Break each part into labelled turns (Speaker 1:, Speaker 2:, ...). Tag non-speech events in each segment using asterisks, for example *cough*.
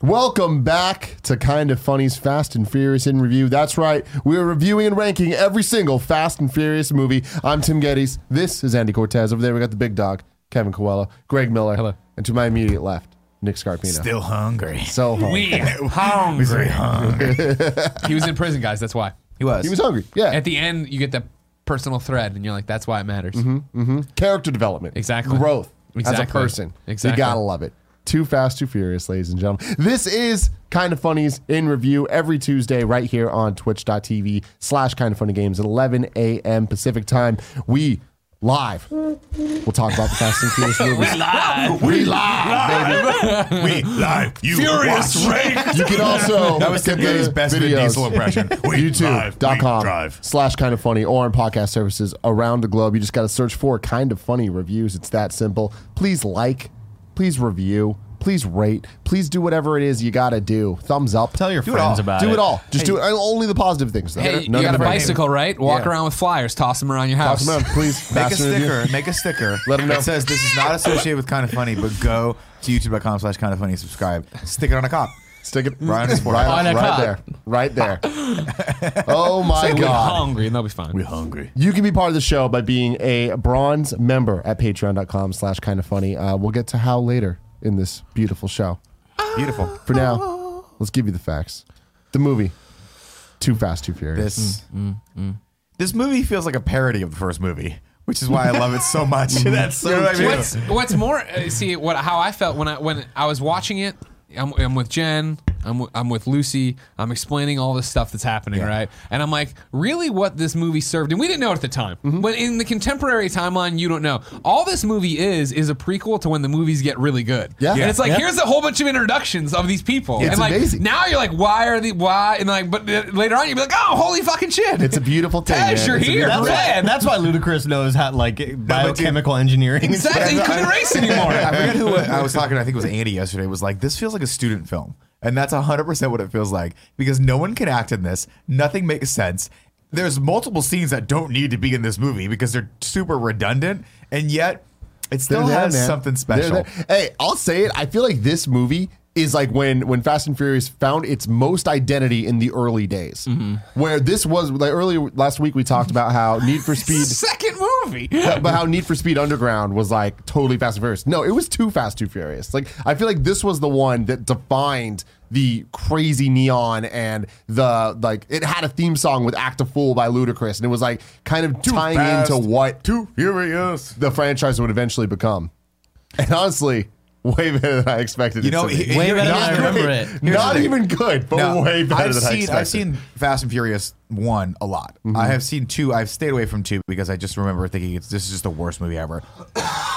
Speaker 1: Welcome back to Kind of Funny's Fast and Furious in Review. That's right, we're reviewing and ranking every single Fast and Furious movie. I'm Tim Geddes. This is Andy Cortez. Over there, we got the big dog, Kevin Coelho, Greg Miller.
Speaker 2: Hello.
Speaker 1: And to my immediate left, Nick Scarpino.
Speaker 3: Still hungry.
Speaker 1: so hungry.
Speaker 2: *laughs* We hungry.
Speaker 3: hungry.
Speaker 2: He was in prison, guys. That's why.
Speaker 3: He was.
Speaker 1: he was hungry. Yeah.
Speaker 2: At the end, you get the personal thread, and you're like, "That's why it matters."
Speaker 1: Character development.
Speaker 2: Exactly.
Speaker 1: Growth as a
Speaker 2: Exactly.
Speaker 1: person. You
Speaker 2: Exactly.
Speaker 1: gotta love it. Too fast, too furious, ladies and gentlemen. This is Kind of Funnies in Review every Tuesday right here on twitch.tv slash Kind of Funny Games at 11 a.m. Pacific time. We live. We'll talk about the Fast and Furious
Speaker 3: *laughs*
Speaker 1: movies.
Speaker 3: we live, baby. we live. You
Speaker 4: Furious
Speaker 3: watch.
Speaker 4: Rage.
Speaker 1: You can also
Speaker 3: That was Tim
Speaker 1: get the
Speaker 3: Getty's best Vin
Speaker 1: videos.
Speaker 3: Diesel *laughs* impression. We live, we
Speaker 1: YouTube.com
Speaker 3: drive.
Speaker 1: slash kind of funny or on podcast services around the globe. You just got to search for kind of funny reviews. It's that simple. Please like, please review, please rate, please do whatever it is you got to do. Thumbs up.
Speaker 4: Tell your
Speaker 1: do
Speaker 4: friends
Speaker 1: all.
Speaker 4: about
Speaker 1: do it
Speaker 4: it.
Speaker 1: all. Just do it. Only the positive things, though.
Speaker 2: Hey,
Speaker 1: None
Speaker 2: you
Speaker 1: of
Speaker 2: got a
Speaker 1: the negative.
Speaker 2: bicycle, right? Walk
Speaker 1: Yeah.
Speaker 2: around with flyers, toss them around your house.
Speaker 1: Awesome, man. Please
Speaker 3: Make a
Speaker 1: fasten review.
Speaker 3: sticker. Make a *laughs* sticker.
Speaker 1: Let 'em know.
Speaker 3: It says this is not associated with kind of funny, but go to youtube.com slash kind of funny. Subscribe. Stick it on a cop.
Speaker 1: Stick it
Speaker 3: Right on his forehead.
Speaker 1: right,
Speaker 2: On a
Speaker 1: right
Speaker 2: cup.
Speaker 1: there. Right there. oh my
Speaker 2: We
Speaker 1: god.
Speaker 2: hungry, and they'll be fine.
Speaker 3: hungry.
Speaker 1: You can be part of the show by being a bronze member at patreon.com slash kind of funny. Uh, we'll get to how later in this beautiful show.
Speaker 3: Beautiful.
Speaker 1: For now, let's give you the facts. The movie, Too Fast, Too Furious.
Speaker 3: This mm, this movie feels like a parody of the first movie, which is why I love it so much. *laughs* That's so
Speaker 2: What's What's more, uh, see what how I felt when I when I was watching it. I'm, I'm with Jen. I'm, w- I'm with Lucy. I'm explaining all this stuff that's happening, right? And I'm like, really, what this movie served? And we didn't know it at the time,
Speaker 1: Mm-hmm.
Speaker 2: but in the contemporary timeline, you don't know. All this movie is is a prequel to when the movies get really good.
Speaker 1: Yeah.
Speaker 2: and it's like
Speaker 4: Yeah.
Speaker 2: here's a whole bunch of introductions of these people.
Speaker 1: It's
Speaker 2: and like
Speaker 1: amazing.
Speaker 2: now you're like, why are the why? And like, but uh, later on, you'll be like, oh, holy fucking shit!
Speaker 1: It's a beautiful thing.
Speaker 2: Taz,
Speaker 1: man.
Speaker 2: you're
Speaker 1: It's a
Speaker 2: here.
Speaker 1: beautiful-
Speaker 4: That's
Speaker 2: Hooray.
Speaker 4: why, and that's why Ludacris knows how like biochemical engineering. and stuff.
Speaker 2: exactly. You couldn't race anymore.
Speaker 3: I forget who I was talking to. I think it was Andy yesterday. Was like, this feels like a student film, and that's hundred percent what it feels like because no one can act in this. Nothing makes sense. There's multiple scenes that don't need to be in this movie because they're super redundant, and yet it
Speaker 1: They're
Speaker 3: still
Speaker 1: there,
Speaker 3: has
Speaker 1: man.
Speaker 3: something
Speaker 1: They're
Speaker 3: special.
Speaker 1: there. Hey, I'll say it. I feel like this movie is like when when Fast and Furious found its most identity in the early days,
Speaker 3: Mm-hmm.
Speaker 1: where this was like earlier last week we talked about how Need for
Speaker 3: *laughs*
Speaker 1: Speed.
Speaker 2: Second movie.
Speaker 1: but, but how Need for Speed Underground was like totally Fast and Furious. No, it was too Fast, too Furious. Like I feel like this was the one that defined the crazy neon and the like. It had a theme song with "Act a Fool" by Ludacris, and it was like kind of tying
Speaker 3: fast,
Speaker 1: into what
Speaker 3: Too furious.
Speaker 1: the franchise would eventually become. And honestly, way better than I expected.
Speaker 3: You
Speaker 1: it
Speaker 3: know,
Speaker 1: to be.
Speaker 3: he-
Speaker 4: Way
Speaker 3: Here-
Speaker 4: better than
Speaker 3: not
Speaker 4: I remember
Speaker 3: great.
Speaker 4: it.
Speaker 1: not
Speaker 3: the thing.
Speaker 1: even good, but
Speaker 3: Now,
Speaker 1: way better
Speaker 3: I've
Speaker 1: than I
Speaker 3: seen,
Speaker 1: expected. Mm-hmm.
Speaker 3: I've seen Fast and Furious one a lot. I have seen two. I've stayed away from two because I just remember thinking it's, this is just the worst movie ever. *coughs*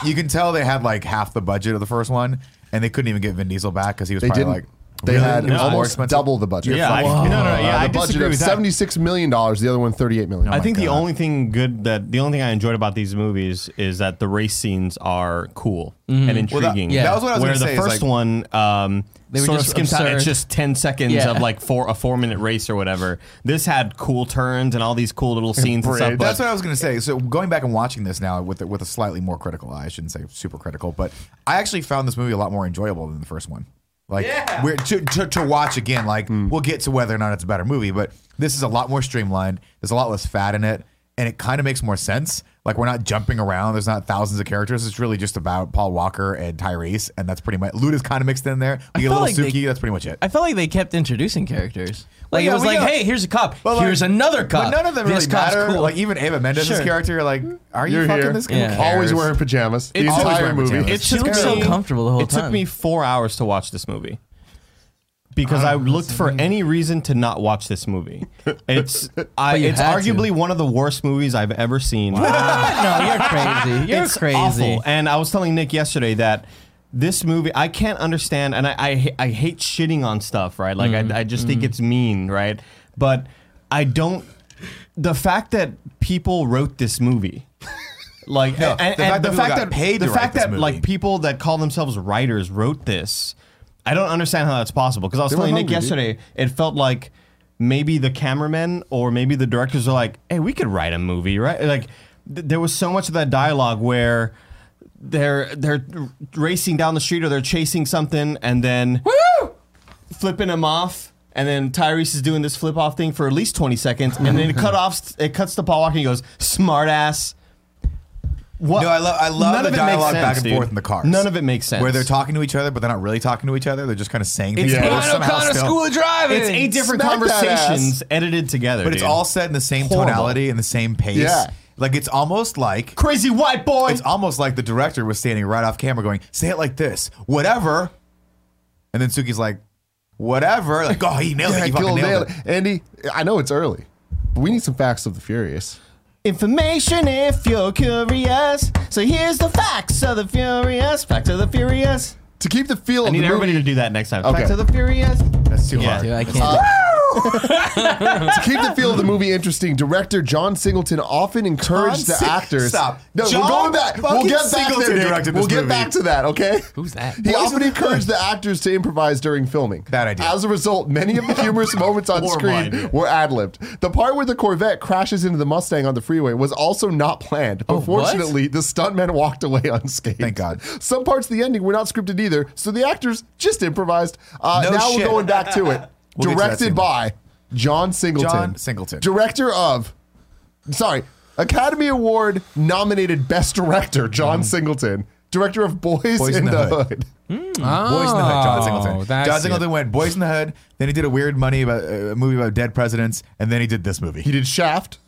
Speaker 3: you can tell they had like half the budget of the first one, and they couldn't even get Vin Diesel back because he was
Speaker 1: They
Speaker 3: probably
Speaker 1: didn't.
Speaker 3: like
Speaker 1: they
Speaker 3: really?
Speaker 1: had
Speaker 3: It was more
Speaker 1: almost
Speaker 3: expensive.
Speaker 1: double the budget. Uh,
Speaker 4: Yeah, I, no, no, no, yeah, I
Speaker 1: the budget
Speaker 4: disagree
Speaker 1: of
Speaker 4: with that.
Speaker 1: seventy-six million dollars. The other one, thirty-eight million.
Speaker 4: I think the
Speaker 3: God.
Speaker 4: only thing good that the only thing I enjoyed about these movies is that the race scenes are cool and
Speaker 3: that-
Speaker 4: intriguing.
Speaker 3: yeah. that was what I was
Speaker 4: Where
Speaker 3: gonna
Speaker 4: the
Speaker 3: say, is
Speaker 4: first
Speaker 3: like-
Speaker 4: one um,
Speaker 2: were
Speaker 4: sort of
Speaker 2: just
Speaker 4: skims out. It's
Speaker 2: absurd.
Speaker 4: just ten seconds
Speaker 2: Yeah.
Speaker 4: of like four a four minute race or whatever. This had cool turns and all these cool little scenes and stuff.
Speaker 1: Bridge.
Speaker 4: But
Speaker 3: That's what I was gonna say. So going back and watching this now with with a slightly more critical eye, I shouldn't say super critical, but I actually found this movie a lot more enjoyable than the first one. Like we're, to, to to watch again. Like
Speaker 5: Hmm.
Speaker 3: we'll get to whether or not it's a better movie, but this is a lot more streamlined. There's a lot less fat in it, and it kind of makes more sense. Like we're not jumping around. There's not thousands of characters. It's really just about Paul Walker and Tyrese, and that's pretty much. Luda's kind of mixed in there. We get a
Speaker 5: felt
Speaker 3: little Suki.
Speaker 5: like they-
Speaker 3: that's pretty much it.
Speaker 5: I felt like they kept introducing characters. Like
Speaker 3: yeah,
Speaker 5: it was
Speaker 3: we
Speaker 5: like,
Speaker 3: know.
Speaker 5: hey, here's a cop.
Speaker 3: But, like-
Speaker 5: here's another
Speaker 3: But
Speaker 5: cop.
Speaker 3: none of them
Speaker 5: this
Speaker 3: really
Speaker 5: cop's
Speaker 3: matter.
Speaker 5: Cool.
Speaker 3: Like even Ava Mendes'
Speaker 5: Sure.
Speaker 3: character, you're like, are you
Speaker 1: You're
Speaker 3: fucking
Speaker 1: here.
Speaker 3: this guy?
Speaker 5: Yeah.
Speaker 3: Who
Speaker 1: always
Speaker 3: cares?
Speaker 1: wearing pajamas. The
Speaker 4: It's always
Speaker 1: entire
Speaker 3: wearing
Speaker 1: movie.
Speaker 3: pajamas.
Speaker 4: It
Speaker 3: It's
Speaker 5: just
Speaker 4: took
Speaker 5: so
Speaker 4: me-
Speaker 5: comfortable the whole
Speaker 4: It took
Speaker 5: time.
Speaker 4: me four hours to watch this movie because
Speaker 5: Ah,
Speaker 4: I, looked for any reason to not watch this
Speaker 5: *laughs*
Speaker 4: movie. It's I,
Speaker 5: you
Speaker 4: it's
Speaker 5: had to.
Speaker 4: arguably one of the worst movies I've ever seen.
Speaker 5: *laughs*
Speaker 3: *laughs*
Speaker 5: no, you're crazy. You're
Speaker 4: it's
Speaker 5: crazy.
Speaker 4: awful. And I was telling Nick yesterday that this movie I can't understand, and I I, ha- I hate shitting on stuff, right? Like
Speaker 3: Mm-hmm.
Speaker 4: I, I just think it's mean, right? But I don't. The fact that people wrote
Speaker 3: *laughs*
Speaker 4: this movie. Like and,
Speaker 3: the
Speaker 4: and
Speaker 3: fact that
Speaker 4: the
Speaker 3: people
Speaker 4: fact
Speaker 3: got
Speaker 4: that
Speaker 3: paid to
Speaker 4: the
Speaker 3: write
Speaker 4: fact
Speaker 3: this
Speaker 4: that
Speaker 3: movie.
Speaker 4: like people that call themselves writers wrote this I don't understand how that's possible. Because I was
Speaker 1: They were
Speaker 4: telling Nick
Speaker 1: hungry, dude.
Speaker 4: yesterday, it felt like maybe the cameramen or maybe the directors are like, "Hey, we could write a movie, right?" Like th- there was so much of that dialogue where they're they're racing down the street or they're chasing something and then flipping him off, and then Tyrese is doing this flip off thing for at least twenty seconds, and then it cut off. It cuts to Paul Walker. and He goes, "Smart ass." What?
Speaker 3: No, I love I love
Speaker 4: None
Speaker 3: the
Speaker 4: of it makes
Speaker 3: dialogue back
Speaker 4: sense,
Speaker 3: and
Speaker 4: dude.
Speaker 3: forth in the cars.
Speaker 4: None of it makes sense.
Speaker 3: Where they're talking to each other, but they're not really talking to each other. They're just kind of saying things.
Speaker 4: It's
Speaker 3: but
Speaker 4: Brian
Speaker 3: they're somehow still-
Speaker 2: of driving.
Speaker 4: It's eight different
Speaker 1: Smack that ass.
Speaker 4: conversations edited together.
Speaker 3: but it's
Speaker 4: dude.
Speaker 3: all said in the same
Speaker 4: Horrible.
Speaker 3: tonality and the same pace.
Speaker 1: Yeah.
Speaker 3: Like it's almost like
Speaker 4: crazy white boy.
Speaker 3: it's almost like the director was standing right off camera going, "Say it like this, whatever," and then Suki's like, "Whatever." Like, oh, he nailed it. He
Speaker 1: Yeah,
Speaker 3: fucking
Speaker 1: Gil
Speaker 3: nailed,
Speaker 1: nailed
Speaker 3: it.
Speaker 1: it. Andy, I know it's early, but we need some facts of the Furious.
Speaker 4: Information if you're curious. So here's the facts of the furious. Facts of the furious.
Speaker 1: To keep the feel
Speaker 4: I
Speaker 1: of
Speaker 4: need
Speaker 1: the
Speaker 4: everybody
Speaker 1: movie,
Speaker 4: to do that next time.
Speaker 1: Okay.
Speaker 4: Facts of the furious.
Speaker 3: That's too hard.
Speaker 5: Dude, I can't.
Speaker 1: to keep the feel of the movie interesting, director John Singleton often encouraged the
Speaker 3: John Sing-
Speaker 1: actors.
Speaker 3: Stop.
Speaker 1: No, we're
Speaker 3: John
Speaker 1: going back. We'll
Speaker 3: fucking
Speaker 1: get back
Speaker 3: Singleton
Speaker 1: there. Nick.
Speaker 3: directed
Speaker 1: We'll
Speaker 3: this
Speaker 1: get
Speaker 3: movie.
Speaker 1: back to that. Okay.
Speaker 2: Who's that?
Speaker 1: He
Speaker 3: Boys
Speaker 1: often
Speaker 3: in the Hood.
Speaker 1: encouraged the actors to improvise during filming.
Speaker 3: Bad idea.
Speaker 1: As a result, many
Speaker 3: *laughs*
Speaker 1: of the humorous moments on
Speaker 4: Horrible
Speaker 1: screen
Speaker 4: idea.
Speaker 1: were ad libbed. The part where the Corvette crashes into the Mustang on the freeway was also not planned.
Speaker 2: Oh,
Speaker 1: But
Speaker 5: what?
Speaker 1: fortunately, the stuntman walked away *laughs* unscathed.
Speaker 3: Thank God.
Speaker 1: Some parts of the ending were not scripted either, so the actors just improvised. Uh,
Speaker 3: No
Speaker 1: now we're
Speaker 3: shit.
Speaker 1: going back to it.
Speaker 3: *laughs* We'll get to that
Speaker 1: Directed
Speaker 3: soon.
Speaker 1: by John Singleton.
Speaker 3: John Singleton.
Speaker 1: Director of, sorry, Academy Award nominated Best Director, John Singleton. Director of Boys, in, the, Hood.
Speaker 3: Boys in the Hood, John Singleton.
Speaker 2: Oh, that's
Speaker 3: John
Speaker 2: it.
Speaker 3: Singleton went Boys in the Hood. Then he did a weird money about uh, a movie about dead presidents, and then he did this movie.
Speaker 1: He
Speaker 3: *laughs*
Speaker 1: did Shaft.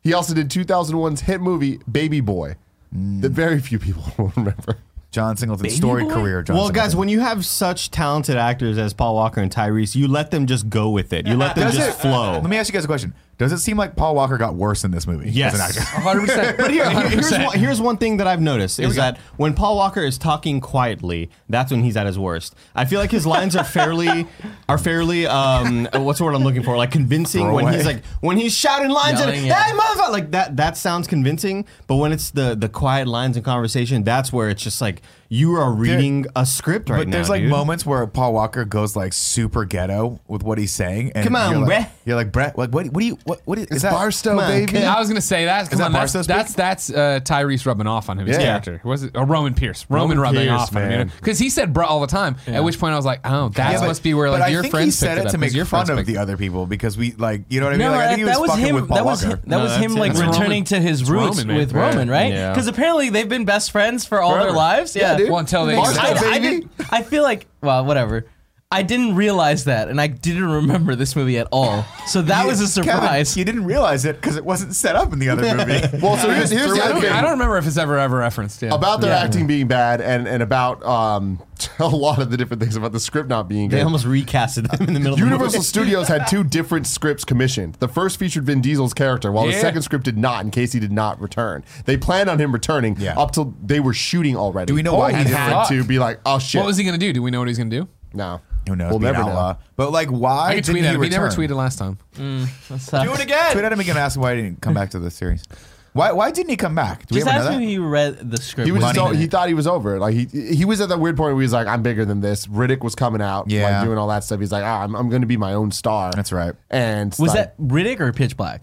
Speaker 1: He also did 2001's hit movie Baby Boy that very few people *laughs* will remember.
Speaker 3: John Singleton's storied career. John
Speaker 4: Well,
Speaker 3: Singleton.
Speaker 4: guys, when you have such talented actors as Paul Walker and Tyrese, you let them just go with it. You let them
Speaker 3: Does
Speaker 4: just
Speaker 3: it-
Speaker 4: flow.
Speaker 3: Let me ask you guys a question. Does it seem like Paul Walker got worse in this movie?
Speaker 4: Yes.
Speaker 3: As
Speaker 2: *laughs*
Speaker 3: an actor?
Speaker 2: 100%.
Speaker 4: But here, here's, one, here's one thing that I've noticed is
Speaker 2: we go.
Speaker 4: that when Paul Walker is talking quietly, that's when he's at his worst. I feel like his lines are fairly are fairly um what's the word I'm looking for like convincing when
Speaker 3: Throwaway.
Speaker 4: he's like when he's shouting lines and
Speaker 5: Yelling, yeah.
Speaker 4: hey motherfucker like that that sounds convincing, but when it's the the quiet lines in conversation, that's where it's just like you are reading a script right
Speaker 3: But
Speaker 4: now.
Speaker 3: there's like
Speaker 4: dude.
Speaker 3: moments where Paul Walker goes like super ghetto with what he's saying. And
Speaker 4: Come on,
Speaker 3: you're like,
Speaker 4: bruh.
Speaker 3: You're like, Brett, like, what, what do you, what, what is, is
Speaker 1: It's
Speaker 3: that?
Speaker 1: Barstow,
Speaker 4: Come on,
Speaker 1: baby.
Speaker 4: kid.
Speaker 2: I was gonna say that. Come
Speaker 3: that
Speaker 2: on, that's
Speaker 3: Barstow
Speaker 2: that's,
Speaker 3: speak?
Speaker 2: that's uh, Tyrese rubbing off on him. His
Speaker 1: Yeah.
Speaker 2: character was it? Or Roman Pierce. Roman,
Speaker 1: Roman
Speaker 2: rubbing
Speaker 1: Pierce,
Speaker 2: off on him
Speaker 1: man.
Speaker 2: because he said "bruh" all the time. At which point I was like, oh, that
Speaker 3: Yeah, but-
Speaker 2: must be where
Speaker 3: but I
Speaker 2: like your
Speaker 3: think
Speaker 2: friends
Speaker 3: he said
Speaker 2: picked
Speaker 3: it
Speaker 2: up,
Speaker 3: to
Speaker 2: 'cause
Speaker 3: make
Speaker 2: your
Speaker 3: fun
Speaker 2: friends
Speaker 3: of
Speaker 2: picked
Speaker 3: the other people because we like, you know what I mean?
Speaker 5: No,
Speaker 3: like, I think he was,
Speaker 5: that was
Speaker 3: fucking
Speaker 5: him.
Speaker 3: with Paul
Speaker 5: That was
Speaker 3: Walker.
Speaker 5: him, that
Speaker 4: No,
Speaker 5: was
Speaker 4: that's
Speaker 5: him
Speaker 4: it.
Speaker 5: like
Speaker 4: That's Roman.
Speaker 5: returning to his
Speaker 2: It's
Speaker 5: roots
Speaker 2: Roman, man.
Speaker 5: with
Speaker 2: Right.
Speaker 5: Roman, right?
Speaker 4: Yeah.
Speaker 5: Because apparently they've been best friends for all
Speaker 1: Forever.
Speaker 5: their lives. Yeah,
Speaker 1: dude.
Speaker 2: Well, until they-
Speaker 1: Barstow,
Speaker 5: I, I,
Speaker 1: baby.
Speaker 5: didn't- I feel like well, whatever. I didn't realize that, and I didn't remember this movie at all. So that was a
Speaker 3: Kevin,
Speaker 5: surprise.
Speaker 3: you didn't realize it because it wasn't set up in the
Speaker 4: *laughs*
Speaker 3: other movie.
Speaker 1: well, so here's, here's the
Speaker 2: I
Speaker 1: other
Speaker 2: don't,
Speaker 1: thing.
Speaker 2: I don't remember if it's ever ever referenced. Yeah.
Speaker 1: about their acting being bad and, and about um, *laughs* a lot of the different things about the script not being
Speaker 4: they
Speaker 1: good.
Speaker 4: almost recasted them in the middle. *laughs* of the
Speaker 1: Universal
Speaker 4: movie.
Speaker 1: Studios had two different scripts commissioned. The first featured Vin Diesel's character, while the
Speaker 2: Yeah.
Speaker 1: second script did not, in case he did not return. They planned on him returning
Speaker 3: Yeah.
Speaker 1: up till they were shooting already. Do
Speaker 3: we know why he
Speaker 1: he
Speaker 3: didn't?
Speaker 1: had to be like, oh shit?
Speaker 2: what was he gonna do? Do we know what he's gonna do?
Speaker 1: No,
Speaker 3: Who knows?
Speaker 1: We'll
Speaker 3: be an
Speaker 1: never
Speaker 3: outlaw.
Speaker 1: know.
Speaker 3: But like, why
Speaker 2: I could
Speaker 3: didn't
Speaker 2: tweet
Speaker 3: he
Speaker 2: at him. He never
Speaker 3: return?
Speaker 2: tweeted last time.
Speaker 5: *laughs* So-
Speaker 4: Do it again.
Speaker 3: Tweet at him again and ask him why he didn't come back to the series. Why, why didn't he come back? Do we
Speaker 5: Just
Speaker 3: ever know
Speaker 5: ask
Speaker 3: that?
Speaker 5: me if you read the script.
Speaker 1: He was just,
Speaker 3: Money.
Speaker 1: all- he thought he was over. it. Like he he was at that weird point where he was like, I'm bigger than this. Riddick was coming out,
Speaker 3: Yeah.
Speaker 1: like doing all that stuff. He's like, ah, I'm, I'm going to be my own star.
Speaker 3: That's right.
Speaker 1: And it's
Speaker 5: Was
Speaker 1: like,
Speaker 5: that Riddick or Pitch Black?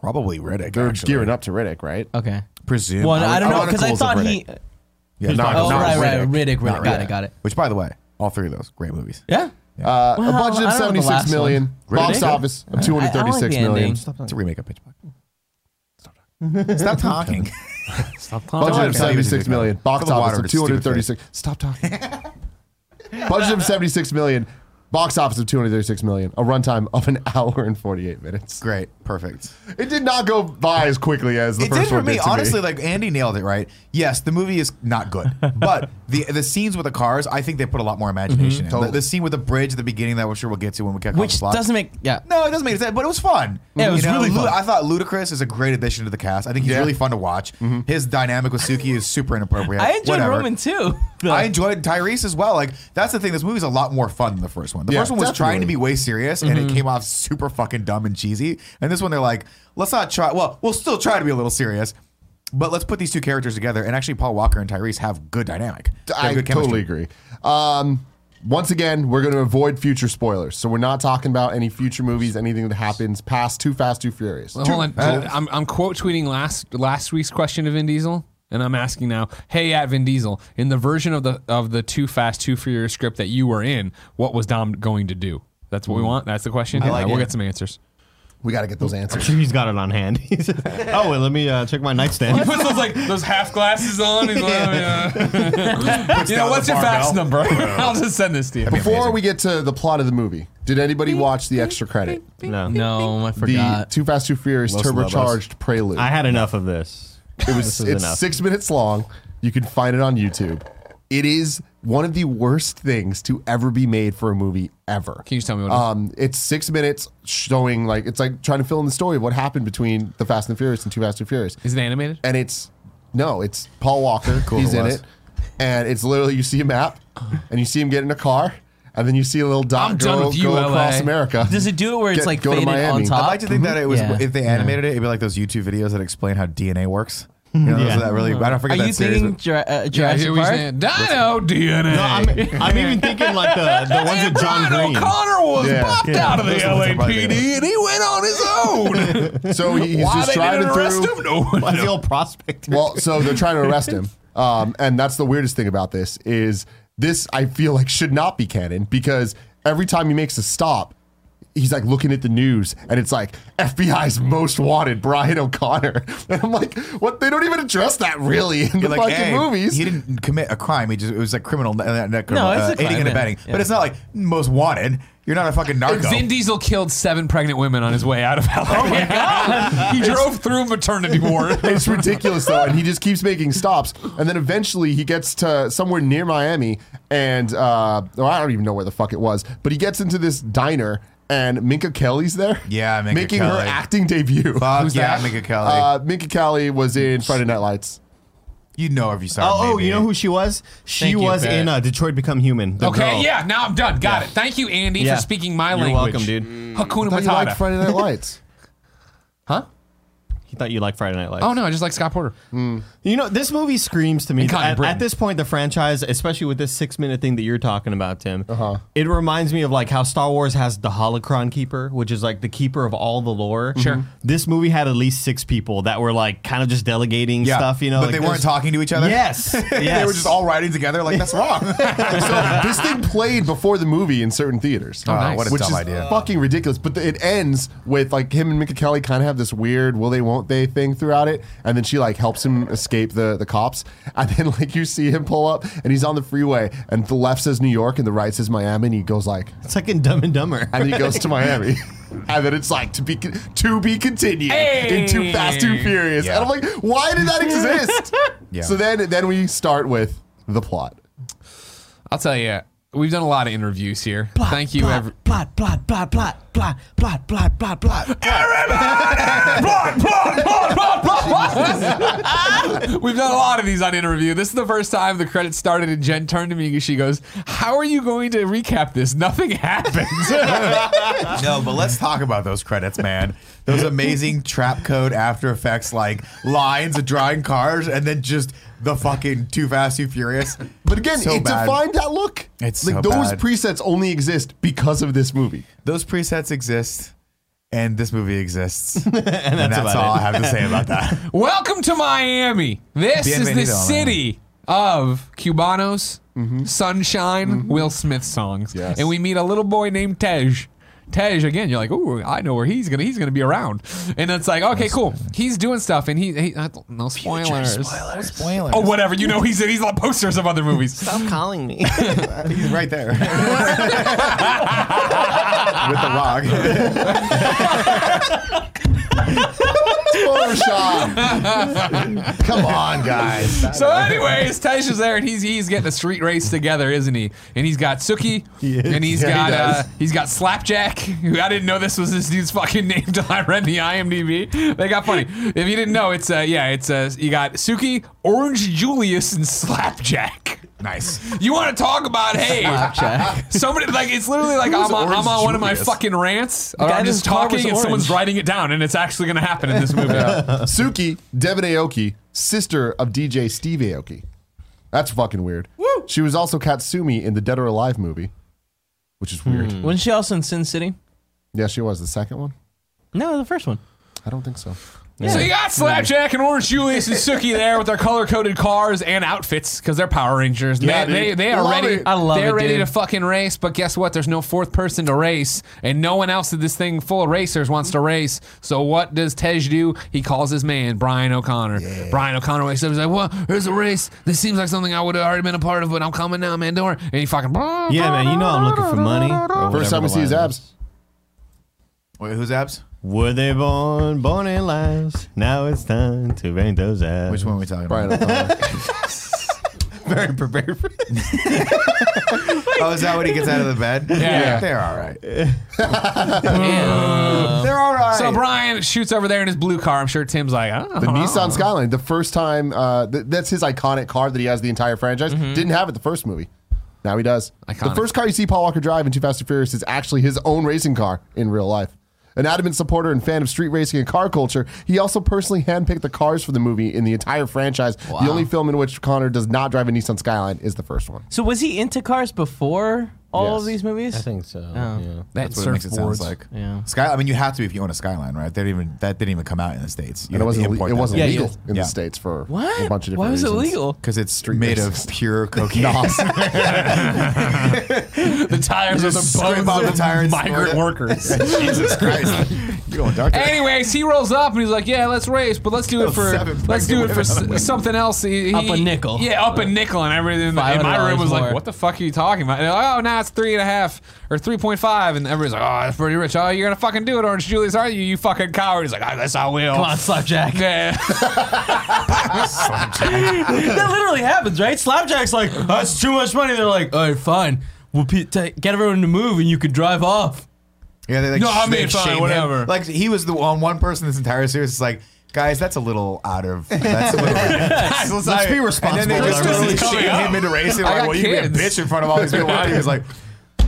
Speaker 3: Probably Riddick.
Speaker 1: they're
Speaker 3: actually.
Speaker 1: gearing up to Riddick, right?
Speaker 5: Okay.
Speaker 3: Presume.
Speaker 5: Well, I, don't know because I
Speaker 1: Chronicles of
Speaker 5: thought he.
Speaker 3: Yeah,
Speaker 1: not-
Speaker 5: Oh,
Speaker 1: not
Speaker 5: right, right,
Speaker 3: Riddick.
Speaker 5: Riddick,
Speaker 3: Not
Speaker 5: Riddick. Got it, got it.
Speaker 3: Which, by the way, all three of those great movies.
Speaker 5: Yeah.
Speaker 1: Uh, a
Speaker 5: Well,
Speaker 1: budget of
Speaker 5: I don't know the
Speaker 1: 76
Speaker 5: last
Speaker 1: million.
Speaker 5: one.
Speaker 1: Box
Speaker 5: Really?
Speaker 1: office of
Speaker 5: I- I like
Speaker 1: 236
Speaker 5: the
Speaker 1: million.
Speaker 5: ending.
Speaker 3: It's a remake of Pitch Black.
Speaker 1: *laughs*
Speaker 3: Stop talking.
Speaker 2: Stop
Speaker 1: Budget
Speaker 3: Don't
Speaker 1: of
Speaker 3: tell you to
Speaker 1: 76
Speaker 3: do
Speaker 1: million.
Speaker 3: that.
Speaker 1: Box
Speaker 3: Fill the
Speaker 1: office
Speaker 3: water
Speaker 1: of
Speaker 3: with stupid
Speaker 1: 236. Stop talking. *laughs* Budget of 76 million. Box office of 236 million. A runtime of an *laughs* hour and 48 minutes.
Speaker 3: Great. Perfect.
Speaker 1: It did not go by as quickly as the
Speaker 3: it
Speaker 1: first
Speaker 3: did for
Speaker 1: one
Speaker 3: me.
Speaker 1: did to
Speaker 3: Honestly, like Andy nailed it right. Yes, the movie is not good, but the the scenes with the cars, I think they put a lot more imagination in. The, the scene with the bridge at the beginning that I'm sure we'll get to when we get off the
Speaker 5: Which
Speaker 3: block.
Speaker 5: doesn't make. Yeah.
Speaker 3: No, it doesn't make sense, but it was fun.
Speaker 5: Yeah, it was really
Speaker 3: Lu-
Speaker 5: fun.
Speaker 3: I thought Ludacris is a great addition to the cast. I think he's
Speaker 1: Yeah.
Speaker 3: really fun to watch. His dynamic with Suki is super inappropriate.
Speaker 5: Mm-hmm. I enjoyed
Speaker 3: Whatever.
Speaker 5: Roman too.
Speaker 3: *laughs* I enjoyed Tyrese as well. Like that's the thing. This movie's a lot more fun than the first one. The
Speaker 1: Yeah,
Speaker 3: first one was
Speaker 1: definitely.
Speaker 3: trying to be way serious,
Speaker 5: Mm-hmm.
Speaker 3: and it came off super fucking dumb and cheesy. And this one, they're like, let's not try. Well, we'll still try to be a little serious, but let's put these two characters together. And actually, Paul Walker and Tyrese have good dynamic. They have
Speaker 1: I
Speaker 3: good
Speaker 1: totally
Speaker 3: chemistry.
Speaker 1: agree. Um, Once again, we're going to avoid future spoilers. So we're not talking about any future movies, anything that happens past Too Fast, Too Furious.
Speaker 2: Well, hold on. I'm, I'm quote tweeting last last week's question to Vin Diesel, and I'm asking now, hey at Vin Diesel, in the version of the of the Too Fast Too Furious script that you were in, what was Dom going to do? That's what we want. That's the question.
Speaker 4: like
Speaker 2: Yeah, we'll
Speaker 4: it.
Speaker 2: get some *laughs* answers.
Speaker 1: We got to get those answers.
Speaker 4: He's got it on hand. *laughs* He said, oh, wait, let me uh, check my nightstand.
Speaker 2: Puts those like those half glasses on. He's like, oh, *laughs* you know,
Speaker 3: down
Speaker 2: what's
Speaker 3: the
Speaker 2: your fax *laughs*
Speaker 3: barbell.
Speaker 2: number? I'll just send this to
Speaker 1: *laughs*
Speaker 2: you.
Speaker 1: Before we get to the plot of the movie, did anybody watch the extra credit?
Speaker 4: *laughs* no.
Speaker 5: *laughs* No, I
Speaker 1: The
Speaker 5: forgot.
Speaker 1: Too Fast, Too Furious
Speaker 3: Los Lobos.
Speaker 1: turbocharged prelude.
Speaker 4: I had enough of this.
Speaker 1: It was
Speaker 4: is
Speaker 1: it's
Speaker 4: enough.
Speaker 1: six minutes long. You can find it on YouTube. It is one of the worst things to ever be made for a movie ever.
Speaker 2: Can you just tell me what it is?
Speaker 1: Um, it's six minutes showing like it's like trying to fill in the story of what happened between the Fast and the Furious and Too Fast and Furious.
Speaker 2: Is it animated?
Speaker 1: And it's no, it's Paul
Speaker 2: *laughs*
Speaker 1: Walker. He's
Speaker 3: it
Speaker 1: in
Speaker 3: was.
Speaker 1: it, and it's literally you see a map, and you see him get in a car, and then you see a little dot
Speaker 2: I'm
Speaker 1: go,
Speaker 2: done with you,
Speaker 1: go
Speaker 2: LA.
Speaker 1: across America.
Speaker 5: Does it do it where it's
Speaker 1: Get-
Speaker 5: like
Speaker 1: go to
Speaker 5: faded on
Speaker 1: Miami.
Speaker 3: I'd
Speaker 5: top?
Speaker 3: like to think that it was
Speaker 5: Yeah.
Speaker 3: if they animated it, it'd be like those YouTube videos that explain how DNA works. You know,
Speaker 4: Yeah.
Speaker 3: those that really. I don't
Speaker 5: Are
Speaker 3: forget that
Speaker 5: you
Speaker 3: series.
Speaker 5: thinking
Speaker 3: but-
Speaker 5: Jura- uh,
Speaker 2: Yeah,
Speaker 5: Jurassic
Speaker 2: here we
Speaker 5: Park? *laughs*
Speaker 2: stand. Dino DNA.
Speaker 4: No, I'm, I'm even thinking like the, the ones with John
Speaker 2: Brian
Speaker 4: Green.
Speaker 2: O'Connor was
Speaker 1: Yeah.
Speaker 2: bumped
Speaker 4: Yeah.
Speaker 2: out of the
Speaker 3: Those ones are probably
Speaker 2: LAPD and he went on his
Speaker 1: *laughs*
Speaker 2: own.
Speaker 1: so he- he's
Speaker 2: Why
Speaker 1: just
Speaker 2: they
Speaker 1: driving
Speaker 2: didn't arrest
Speaker 1: through.
Speaker 2: him? No one
Speaker 4: Why is
Speaker 2: knows.
Speaker 4: the old prospector?
Speaker 1: Well, so they're trying to arrest him, um, and that's the weirdest thing about this is this. I feel like should not be canon because every time he makes a stop, he's like looking at the news, and it's like FBI's most wanted Brian O'Connor, *laughs* and I'm like, what? They don't even address that really in the
Speaker 3: You're
Speaker 1: fucking
Speaker 3: "Hey,
Speaker 1: movies.
Speaker 3: He didn't commit a crime. He just it was like criminal, uh, not criminal,
Speaker 5: it's
Speaker 3: uh,
Speaker 5: a
Speaker 3: aiding
Speaker 5: crime,
Speaker 3: and
Speaker 5: yeah.
Speaker 3: abetting.
Speaker 5: Yeah.
Speaker 3: But it's not like most wanted. You're not a fucking narco.
Speaker 2: Vin Diesel killed seven pregnant women on his way out of LA. Oh *laughs* my god! he drove through a maternity ward.
Speaker 1: It's ridiculous though, and he just keeps making stops, and then eventually he gets to somewhere near Miami, and uh, well, I don't even know where the fuck it was, but he gets into this diner, and Minka Kelly's there,
Speaker 3: Yeah, Minka
Speaker 1: making her
Speaker 3: Kelly.
Speaker 1: acting debut.
Speaker 3: Fuck yeah,
Speaker 2: that?
Speaker 3: Mika Kelly.
Speaker 1: Uh, Minka Kelly was in Friday Night Lights.
Speaker 3: you know if you saw.
Speaker 4: Oh,
Speaker 3: it,
Speaker 4: oh,
Speaker 3: maybe.
Speaker 4: you know who she was? She
Speaker 5: Thank you,
Speaker 4: was
Speaker 5: Pat.
Speaker 4: in uh, Detroit Become Human. the
Speaker 2: Okay,
Speaker 4: girl.
Speaker 2: yeah, now I'm done. Got
Speaker 4: Yeah.
Speaker 2: it. Thank you, Andy,
Speaker 4: Yeah.
Speaker 2: for speaking my
Speaker 4: You're
Speaker 2: language.
Speaker 4: welcome, dude.
Speaker 2: Hakuna
Speaker 1: Thought you liked
Speaker 2: Matata.
Speaker 1: Friday Night *laughs* Lights.
Speaker 4: He thought you liked Friday Night Lights.
Speaker 2: oh no, I just like Scott Porter.
Speaker 4: You know, this movie screams to me.
Speaker 2: Cotton
Speaker 4: At,
Speaker 2: Britain.
Speaker 4: at this point, the franchise, especially with this six minute thing that you're talking about, Tim, uh-huh. it reminds me of like how Star Wars has the Holocron Keeper, which is like the keeper of all the lore.
Speaker 2: Sure.
Speaker 4: This movie had at least six people that were like kind of just delegating
Speaker 3: Yeah.
Speaker 4: stuff, you know.
Speaker 3: but
Speaker 4: like
Speaker 3: they weren't
Speaker 4: there's-
Speaker 3: talking to each
Speaker 1: *laughs*
Speaker 3: other.
Speaker 4: Yes.
Speaker 3: they were just all riding together. Like
Speaker 4: *laughs*
Speaker 3: that's
Speaker 2: *laughs*
Speaker 3: wrong.
Speaker 1: so this thing played before the movie in certain theaters.
Speaker 2: Oh,
Speaker 3: Ah,
Speaker 2: nice.
Speaker 3: What a
Speaker 1: which
Speaker 3: dumb
Speaker 1: is
Speaker 3: idea.
Speaker 1: fucking ridiculous. But the, it ends with like him and Minka Kelly kind of have this weird will they won't they thing throughout it, and then she like helps him escape the the cops, and then *laughs* like you see him pull up and he's on the freeway, and the left says New York and the right says Miami, and he goes like,
Speaker 4: It's like in Dumb and Dumber.
Speaker 1: and then he goes to
Speaker 2: *laughs*
Speaker 1: Miami. And then it's like to be con- to be continued in Too Fast, Too Furious.
Speaker 3: Yeah.
Speaker 1: And I'm like, why did
Speaker 2: *laughs*
Speaker 1: that exist?
Speaker 3: Yeah.
Speaker 1: So then then we start with the plot.
Speaker 2: I'll tell you, we've done a lot of interviews here. Thank you, every-
Speaker 5: Plot, plot, plot, plot, plot, plot, plot, plot, plot.
Speaker 2: *laughs* We've done a lot of these on interview. This is the first time the credits started, and Jen turned to me and she goes, "How are you going to recap this? Nothing happened." *laughs*
Speaker 3: No, but let's talk about those credits, man. Those amazing trap code After Effects like lines of drawing cars, and then just the fucking Too Fast, Too Furious.
Speaker 1: But again,
Speaker 3: So
Speaker 1: it
Speaker 3: bad.
Speaker 1: defined that look.
Speaker 3: It's
Speaker 1: like
Speaker 3: so
Speaker 1: those
Speaker 3: bad.
Speaker 1: presets only exist because of this
Speaker 3: *laughs*
Speaker 1: movie.
Speaker 3: those presets exist, and this movie
Speaker 4: *laughs*
Speaker 3: exists, and that's,
Speaker 4: about
Speaker 3: all
Speaker 4: it.
Speaker 3: I have to say about that.
Speaker 2: Welcome to Miami. Mm-hmm. This is the
Speaker 3: Bienvenido,
Speaker 2: city of Cubanos, sunshine, Will Smith songs,
Speaker 1: Yes.
Speaker 2: and we meet a little boy named Tej. Tej again. You're like, ooh, I know where he's gonna he's gonna be around, and it's like, okay, cool. He's doing stuff, and he, he I don't- no spoilers.
Speaker 3: Spoilers.
Speaker 2: Oh, whatever. You know, he's he's on posters of other *laughs* movies.
Speaker 4: Stop calling me.
Speaker 3: He's right there *laughs* with the rock.
Speaker 1: Photoshop.
Speaker 3: Come on, guys.
Speaker 2: So, anyways, Taisha's there, and he's he's getting a street race together, isn't he? And he's got Suki, and he's
Speaker 1: Yeah,
Speaker 2: got
Speaker 1: he
Speaker 2: uh,
Speaker 1: does.
Speaker 2: he's got Slapjack. Who I didn't know this was this dude's fucking *laughs* name till I read the IMDb. They got funny. If you didn't know, it's uh, yeah, it's uh, you got Suki, Orange Julius, and Slapjack.
Speaker 3: Nice.
Speaker 2: You want to talk about hey? Somebody like it's literally like I'm on, I'm
Speaker 3: Orange
Speaker 2: on one of my
Speaker 3: Julius?
Speaker 2: fucking rants. Or
Speaker 5: guy
Speaker 2: I'm just
Speaker 5: whose car was
Speaker 2: talking and someone's
Speaker 5: orange.
Speaker 2: writing it down, and it's actually going to happen in this movie.
Speaker 1: Suki, Devin Aoki, sister of DJ Steve Aoki. That's fucking weird. Woo! She was also Katsumi in the Dead or Alive movie, which is weird.
Speaker 3: Hmm.
Speaker 5: Wasn't she also in Sin City?
Speaker 1: Yeah, she was the second one.
Speaker 5: No, the first one.
Speaker 1: I don't think so.
Speaker 2: So you got Slapjack and Orange Julius and Suki there with their color coded cars and outfits because they're Power Rangers.
Speaker 1: Yeah,
Speaker 2: they, they,
Speaker 1: dude.
Speaker 2: they are
Speaker 1: Love
Speaker 2: ready.
Speaker 1: it.
Speaker 5: I love
Speaker 2: They're
Speaker 5: it,
Speaker 2: ready
Speaker 5: dude.
Speaker 2: to fucking race, but guess what? There's no fourth person to race, and no one else at this thing full of racers wants to race. So what does Tej do? He calls his man Brian O'Connor. Brian O'Connor wakes up. He's like, "Well, here's a race. This seems like something I would have already been a part of, but I'm coming now, man. Don't worry." And he fucking
Speaker 4: *laughs* Yeah,
Speaker 2: *laughs*
Speaker 4: man, you know I'm looking
Speaker 1: *laughs*
Speaker 4: for money. or
Speaker 1: First time
Speaker 4: whatever
Speaker 1: we
Speaker 4: the
Speaker 1: see his
Speaker 4: line
Speaker 1: abs.
Speaker 4: is.
Speaker 3: Wait, who's abs?
Speaker 4: Were they born, born in lives? Now it's time to bang those abs.
Speaker 3: Which one are we talking
Speaker 1: Brian
Speaker 3: about?
Speaker 1: O'Connor.
Speaker 4: Very prepared *laughs* for
Speaker 3: Oh, is that when he gets out of the bed? Yeah. They're all right. They're all right.
Speaker 2: So Brian shoots over there in his blue car. I'm sure Tim's like, "Oh, "I don't
Speaker 1: The
Speaker 5: Oh,
Speaker 2: know."
Speaker 1: Nissan Skyline, the first time, uh, th- that's his iconic car that he has the entire franchise.
Speaker 5: Mm-hmm.
Speaker 1: Didn't have it the first movie. Now he does. The
Speaker 2: Iconic.
Speaker 1: first car you see Paul Walker drive in Too Fast and Furious is actually his own racing car in real life. An adamant supporter and fan of street racing and car culture, he also personally handpicked the cars for the movie in the entire franchise. The only film in which Connor does not drive a Nissan Skyline is the first one.
Speaker 5: So was he into cars before all
Speaker 1: Yes.
Speaker 5: of these movies?
Speaker 4: I think so.
Speaker 2: That
Speaker 4: Yeah.
Speaker 3: That's what it makes it sound
Speaker 2: surfboard's
Speaker 3: like.
Speaker 5: Yeah.
Speaker 3: Sky. I mean, you have to if you own a Skyline, right? That even that didn't even come out in the states. You
Speaker 1: And it wasn't, le- it wasn't
Speaker 5: Yeah,
Speaker 1: legal
Speaker 5: you-
Speaker 1: in
Speaker 3: yeah.
Speaker 1: the States for
Speaker 5: What?
Speaker 1: a bunch of different
Speaker 5: Why was it
Speaker 1: reasons.
Speaker 5: legal?
Speaker 3: because it's made
Speaker 1: racist.
Speaker 3: of *laughs* pure cocaine.
Speaker 2: the tires are
Speaker 3: Just
Speaker 2: the
Speaker 3: scrape
Speaker 2: bones
Speaker 3: off the
Speaker 2: of
Speaker 3: tire and
Speaker 2: migrant
Speaker 3: snort it.
Speaker 2: workers.
Speaker 3: *laughs* Jesus Christ! You're going dark.
Speaker 5: *laughs*
Speaker 2: Anyways, he rolls up and he's like, "Yeah, let's race, but let's do it
Speaker 3: Those
Speaker 2: for
Speaker 3: seven
Speaker 2: let's do it
Speaker 3: pregnant
Speaker 2: for
Speaker 3: women.
Speaker 2: s- something else." He, he-
Speaker 5: Up a nickel.
Speaker 2: Yeah, up a nickel, and everything. in
Speaker 5: $500
Speaker 2: my room was like,
Speaker 5: more.
Speaker 2: "What the fuck are you talking about?" And they're like, oh, now it's three and a half or three point five, and everybody's like, "Oh, that's pretty rich. Oh, you're gonna fucking do it, Orange Julius, are you? You fucking coward." He's like, "I guess I will."
Speaker 5: Come on, Slapjack.
Speaker 2: *laughs* Yeah.
Speaker 5: that literally happens, right? Slapjack's like, that's too much money. They're like, all right, fine. We'll pe- ta- get everyone to move and you can drive off.
Speaker 3: Yeah, they like
Speaker 2: No, I
Speaker 3: they
Speaker 2: mean, fine,
Speaker 3: shame him.
Speaker 2: whatever.
Speaker 3: Like he was the one one person this entire series is like, guys, that's a little out of. That's a little, *laughs* let's,
Speaker 4: not- be responsible
Speaker 3: And then they
Speaker 4: with
Speaker 3: just
Speaker 4: our
Speaker 3: really
Speaker 2: release.
Speaker 3: shame
Speaker 2: Coming
Speaker 3: him
Speaker 2: up.
Speaker 3: into racing.
Speaker 2: I
Speaker 3: Like,
Speaker 2: got
Speaker 3: well, you be a
Speaker 2: kids.
Speaker 3: bitch in front of all these people. And he was like,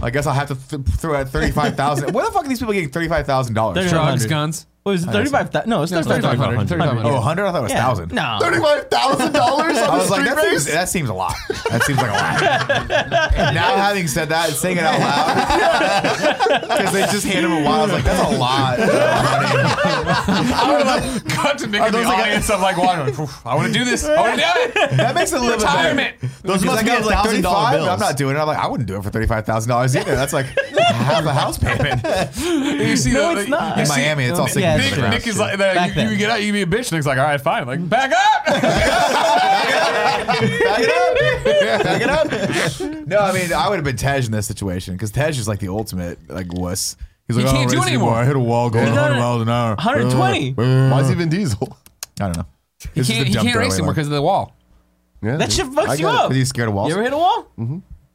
Speaker 3: I guess I'll have to th- throw out thirty five thousand. Where the fuck are these people getting thirty five thousand
Speaker 5: They're
Speaker 3: dollars?
Speaker 5: gonna-
Speaker 2: Drugs,
Speaker 5: 100.
Speaker 2: guns.
Speaker 5: What was it? 35,000? No, it's not
Speaker 2: 3,500.
Speaker 5: 3,500.
Speaker 2: 3,500.
Speaker 3: Oh, hundred? I thought it was
Speaker 5: Yeah.
Speaker 3: thousand.
Speaker 5: No.
Speaker 1: Thirty-five thousand dollars on
Speaker 3: I
Speaker 1: a
Speaker 3: was like,
Speaker 1: street
Speaker 3: that
Speaker 1: race.
Speaker 3: seems, that seems a lot. That seems like a lot. now, having said that, and saying it out loud, *laughs* because they just handed him a wad. I was like, that's a lot.
Speaker 2: Cut to Nick in the
Speaker 3: those like a-
Speaker 2: audience. I'm like, "Well, I'm like, "Oof, I want to do this.
Speaker 3: *laughs*
Speaker 2: I want to do it."
Speaker 3: That makes it a little bit better.
Speaker 2: Retirement.
Speaker 4: Those
Speaker 3: He's
Speaker 4: must
Speaker 3: like,
Speaker 4: be
Speaker 3: I was like
Speaker 4: thousand dollar
Speaker 3: 35?
Speaker 4: bills.
Speaker 3: I'm not doing it. I'm like, I wouldn't do it for thirty-five thousand dollars either. That's
Speaker 4: *laughs*
Speaker 3: like half a house payment
Speaker 2: You see
Speaker 5: No,
Speaker 2: the-
Speaker 5: it's not.
Speaker 2: you
Speaker 3: in
Speaker 2: see-
Speaker 3: Miami. It's all sinking to
Speaker 5: Yeah, uh,
Speaker 3: the
Speaker 5: it's
Speaker 2: Nick,
Speaker 5: true.
Speaker 3: ground.
Speaker 2: Nick is like, that,
Speaker 5: Back
Speaker 2: you,
Speaker 5: then.
Speaker 2: you get out, you be a bitch. Nick's like, all right, fine. Like, back up. *laughs*
Speaker 3: Back it up. Back it up. No, I mean, I would have been Tej in this situation because Tej is like the ultimate like wuss. He's like,
Speaker 2: He
Speaker 3: I
Speaker 2: can't
Speaker 3: don't
Speaker 2: do
Speaker 3: race
Speaker 2: it anymore.
Speaker 3: I hit a wall going
Speaker 5: He got
Speaker 3: 100
Speaker 5: it.
Speaker 3: miles an hour.
Speaker 5: 120.
Speaker 1: Why is he Vin Diesel?
Speaker 3: I don't know.
Speaker 2: He can't, he can't race anymore because of the wall.
Speaker 1: Yeah,
Speaker 5: That shit fucks you
Speaker 1: get it.
Speaker 5: up.
Speaker 3: he's scared of walls.
Speaker 5: You ever hit a wall?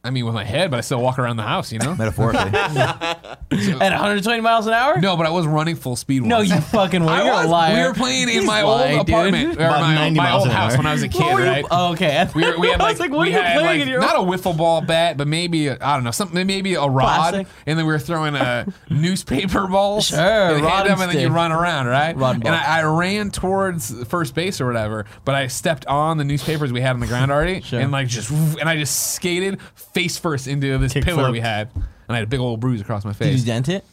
Speaker 2: I mean, with my head, but I still walk around the house, you know? *laughs*
Speaker 3: Metaphorically,
Speaker 5: *laughs* At 120 miles an hour?
Speaker 2: no, but I was running full speed.
Speaker 5: No,
Speaker 2: once. *laughs*
Speaker 5: you fucking were.
Speaker 2: I
Speaker 5: You're
Speaker 2: was.
Speaker 5: a liar.
Speaker 2: We were playing in
Speaker 5: He's
Speaker 2: my
Speaker 5: lying,
Speaker 2: old
Speaker 5: dude.
Speaker 2: apartment or
Speaker 4: About
Speaker 2: my,
Speaker 4: 90
Speaker 2: my
Speaker 4: miles
Speaker 2: old
Speaker 4: an
Speaker 2: house
Speaker 4: hour.
Speaker 2: when I was a kid,
Speaker 5: What were you-
Speaker 2: right?
Speaker 5: Oh, okay.
Speaker 2: we, were, we had
Speaker 5: *laughs* I
Speaker 2: like,
Speaker 5: was what
Speaker 2: we
Speaker 5: are you
Speaker 2: had
Speaker 5: playing
Speaker 2: like
Speaker 5: in your
Speaker 2: not a wiffle ball bat, but maybe a, I don't know something, maybe a rod,
Speaker 5: Plastic.
Speaker 2: and then we were throwing a newspaper ball.
Speaker 5: Sure,
Speaker 2: and hand
Speaker 5: rod
Speaker 2: them,
Speaker 5: and
Speaker 2: and then you
Speaker 5: stick.
Speaker 2: run around, right?
Speaker 5: Rod and
Speaker 2: and
Speaker 5: ball.
Speaker 2: I, I ran towards first base or whatever, but I stepped on the newspapers we had on the ground
Speaker 5: *laughs*
Speaker 2: already, and like just and I just skated face first into this
Speaker 4: Kick
Speaker 2: pillar
Speaker 4: flip.
Speaker 2: we had, and I had a big old bruise across my
Speaker 5: Did you
Speaker 2: face.
Speaker 5: dent it?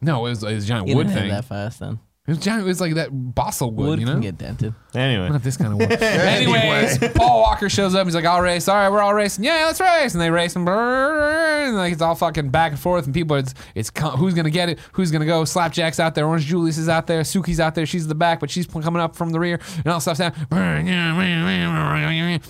Speaker 2: no, it was, it was a giant
Speaker 5: You
Speaker 2: wood
Speaker 5: didn't hit
Speaker 2: thing.
Speaker 5: that fast then.
Speaker 2: It was giant. It was like that bossel wood,
Speaker 5: Wood
Speaker 2: you know.
Speaker 5: can get dented.
Speaker 4: Anyway,
Speaker 2: Not this kind of
Speaker 1: *laughs*
Speaker 2: one. Anyways, Paul Walker shows up. He's like, "I'll race. All right, we're all racing. Yeah, let's race." And they race and, brrrr, and like it's all fucking back and forth. And people, it's it's co- who's gonna get it? Who's gonna go? Slapjack's out there. Orange Julius is out there. Suki's out there. She's in the back, but she's coming up from the rear. And all stuff's down.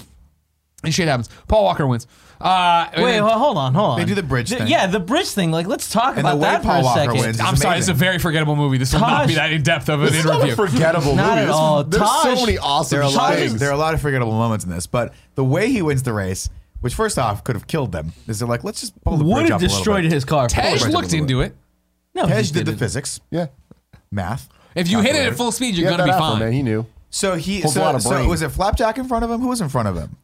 Speaker 2: And shit happens. Paul Walker wins. Uh, and
Speaker 5: Wait,
Speaker 2: then-
Speaker 5: ho- hold on, hold on.
Speaker 3: They do the bridge thing.
Speaker 5: Yeah, the bridge thing. Like, let's talk
Speaker 3: And the
Speaker 5: about
Speaker 3: way
Speaker 5: that for
Speaker 3: Paul
Speaker 5: a
Speaker 3: Walker
Speaker 5: second.
Speaker 3: wins
Speaker 2: I'm sorry, it's a very forgettable movie. This will not be
Speaker 5: Tosh-
Speaker 2: that in depth of an
Speaker 1: This is not a
Speaker 2: interview.
Speaker 1: forgettable
Speaker 5: Not
Speaker 1: movie.
Speaker 5: at
Speaker 1: This-
Speaker 5: all.
Speaker 1: There's so
Speaker 5: Tosh-
Speaker 1: many awesome
Speaker 3: there are a lot.
Speaker 1: things.
Speaker 3: Of, there are a lot of forgettable moments in this, but the way he wins the race, which first off could have killed them, is they're like, let's just pull the
Speaker 5: Would
Speaker 3: bridge
Speaker 5: have
Speaker 3: up a little
Speaker 5: destroyed
Speaker 3: bit.
Speaker 5: his car.
Speaker 2: Tej
Speaker 3: Forgettable
Speaker 2: looked into it.
Speaker 5: No, he
Speaker 3: Tej
Speaker 5: just
Speaker 3: did the
Speaker 5: didn't.
Speaker 3: physics,
Speaker 1: yeah,
Speaker 3: math.
Speaker 2: If you hit it at full speed, you're
Speaker 1: yeah,
Speaker 2: gonna be
Speaker 1: that happened,
Speaker 2: fine.
Speaker 1: man. He knew.
Speaker 3: So he
Speaker 1: Holds a
Speaker 3: so,
Speaker 1: lot of
Speaker 3: so
Speaker 1: brain.
Speaker 3: was it Flapjack in front of him? Who was in front of him?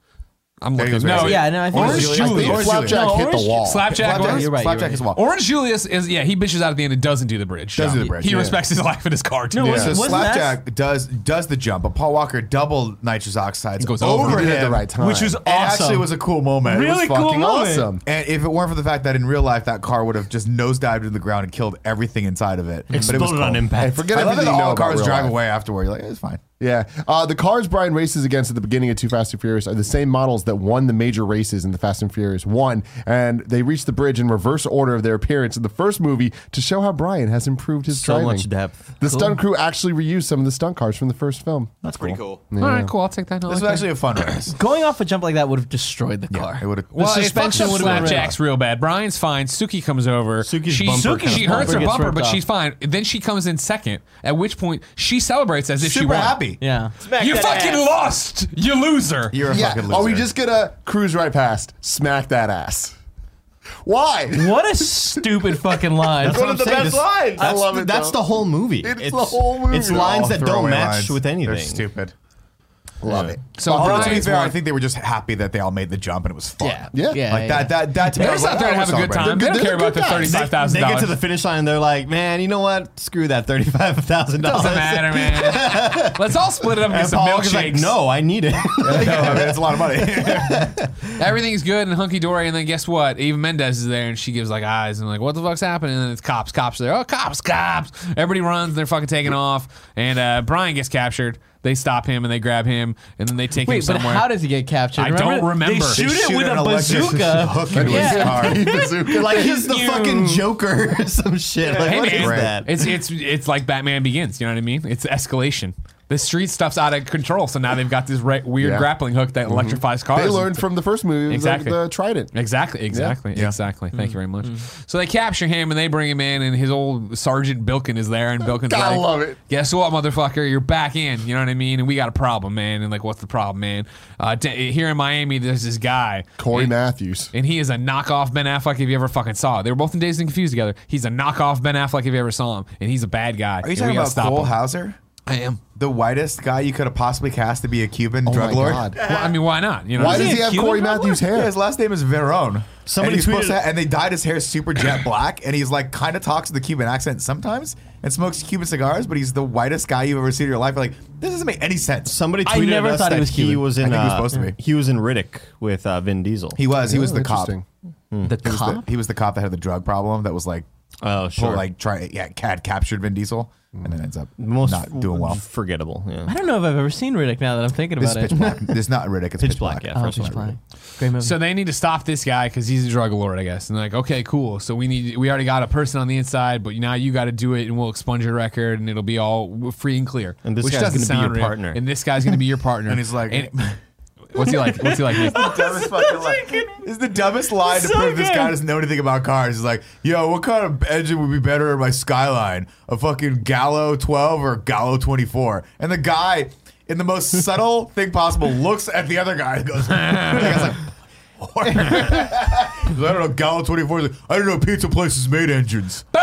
Speaker 2: I'm
Speaker 3: There
Speaker 2: looking.
Speaker 3: he goes,
Speaker 2: No,
Speaker 3: right
Speaker 5: yeah, no, I think
Speaker 1: Orange
Speaker 5: it's-
Speaker 1: Julius. I
Speaker 3: Julius.
Speaker 1: think
Speaker 3: Orange
Speaker 1: Flapjack
Speaker 5: Julius.
Speaker 1: hit the
Speaker 5: No,
Speaker 1: wall.
Speaker 5: Orange-
Speaker 2: Slapjack.
Speaker 3: Flapjack-
Speaker 5: you're right,
Speaker 3: Flapjack
Speaker 5: you're
Speaker 3: as well.
Speaker 2: Orange Julius is yeah he bitches out at the end and doesn't do the bridge.
Speaker 3: Doesn't do the
Speaker 2: He-
Speaker 3: bridge,
Speaker 2: He
Speaker 3: yeah.
Speaker 2: respects his life and his car. too.
Speaker 5: No,
Speaker 3: So
Speaker 5: Wasn't that-
Speaker 3: Slapjack does does the jump, but Paul Walker double nitrous oxides
Speaker 2: Goes over.
Speaker 3: over
Speaker 1: He did it
Speaker 3: him,
Speaker 1: at the right time.
Speaker 3: which was
Speaker 1: It
Speaker 3: awesome. Actually, was a cool moment. It was
Speaker 5: Really
Speaker 3: fucking
Speaker 5: cool moment.
Speaker 1: Awesome.
Speaker 3: And if it weren't for the fact that in real life that car would have just nosedived into the ground and killed everything inside of it, but it was
Speaker 4: Exploded
Speaker 3: cool.
Speaker 4: on
Speaker 1: Hey,
Speaker 4: impact.
Speaker 1: forget
Speaker 3: I love
Speaker 1: everything
Speaker 3: that
Speaker 1: you know
Speaker 3: all
Speaker 1: about
Speaker 3: cars
Speaker 1: real
Speaker 3: drive
Speaker 1: life.
Speaker 3: away afterward. You're like, it's fine.
Speaker 1: Yeah. Uh, the cars Brian races against at the beginning of Too Fast and Furious are the same models that won the major races in the Fast and Furious 1, and they reach the bridge in reverse order of their appearance in the first movie to show how Brian has improved his
Speaker 4: So
Speaker 1: driving.
Speaker 4: much depth.
Speaker 1: The
Speaker 4: Cool.
Speaker 1: stunt crew actually reused some of the stunt cars from the first film.
Speaker 6: That's pretty cool.
Speaker 2: All right, cool. I'll take that. I
Speaker 3: This
Speaker 2: like
Speaker 3: was
Speaker 2: that.
Speaker 3: actually a fun race.
Speaker 5: Going off a jump like that would have destroyed the car.
Speaker 3: it would have.
Speaker 2: Well, it fucks
Speaker 5: suspension
Speaker 2: up
Speaker 5: would've been
Speaker 2: Slapjack's real bad. Brian's fine. Suki comes over.
Speaker 4: Suki's
Speaker 2: she,
Speaker 4: bumper
Speaker 2: Suki-
Speaker 4: kinda
Speaker 2: she hurts
Speaker 5: bumper
Speaker 2: her
Speaker 5: gets
Speaker 2: bumper,
Speaker 5: ripped
Speaker 2: but
Speaker 5: off.
Speaker 2: she's fine. Then she comes in second. At which point she celebrates as if she
Speaker 3: super
Speaker 2: won.
Speaker 3: happy.
Speaker 5: Yeah.
Speaker 6: Smack
Speaker 2: You
Speaker 6: that
Speaker 2: fucking
Speaker 6: ass.
Speaker 2: lost, you loser.
Speaker 3: You're a fucking loser.
Speaker 1: Are Oh, we just gonna cruise right past? Smack that ass. Why?
Speaker 5: What a stupid fucking line.
Speaker 4: That's what
Speaker 6: One of the
Speaker 4: I'm saying,
Speaker 6: best
Speaker 4: this-
Speaker 6: lines.
Speaker 1: I
Speaker 4: That's,
Speaker 1: love
Speaker 4: the,
Speaker 1: it,
Speaker 4: that's
Speaker 1: though.
Speaker 4: the whole movie.
Speaker 1: It's the whole movie.
Speaker 4: It's
Speaker 1: They're all
Speaker 4: lines that don't
Speaker 3: Throwaway
Speaker 4: match
Speaker 3: lines.
Speaker 4: with anything.
Speaker 3: They're stupid.
Speaker 1: Love it.
Speaker 2: So
Speaker 3: Although, to be
Speaker 2: Brian's
Speaker 3: fair,
Speaker 2: won.
Speaker 3: I think they were just happy that they all made the jump and it was fun.
Speaker 5: Yeah.
Speaker 1: Yeah.
Speaker 5: Yeah.
Speaker 3: Like that, that, that, to me, I
Speaker 2: They're
Speaker 3: was
Speaker 2: just out
Speaker 3: like,
Speaker 2: there to
Speaker 3: oh,
Speaker 2: have a
Speaker 3: it's
Speaker 2: good
Speaker 3: all right.
Speaker 2: time. They don't
Speaker 1: they're
Speaker 2: care
Speaker 1: good
Speaker 2: about the
Speaker 1: guys.
Speaker 4: They,
Speaker 2: thirty-five thousand
Speaker 4: they get to the
Speaker 2: dollars.
Speaker 4: finish line. They're like, man, you know what? Screw that thirty-five thousand dollars. *laughs*
Speaker 2: Doesn't matter, man. Let's all split it up and get
Speaker 4: And
Speaker 2: some
Speaker 4: Paul was like,
Speaker 2: milkshakes.
Speaker 4: no, I need it.
Speaker 3: Yeah, *laughs* I mean, It's a lot of money.
Speaker 2: Everything's good and hunky dory, and then guess what? Eva Mendez is there, and she gives like eyes, and like, what the fuck's happening? And then it's cops, cops are there. Oh, cops, cops! Everybody runs, and they're fucking taking off, and uh, Brian gets captured. They stop him and they grab him, and then they take him
Speaker 5: Wait, but
Speaker 2: somewhere.
Speaker 5: how does he get captured?
Speaker 2: I don't remember.
Speaker 5: They shoot
Speaker 3: They
Speaker 5: it
Speaker 3: shoot
Speaker 5: with
Speaker 3: an
Speaker 5: a
Speaker 3: electric
Speaker 5: bazooka.
Speaker 3: *laughs* Hook into his
Speaker 5: Yeah.
Speaker 3: car.
Speaker 1: Bazooka.
Speaker 4: *laughs* like he's the
Speaker 5: You.
Speaker 4: fucking Joker or *laughs* some shit. Like,
Speaker 2: hey
Speaker 4: what is
Speaker 2: man,
Speaker 4: that?
Speaker 2: it's it's it's like Batman Begins. You know what I mean? It's escalation. The street stuff's out of control, so now they've got this right, weird
Speaker 1: Yeah.
Speaker 2: grappling hook that electrifies cars.
Speaker 1: They learned from the first movie,
Speaker 2: Exactly.
Speaker 1: exactly. the, the Trident.
Speaker 2: Exactly, exactly,
Speaker 3: Yeah. Mm-hmm.
Speaker 2: exactly. Thank you very much. So they capture him and they bring him in, and his old sergeant Bilkin is there,
Speaker 3: *laughs*
Speaker 2: and Bilkin's
Speaker 1: Gotta
Speaker 2: like,
Speaker 1: love it.
Speaker 2: "Guess what, motherfucker? You're back in. You know what I mean? And we got a problem, man. And like, what's the problem, man? Uh, d- here in Miami, there's this guy,
Speaker 1: Corey
Speaker 2: and,
Speaker 1: Matthews.
Speaker 2: and he is a knockoff Ben Affleck if you ever fucking saw it. They were both in Dazed and Confused together. He's a knockoff Ben Affleck if you ever saw him, and he's a bad guy.
Speaker 3: Are you talking about Cole Hauser?
Speaker 2: I am.
Speaker 3: The whitest guy you could have possibly cast to be a Cuban drug
Speaker 1: Oh my
Speaker 3: lord?
Speaker 1: God.
Speaker 2: Well, I mean, why not? You know,
Speaker 1: Why
Speaker 2: what I
Speaker 1: does
Speaker 2: mean?
Speaker 1: he have
Speaker 5: Cuban
Speaker 1: Corey
Speaker 5: drug
Speaker 1: Matthews'
Speaker 3: Yeah,
Speaker 1: hair?
Speaker 3: his last name is Verone.
Speaker 4: Somebody
Speaker 3: and he's supposed
Speaker 4: tweeted-
Speaker 3: to ha- and they dyed his hair super jet black, and he's like kind of talks with a Cuban accent sometimes, and smokes Cuban cigars, but he's the whitest guy you've ever seen in your life. You're like this doesn't make any sense.
Speaker 4: Somebody tweeted
Speaker 5: I never
Speaker 4: us
Speaker 5: thought he
Speaker 4: that
Speaker 5: was Cuban.
Speaker 4: was
Speaker 3: I
Speaker 4: in.
Speaker 3: think he was
Speaker 4: uh,
Speaker 3: supposed to be.
Speaker 4: He was in Riddick with uh, Vin Diesel.
Speaker 3: he was he was the cop. Hmm.
Speaker 1: Interesting.
Speaker 3: He
Speaker 5: The
Speaker 3: was the,
Speaker 5: cop?
Speaker 3: he was the cop that had the drug problem that was like
Speaker 4: oh,
Speaker 3: pull-
Speaker 4: sure.
Speaker 3: like try yeah had captured Vin Diesel and then ends up
Speaker 4: Most
Speaker 3: not doing well.
Speaker 4: Forgettable. Yeah.
Speaker 5: I don't know if I've ever seen Riddick now that I'm
Speaker 3: *laughs*
Speaker 5: thinking
Speaker 3: This
Speaker 5: about
Speaker 3: is pitch
Speaker 5: it.
Speaker 3: black. this is not Riddick. It's
Speaker 4: Pitch
Speaker 3: pitch,
Speaker 4: Black,
Speaker 3: black.
Speaker 4: yeah,
Speaker 5: Oh,
Speaker 4: first
Speaker 5: Pitch
Speaker 4: one.
Speaker 5: Black. Great movie.
Speaker 2: So they need to stop this guy because he's a drug lord, I guess. And they're like, okay, cool. So we need we already got a person on the inside, but now you got to do it, and we'll expunge your record, and it'll be all free and clear.
Speaker 4: And this
Speaker 2: Which
Speaker 4: guy's
Speaker 2: doesn't
Speaker 4: gonna be your
Speaker 2: sound real.
Speaker 4: partner.
Speaker 2: and this guy's gonna be your partner.
Speaker 3: And he's like-
Speaker 2: what's he like? What's he like?
Speaker 3: dumbest fucking line. This is the dumbest line to
Speaker 5: So
Speaker 3: prove this
Speaker 5: good.
Speaker 3: guy doesn't know anything about cars. He's like, yo, what kind of engine would be better in my Skyline? A fucking Gallo 12 or a Gallo 24? And the guy, in the
Speaker 5: *laughs*
Speaker 3: most subtle thing possible, looks at the other guy and goes, *laughs* the guy's like, "What?" *laughs* He's like, I don't know, Gallo 24. He's like, I don't know, pizza places made engines.
Speaker 2: Burn!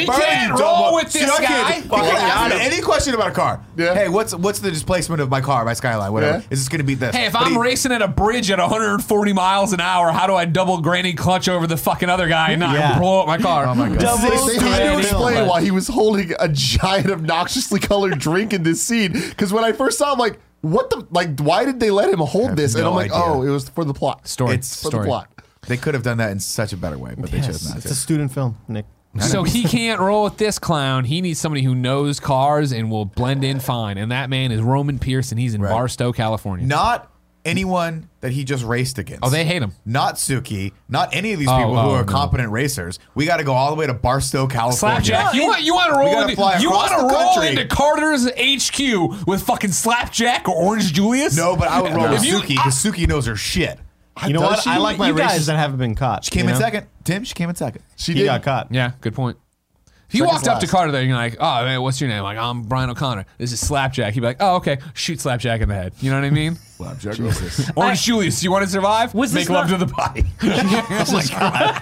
Speaker 2: He
Speaker 3: Burn,
Speaker 2: can't
Speaker 3: you
Speaker 2: roll
Speaker 3: dumbo.
Speaker 2: with
Speaker 3: See,
Speaker 2: this
Speaker 3: I
Speaker 2: guy.
Speaker 3: can't- You can ask me
Speaker 6: him.
Speaker 3: any question about a car.
Speaker 1: Yeah.
Speaker 3: Hey, what's what's the displacement of my car, my Skyline, whatever?
Speaker 1: Yeah.
Speaker 3: Is this going to be this?
Speaker 2: Hey, if
Speaker 3: But
Speaker 2: I'm
Speaker 3: he-
Speaker 2: racing at a bridge at 140 miles an hour, how do I double granny clutch over the fucking other guy and not
Speaker 4: Yeah.
Speaker 2: blow up my car? Oh my god!
Speaker 1: They, they had to
Speaker 4: Double
Speaker 1: explain
Speaker 4: Matthews.
Speaker 1: why he was holding a giant, obnoxiously colored drink in this scene. Because when I first saw him, like, what the, like, why did they let him hold
Speaker 3: have
Speaker 1: this? And
Speaker 3: no
Speaker 1: I'm like,
Speaker 3: idea.
Speaker 1: oh, it was for the plot.
Speaker 2: Story.
Speaker 3: It's
Speaker 1: For
Speaker 2: Story.
Speaker 1: the plot.
Speaker 3: They could have done that in such a better way, but they chose not
Speaker 4: it's
Speaker 3: to.
Speaker 4: a student film, Nick.
Speaker 2: So he can't roll with this clown. He needs somebody who knows cars and will blend in fine. And that man is Roman Pierce, and he's in
Speaker 3: Right.
Speaker 2: Barstow, California.
Speaker 3: not anyone that he just raced against.
Speaker 2: Oh, they hate him.
Speaker 3: Not Suki. Not any of these
Speaker 2: Oh,
Speaker 3: people who
Speaker 2: oh,
Speaker 3: are
Speaker 2: no.
Speaker 3: competent racers. We got to go all the way to Barstow, California.
Speaker 2: Slapjack, you want you want to
Speaker 3: We
Speaker 2: roll
Speaker 3: gotta fly
Speaker 2: into, you
Speaker 3: across
Speaker 2: want to
Speaker 3: the
Speaker 2: roll
Speaker 3: country.
Speaker 2: into Carter's HQ with fucking Slapjack or Orange Julius?
Speaker 3: No, but I would roll with
Speaker 2: If you-
Speaker 3: Suki because Suki knows her shit.
Speaker 4: You know
Speaker 1: does
Speaker 4: what?
Speaker 1: she?
Speaker 4: I like my
Speaker 5: You guys-
Speaker 4: races that haven't been caught.
Speaker 3: She came
Speaker 4: you
Speaker 3: in
Speaker 4: know?
Speaker 3: second. Tim, she came in second.
Speaker 1: She
Speaker 4: He
Speaker 1: did.
Speaker 4: got caught.
Speaker 2: Yeah, good point. If you
Speaker 1: Second
Speaker 2: walked up to
Speaker 1: last.
Speaker 2: Carter there and you're like, oh, man, what's your name? Like, I'm Brian O'Connor. This is Slapjack. He'd be like, oh, okay, shoot Slapjack in the head. You know what I *laughs* mean?
Speaker 3: Slapjack. Jesus.
Speaker 2: Orange Julius, you want to survive?
Speaker 5: Was
Speaker 2: Make
Speaker 5: this
Speaker 2: love
Speaker 5: not-
Speaker 2: to the *laughs* body.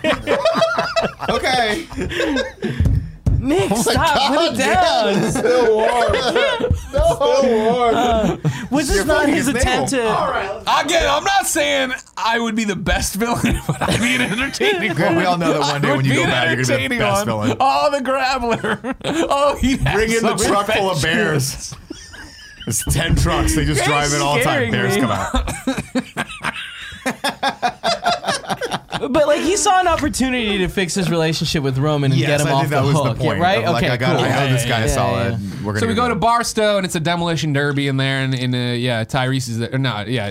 Speaker 2: oh my God.
Speaker 3: okay.
Speaker 5: Nick, stop! put it down.
Speaker 1: It's still
Speaker 5: *laughs*
Speaker 1: warm. Still warm.
Speaker 5: Was this Uh, not
Speaker 3: fucking
Speaker 5: his
Speaker 3: his
Speaker 5: attempt to?
Speaker 2: Again, I'm not saying I would be the best villain, *laughs* but I'd be an entertaining.
Speaker 3: Grant, we all know that
Speaker 2: I *laughs*
Speaker 3: one day
Speaker 2: would
Speaker 3: when you
Speaker 2: be
Speaker 3: go
Speaker 2: an
Speaker 3: back, you're gonna be the
Speaker 2: entertaining
Speaker 3: best
Speaker 2: on- *laughs*
Speaker 3: villain.
Speaker 2: Oh, the Graveler. *laughs* Oh, he
Speaker 3: Bring in the truck full of bears. It's ten trucks. They just drive it all the time.
Speaker 5: scaring
Speaker 3: Bears
Speaker 5: me.
Speaker 3: come out.
Speaker 5: But like he saw an opportunity to fix his relationship with Roman and get
Speaker 3: Yes,
Speaker 5: him
Speaker 3: I
Speaker 5: off
Speaker 3: think
Speaker 5: the
Speaker 3: that was
Speaker 5: hook,
Speaker 3: the point.
Speaker 5: Yeah, right?
Speaker 3: Of, Like
Speaker 5: okay,
Speaker 3: I got,
Speaker 5: cool.
Speaker 3: I know this
Speaker 5: Yeah,
Speaker 3: guy
Speaker 5: yeah,
Speaker 3: is
Speaker 5: yeah,
Speaker 3: solid.
Speaker 5: yeah.
Speaker 3: We're gonna
Speaker 2: So we go
Speaker 3: get rid
Speaker 2: to
Speaker 3: of him.
Speaker 2: Barstow, and it's a demolition derby in there, and in uh, yeah, Tyrese is there. No, yeah, uh,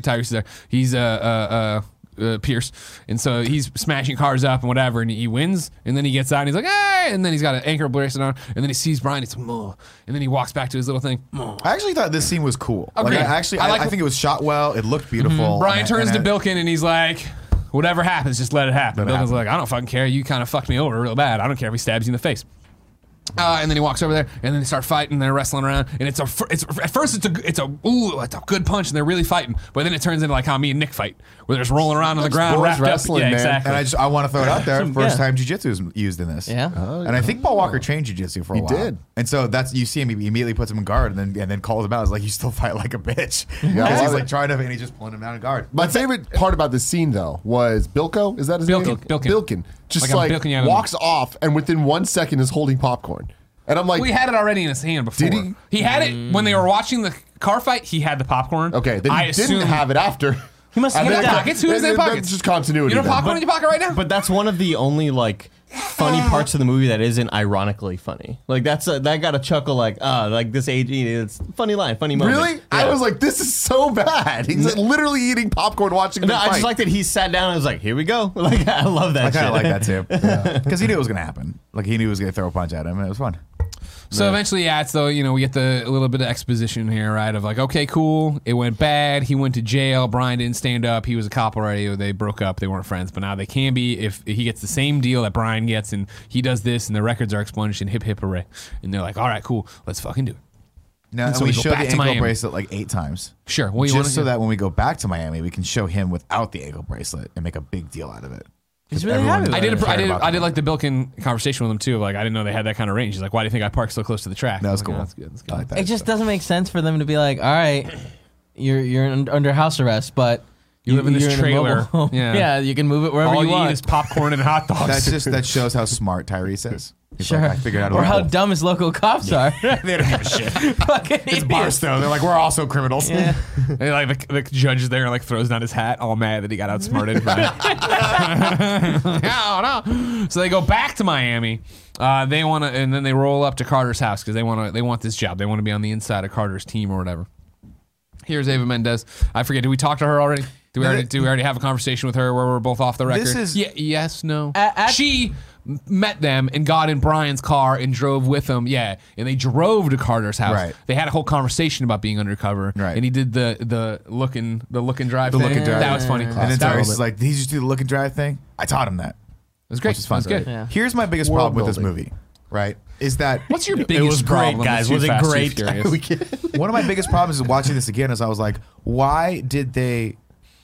Speaker 2: Tyrese is there. He's uh, uh, uh, uh, Pierce, and so he's smashing cars up and whatever, and he wins, and then he gets out, and he's like, hey, and then he's got an anchor bracelet on, and then he sees Brian, it's Muh. and then he walks back to his little thing. Muh.
Speaker 3: I actually thought this scene was cool. Like, I
Speaker 2: Agreed.
Speaker 3: actually,
Speaker 2: I
Speaker 3: I,
Speaker 2: like
Speaker 3: I
Speaker 2: the-
Speaker 3: think it was shot well. It
Speaker 5: Mm-hmm.
Speaker 3: looked beautiful.
Speaker 2: Brian
Speaker 3: and-
Speaker 2: turns
Speaker 3: and
Speaker 2: to
Speaker 3: I-
Speaker 2: Bilkin, and he's like. Whatever happens, just let it happen.
Speaker 3: Let it
Speaker 2: Bilkin's
Speaker 3: happen.
Speaker 2: like, I don't fucking care. You kind of fucked me over real bad. I don't care if he stabs you in the face. Uh, and then he walks over there, and then they start fighting. And they're wrestling around, and it's a fir- it's at first it's a it's a ooh it's a good punch, and they're really fighting. But then it turns into like how me and Nick fight, where there's rolling around on the ground,
Speaker 1: boys
Speaker 2: wrapped
Speaker 1: wrestling,
Speaker 2: up.
Speaker 1: man.
Speaker 2: Yeah, exactly.
Speaker 3: And I just I want to throw it out there. First
Speaker 5: yeah.
Speaker 3: time jujitsu is used in this.
Speaker 5: Yeah. Oh,
Speaker 3: And I think Paul Walker trained jujitsu for a
Speaker 1: He
Speaker 3: while.
Speaker 1: did.
Speaker 3: And so that's you see him. He immediately puts him in guard, and then and then calls him out. He's like, "You still fight like a
Speaker 5: *laughs*
Speaker 3: bitch."
Speaker 1: I
Speaker 3: Because
Speaker 1: love
Speaker 3: he's
Speaker 1: it.
Speaker 3: like trying to, and he's just pulling him down in guard.
Speaker 1: *laughs* My favorite part about this scene, though, was Bilko. Is that his
Speaker 2: Bilkin.
Speaker 1: name?
Speaker 2: Bilkin.
Speaker 1: Bilkin. Just
Speaker 2: Like I'm
Speaker 1: like,
Speaker 2: bilking you out of-
Speaker 1: walks off, and within one second is holding popcorn. And I'm like,
Speaker 2: we had it already in his hand before.
Speaker 1: Did he?
Speaker 2: had it when they were watching the car fight. He had the popcorn.
Speaker 1: okay, then
Speaker 2: I
Speaker 1: he didn't have it after.
Speaker 5: He must
Speaker 1: *laughs*
Speaker 5: have
Speaker 1: And
Speaker 5: had
Speaker 1: then-
Speaker 2: pockets? Who has
Speaker 1: then-
Speaker 2: their
Speaker 1: then
Speaker 2: pockets?
Speaker 1: Just continuity.
Speaker 2: You know
Speaker 1: then.
Speaker 2: popcorn in your pocket right now.
Speaker 4: But that's one of the only like funny parts of the movie that isn't ironically funny. Like that's a, that got a chuckle. Like ah, like this age, it's funny line, funny moment.
Speaker 1: Really? I was like, this is so bad. He's like, literally eating popcorn, watching.
Speaker 4: No,
Speaker 1: them
Speaker 4: I just
Speaker 1: fight.
Speaker 4: like that he sat down and was like, "Here we go." *laughs* Like I love that.
Speaker 3: I kind
Speaker 4: shit.
Speaker 3: of like that
Speaker 5: *laughs*
Speaker 3: too, because he knew it was gonna happen. Like he knew he was gonna throw a punch at him, and it was fun.
Speaker 2: So eventually, yeah, it's though you know we get the a little bit of exposition here, right? Of like, okay, cool, it went bad. He went to jail. Brian didn't stand up. He was a cop already. They broke up. They weren't friends, but now they can be if he gets the same deal that Brian gets, and he does this, and the records are expunged, and hip hip hooray. And they're like, all right, cool, let's fucking do it.
Speaker 3: No, and
Speaker 2: so
Speaker 3: we,
Speaker 2: we go
Speaker 3: showed
Speaker 2: back to
Speaker 3: the ankle
Speaker 2: Miami.
Speaker 3: bracelet like eight times.
Speaker 2: Sure. Well, you wanna-
Speaker 3: just so that when we go back to Miami, we can show him without the ankle bracelet and make a big deal out of it. 'Cause
Speaker 5: really
Speaker 3: everyone
Speaker 5: happy
Speaker 2: I did.
Speaker 5: about
Speaker 2: A,
Speaker 3: cared
Speaker 2: I did.
Speaker 3: about
Speaker 2: I
Speaker 3: that.
Speaker 2: did like the Bilkin conversation with him too. Like, I didn't know they had that kind of range. He's like, why do you think I parked so close to the track?
Speaker 3: That was
Speaker 2: I'm like,
Speaker 3: cool.
Speaker 2: "Oh, that's good. That's good.
Speaker 3: I like that.
Speaker 5: It just *laughs* doesn't make sense for them to be like, all right, you're you're un- under house arrest, but
Speaker 2: You live in this
Speaker 5: you're a mobile
Speaker 2: trailer.
Speaker 5: home.
Speaker 2: Yeah.
Speaker 5: *laughs* Yeah. you can move it wherever
Speaker 2: All
Speaker 5: you,
Speaker 2: you
Speaker 5: want.
Speaker 2: eat is popcorn and hot dogs.
Speaker 3: That's
Speaker 2: *laughs*
Speaker 3: just that shows how smart Tyrese is. He's
Speaker 5: sure.
Speaker 3: like, I figured out a
Speaker 5: or how
Speaker 3: loophole.
Speaker 5: dumb his local cops are. *laughs*
Speaker 3: they don't give a
Speaker 2: *laughs*
Speaker 3: shit.
Speaker 5: Fucking
Speaker 3: It's
Speaker 5: idiots.
Speaker 3: Barstow. They're like, we're also criminals.
Speaker 5: Yeah.
Speaker 2: And like the, the judge is there and like throws down his hat, all mad that he got outsmarted. by *laughs* I don't know. So they go back to Miami. Uh, they want to, and then they roll up to Carter's house because they want to. They want this job. They want to be on the inside of Carter's team or whatever. Here's Ava Mendez. I forget. Did we talk to her already? Do we
Speaker 3: No,
Speaker 2: already?
Speaker 3: that-
Speaker 2: Do we already have a conversation with her where we're both off the record?
Speaker 3: This is-
Speaker 2: yeah, yes, no.
Speaker 5: A- at-
Speaker 2: she met them and got in Brian's car and drove with them. Yeah, and they drove to Carter's house.
Speaker 3: Right.
Speaker 2: They had a whole conversation about being undercover.
Speaker 3: Right.
Speaker 2: And he did the the look and the look and drive.
Speaker 3: The
Speaker 2: thing.
Speaker 3: look and drive.
Speaker 2: That was funny.
Speaker 3: And then
Speaker 2: That
Speaker 3: Tyrese
Speaker 2: was,
Speaker 3: is like, did he just do the look and drive thing? I taught him that.
Speaker 2: it was great.
Speaker 3: Which is fun.
Speaker 2: It was good.
Speaker 3: right? Here's my biggest
Speaker 1: World
Speaker 3: problem with this
Speaker 1: building.
Speaker 3: movie, right? Is that
Speaker 2: What's your biggest
Speaker 4: It was great,
Speaker 2: problem?
Speaker 4: guys.
Speaker 2: with
Speaker 4: Was
Speaker 2: Too
Speaker 4: it
Speaker 2: Fast, Too
Speaker 4: *laughs* *laughs* great?
Speaker 2: Furious?
Speaker 4: We can't-
Speaker 3: one of my biggest problems is watching this again is I was like, why did they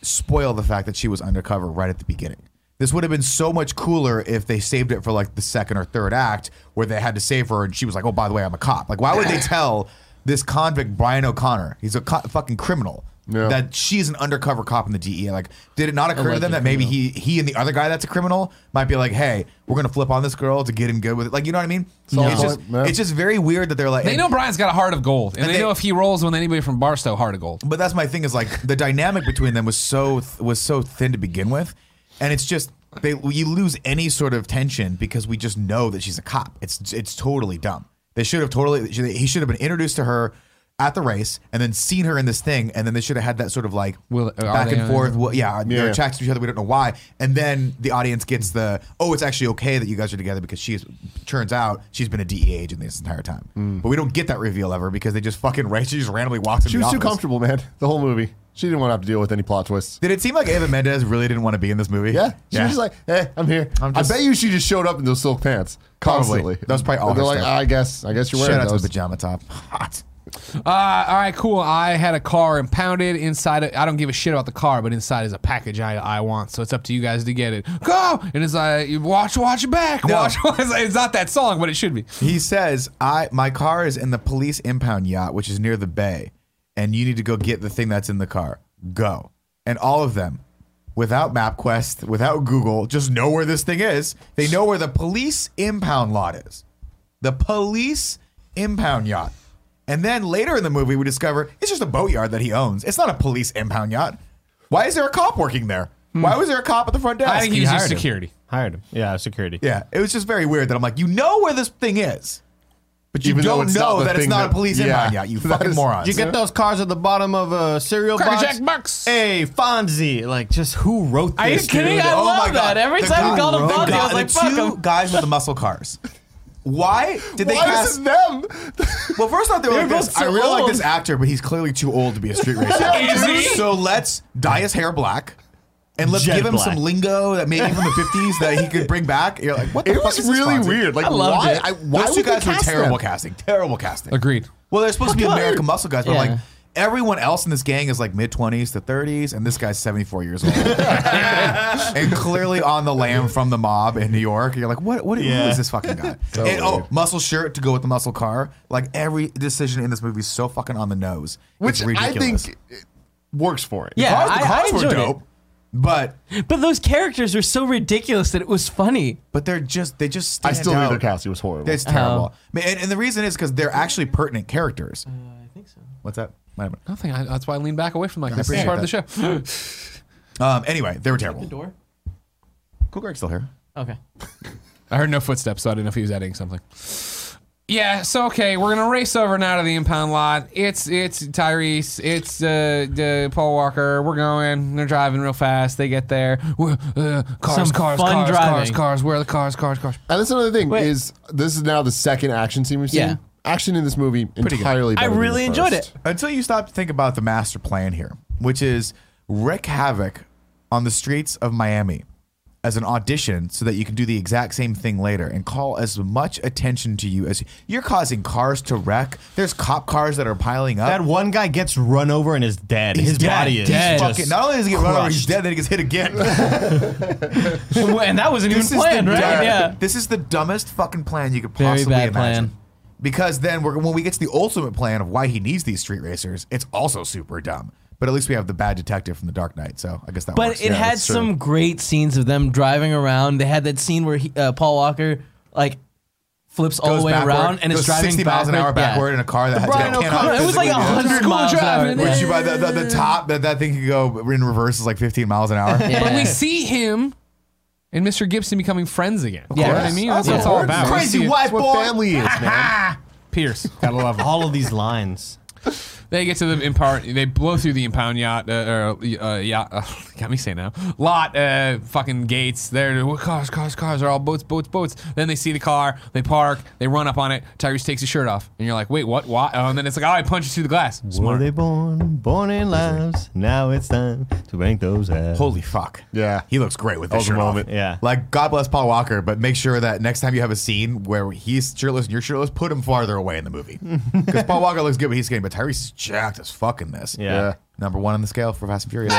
Speaker 3: spoil the fact that she was undercover right at the beginning? This would have been so much cooler if they saved it for like the second or third act where they had to save her and she was like, oh, by the way, I'm a cop. Like, why would they tell this convict, Brian O'Connor, he's a co- fucking criminal,
Speaker 1: Yeah.
Speaker 3: that she's an undercover cop in the DEA? Like, did it not occur to them that maybe he he and the other guy that's a criminal might be like, hey, we're going to flip on this girl to get him good with it? Like, you know what I mean?
Speaker 1: Solid
Speaker 3: It's, just,
Speaker 1: point, yeah.
Speaker 3: it's just very weird that they're like,
Speaker 2: They
Speaker 3: and-
Speaker 2: know Brian's got a heart of gold, and,
Speaker 3: And
Speaker 2: they,
Speaker 3: they-
Speaker 2: know if he rolls with anybody from Barstow, heart of gold.
Speaker 3: But that's my thing is like the dynamic between them was so was so thin to begin with, and it's just they you lose any sort of tension because we just know that she's a cop. It's it's totally dumb. They should have totally he should have been introduced to her at the race and then seen her in this thing and then they should have had that sort of like
Speaker 2: Will- are
Speaker 3: back
Speaker 2: they-
Speaker 3: and forth. Well, yeah,
Speaker 1: Yeah.
Speaker 3: they're attracted to each other. We don't know why. And then the audience gets the oh, it's actually okay that you guys are together because she's turns out she's been a DEA agent this entire time. But we don't get that reveal ever because they just fucking right. She just randomly walks.
Speaker 1: Mm. she was too comfortable, man. The whole movie. She didn't want to have to deal with any plot twists.
Speaker 3: Did it seem like Ava Mendez really didn't want to be in this movie?
Speaker 1: Yeah, she
Speaker 3: yeah.
Speaker 1: was just like, "Hey, I'm here."
Speaker 3: I'm just-
Speaker 1: I bet you she just showed up in those silk pants
Speaker 3: Probably.
Speaker 1: constantly.
Speaker 3: That was probably all
Speaker 1: They're
Speaker 3: her
Speaker 1: like,
Speaker 3: stuff.
Speaker 1: "I guess, I guess you're
Speaker 3: shout
Speaker 1: wearing
Speaker 3: out to
Speaker 1: those."
Speaker 3: the pajama top. *laughs* Hot.
Speaker 2: Uh, all right, cool. I had a car impounded inside. I don't give a shit about the car, but inside is a package I, I want. So it's up to you guys to get it. Go and it's like you watch, watch back,
Speaker 3: No.
Speaker 2: watch, *laughs* watch. It's not that song, but it should be.
Speaker 3: He says, "I my car is in the police impound yacht, which is near the bay, and you need to go get the thing that's in the car. Go." And all of them, without MapQuest, without Google, just know where this thing is. They know where the police impound lot is. The police impound yacht. And then later in the movie, we discover it's just a boatyard that he owns. It's not a police impound yacht. Why is there a cop working there? Why was there a cop at the front desk?
Speaker 2: I think he was just
Speaker 4: hired him.
Speaker 2: security.
Speaker 4: Hired him. Yeah, security.
Speaker 3: Yeah, it was just very weird that I'm like, you know where this thing is, but you
Speaker 1: Even though
Speaker 3: don't
Speaker 1: it's not
Speaker 3: know
Speaker 1: the
Speaker 3: that it's
Speaker 1: thing
Speaker 3: not
Speaker 1: that-
Speaker 3: a police
Speaker 1: yeah. *laughs*
Speaker 3: impound yet. You
Speaker 1: That
Speaker 3: fucking
Speaker 1: is-
Speaker 3: morons.
Speaker 4: Did you get those cars at the bottom of a cereal
Speaker 2: Cracker
Speaker 4: box?
Speaker 2: Jack Bucks.
Speaker 4: Hey, Fonzie. Like, just who wrote this?
Speaker 5: Are you kidding?
Speaker 4: dude?
Speaker 5: I
Speaker 3: Oh
Speaker 5: love
Speaker 3: my God.
Speaker 5: that. Every
Speaker 3: The
Speaker 5: time we
Speaker 3: guy
Speaker 5: called him
Speaker 3: wrote
Speaker 5: Bobby,
Speaker 3: the
Speaker 5: I was
Speaker 3: guy-
Speaker 5: like,
Speaker 3: the
Speaker 5: fuck
Speaker 3: two
Speaker 5: him.
Speaker 3: guys with the muscle cars. Why did they
Speaker 1: Why
Speaker 3: cast?
Speaker 1: is it them?
Speaker 3: Well, first off, they were
Speaker 5: They're
Speaker 3: like this.
Speaker 5: both so
Speaker 3: I really like
Speaker 5: old.
Speaker 3: this actor, but he's clearly too old to be
Speaker 1: *laughs*
Speaker 3: a street racer.
Speaker 2: Is he?
Speaker 3: So let's dye his hair black. And let's
Speaker 4: Jet
Speaker 3: give him
Speaker 4: black.
Speaker 3: some lingo that maybe from the 50s that he could bring back. You're like, what the
Speaker 1: It
Speaker 3: fuck
Speaker 1: was
Speaker 3: is this,
Speaker 1: really
Speaker 3: Fonzie?
Speaker 1: weird. Like,
Speaker 5: loved
Speaker 1: why?
Speaker 5: it.
Speaker 1: I, why
Speaker 3: Those two
Speaker 1: would
Speaker 3: guys
Speaker 1: they
Speaker 3: were
Speaker 1: cast
Speaker 3: terrible
Speaker 1: them?
Speaker 3: casting. Terrible casting.
Speaker 2: Agreed.
Speaker 3: Well, they're supposed to be American muscle guys, but
Speaker 5: Yeah.
Speaker 3: like everyone else in this gang is like mid twenties to thirties, and this guy's seventy four years
Speaker 5: *laughs*
Speaker 3: old, and clearly on the lam from the mob in New York. You're like, what? What? Who
Speaker 4: Yeah.
Speaker 3: is this fucking *laughs* guy? and, oh, muscle shirt to go with the muscle car. Like every decision in this movie is so fucking on the nose.
Speaker 1: Which
Speaker 3: it's
Speaker 1: I
Speaker 3: ridiculous.
Speaker 1: think it works for it.
Speaker 5: Yeah.
Speaker 3: cars, the
Speaker 5: I- I
Speaker 3: cars were
Speaker 5: enjoyed it.
Speaker 3: dope, but
Speaker 5: But those characters are so ridiculous that it was funny.
Speaker 3: but they're just they just
Speaker 1: I
Speaker 3: stand
Speaker 1: still think
Speaker 3: out.
Speaker 1: their casting was horrible.
Speaker 3: It's
Speaker 5: Uh-huh.
Speaker 3: terrible. I mean, and, and the reason is because they're actually pertinent characters.
Speaker 5: I think so.
Speaker 3: What's that? Might have been-
Speaker 2: Nothing. I, that's why I lean back away from like this is
Speaker 3: appreciate
Speaker 2: part of the show. *laughs*
Speaker 3: Um, anyway, they were terrible.
Speaker 5: The door.
Speaker 3: Cool Greg's still here.
Speaker 5: Okay. *laughs*
Speaker 2: I heard no footsteps, so I didn't know if he was editing something. Yeah, so okay, we're gonna race over now to the impound lot. It's it's Tyrese, it's uh, uh, Paul Walker. We're going. They're driving real fast. They get there. We're, uh, cars,
Speaker 5: Some
Speaker 2: cars,
Speaker 5: fun
Speaker 2: cars, cars,
Speaker 5: driving.
Speaker 2: cars. Where are the cars, cars, cars?
Speaker 1: And that's another thing
Speaker 5: Wait.
Speaker 1: is this is now the second action scene we've seen.
Speaker 5: Yeah.
Speaker 1: Action in this movie entirely.
Speaker 5: I
Speaker 1: better than
Speaker 5: really
Speaker 1: the
Speaker 5: enjoyed
Speaker 1: first.
Speaker 5: it.
Speaker 3: until you stop to think about the master plan here, which is wreak havoc on the streets of Miami as an audition so that you can do the exact same thing later and call as much attention to you as you're causing cars to wreck. There's cop cars that are piling up.
Speaker 4: That one guy gets run over and is dead. His
Speaker 3: dead.
Speaker 4: body is
Speaker 5: Dead.
Speaker 4: just
Speaker 3: Fucking- not only does he get run over, he's
Speaker 4: crushed.
Speaker 3: dead, then he gets hit
Speaker 4: *laughs*
Speaker 3: again.
Speaker 5: and that wasn't even
Speaker 3: This is
Speaker 5: planned,
Speaker 3: the
Speaker 5: right?
Speaker 3: dumb-
Speaker 5: Yeah.
Speaker 3: This is the dumbest fucking plan you could
Speaker 5: Very
Speaker 3: possibly
Speaker 5: bad
Speaker 3: imagine.
Speaker 5: plan.
Speaker 3: Because then we're, when we get to the ultimate plan of why he needs these street racers, it's also super dumb. But at least we have the bad detective from The Dark Knight, so I guess that.
Speaker 5: But
Speaker 3: works.
Speaker 5: it had some great scenes of them driving around. They had that scene where he, uh, Paul Walker like flips all
Speaker 3: Goes
Speaker 5: the way
Speaker 3: backward,
Speaker 5: around and is
Speaker 3: goes
Speaker 5: driving
Speaker 3: 60 miles an hour
Speaker 5: backward. Yeah.
Speaker 3: backward in a car that has
Speaker 5: Brian
Speaker 3: that cannot
Speaker 5: O'Connor. It was like
Speaker 3: physically do that.
Speaker 5: 100
Speaker 2: School
Speaker 5: miles an hour.
Speaker 2: driving.
Speaker 5: *laughs*
Speaker 3: Which you by the, the, the top that that thing could go in reverse is like 15 miles an
Speaker 5: *laughs*
Speaker 3: hour.
Speaker 5: Yeah.
Speaker 2: But we see him and Mr. Gibson becoming friends again. You know what I
Speaker 5: course.
Speaker 2: mean? That's what it's
Speaker 5: Yeah.
Speaker 2: all about. We see
Speaker 4: Crazy
Speaker 2: it.
Speaker 4: white
Speaker 1: That's what
Speaker 4: boy.
Speaker 1: family is, man.
Speaker 2: Pierce, gotta love him.
Speaker 4: All of these lines.
Speaker 2: They get to the impound. They blow through the impound yacht. Uh, uh, uh, yacht. Uh, *laughs* got me saying now. Lot. Uh, fucking gates. There. What cars? Cars. Cars are all boats. Boats. Boats. Then they see the car. They park. They run up on it. Tyrese takes his shirt off, and you're like, wait, what? Why? Oh, and then it's like, oh, I punched through the glass.
Speaker 4: Were
Speaker 2: Smart.
Speaker 4: they born? Born in lives. Now it's time to rank those out.
Speaker 3: Holy fuck.
Speaker 1: Yeah.
Speaker 3: He looks great with
Speaker 1: That
Speaker 3: this
Speaker 1: was a
Speaker 3: shirt off.
Speaker 1: moment.
Speaker 4: Yeah.
Speaker 3: Like, God bless Paul Walker, but make sure that next time you have a scene where he's shirtless and you're shirtless, put him farther away in
Speaker 1: *laughs*
Speaker 3: the movie. Because Paul Walker looks good, but he's skinny. But Tyrese is jacked as fuck in this.
Speaker 4: Yeah.
Speaker 1: Yeah. Oh!
Speaker 3: Number one on the scale for Fast and Furious.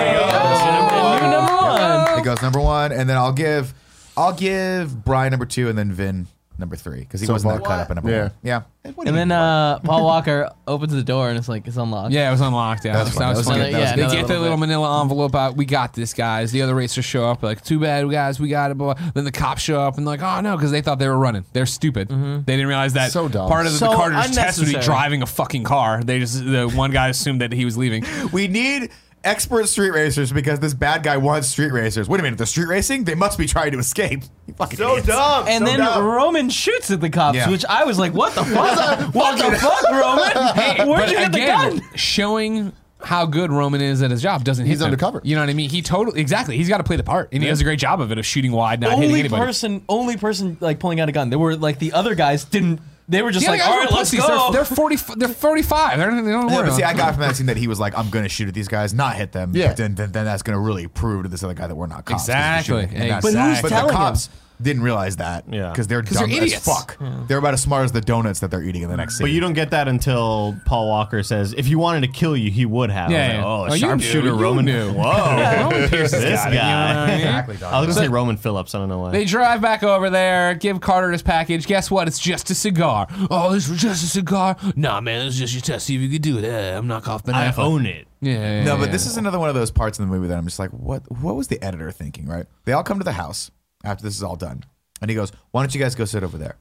Speaker 5: And you're number one.
Speaker 3: It goes number one, and then I'll give, I'll give Brian number two, and then Vin number three because he
Speaker 1: So
Speaker 3: wasn't
Speaker 1: far.
Speaker 3: that cut up in number
Speaker 1: Yeah.
Speaker 3: one. Yeah. What do
Speaker 5: And
Speaker 3: you
Speaker 5: then
Speaker 3: mean?
Speaker 5: uh, Paul Walker opens the door and it's like it's unlocked.
Speaker 2: Yeah, it was unlocked. Yeah, that
Speaker 3: was
Speaker 2: was,
Speaker 3: fun.
Speaker 2: that was,
Speaker 3: That was
Speaker 2: funny.
Speaker 3: good. That was
Speaker 5: Yeah,
Speaker 2: they
Speaker 5: another
Speaker 2: get their
Speaker 5: little
Speaker 2: little
Speaker 5: bit.
Speaker 2: manila envelope out. We got this, guys. The other racers show up. Like, too bad, guys. We got it. Blah. blah. Then the cops show up and like, oh no, because they thought they were running. They're stupid.
Speaker 3: Mm-hmm.
Speaker 2: They didn't realize that
Speaker 1: So dumb.
Speaker 2: part of
Speaker 5: So
Speaker 2: the Carter's test would be
Speaker 5: unnecessary.
Speaker 2: driving a fucking car. They just the one guy assumed that he was
Speaker 5: *laughs*
Speaker 2: leaving.
Speaker 3: we need expert street racers because this bad guy wants street racers. Wait a minute, they're street racing? They must be trying to escape. You fucking idiots.
Speaker 5: And then Roman shoots at the cops,
Speaker 3: Yeah.
Speaker 5: which I was
Speaker 3: *laughs*
Speaker 5: like, "What the fuck? what the fuck, Roman? Where'd
Speaker 2: But
Speaker 5: you get
Speaker 2: again,
Speaker 5: the gun?"
Speaker 2: showing. How good Roman is at his job doesn't hit
Speaker 1: He's
Speaker 2: them.
Speaker 1: undercover.
Speaker 2: You know what I mean? He totally exactly. He's got to play the part, and he does a great job of it of shooting wide, not hitting
Speaker 5: Only
Speaker 2: anybody.
Speaker 5: person, only person like pulling out a gun. There were like the other guys didn't. They were just
Speaker 2: The other
Speaker 5: like,
Speaker 2: guys
Speaker 5: "All
Speaker 2: were
Speaker 5: right, let's
Speaker 2: pussies.
Speaker 5: go."
Speaker 2: They're, they're forty. They're forty-five. They're, they don't
Speaker 3: Yeah,
Speaker 2: worry
Speaker 3: but see,
Speaker 2: about
Speaker 3: I got from that scene that he was like, "I'm going to shoot at these guys, not hit them."
Speaker 1: Yeah.
Speaker 3: But then, then, then that's going to really prove to this other guy that we're not cops. 'cause we're
Speaker 2: Exactly.
Speaker 3: shooting. And that's-
Speaker 2: But who's
Speaker 3: but
Speaker 5: telling
Speaker 3: the cops, Didn't realize that.
Speaker 4: Yeah.
Speaker 3: Because they're
Speaker 2: they're
Speaker 3: dumb as
Speaker 2: idiots.
Speaker 3: fuck. They're about as smart as the donuts that they're eating in the next scene.
Speaker 4: But you don't get that until Paul Walker says, "If you wanted to kill you, he would have." I was
Speaker 2: Yeah,
Speaker 4: like,
Speaker 2: yeah.
Speaker 4: Oh,
Speaker 2: Oh,
Speaker 4: a
Speaker 2: you
Speaker 4: sharpshooter,
Speaker 2: knew, you
Speaker 4: Roman.
Speaker 2: knew. *laughs*
Speaker 4: Whoa,
Speaker 2: Roman Pierce has
Speaker 4: this
Speaker 2: got it, you know
Speaker 4: guy.
Speaker 2: what I mean?
Speaker 3: exactly.
Speaker 4: I was
Speaker 3: Dog.
Speaker 4: gonna say Roman Phillips. I don't know why.
Speaker 2: They drive back over there, give Carter his package. Guess what? It's just a cigar. Oh, this was just a cigar? Nah, man, it's just your test. See if you can do it. Eh, I'm not off Ben
Speaker 4: I
Speaker 2: Affleck.
Speaker 4: own it.
Speaker 2: Yeah, yeah,
Speaker 3: No, but
Speaker 2: yeah.
Speaker 3: this is another one of those parts in the movie that I'm just like, what? What was the editor thinking? Right? They all come to the house after this is all done, and he goes, "Why don't you guys go sit over there?"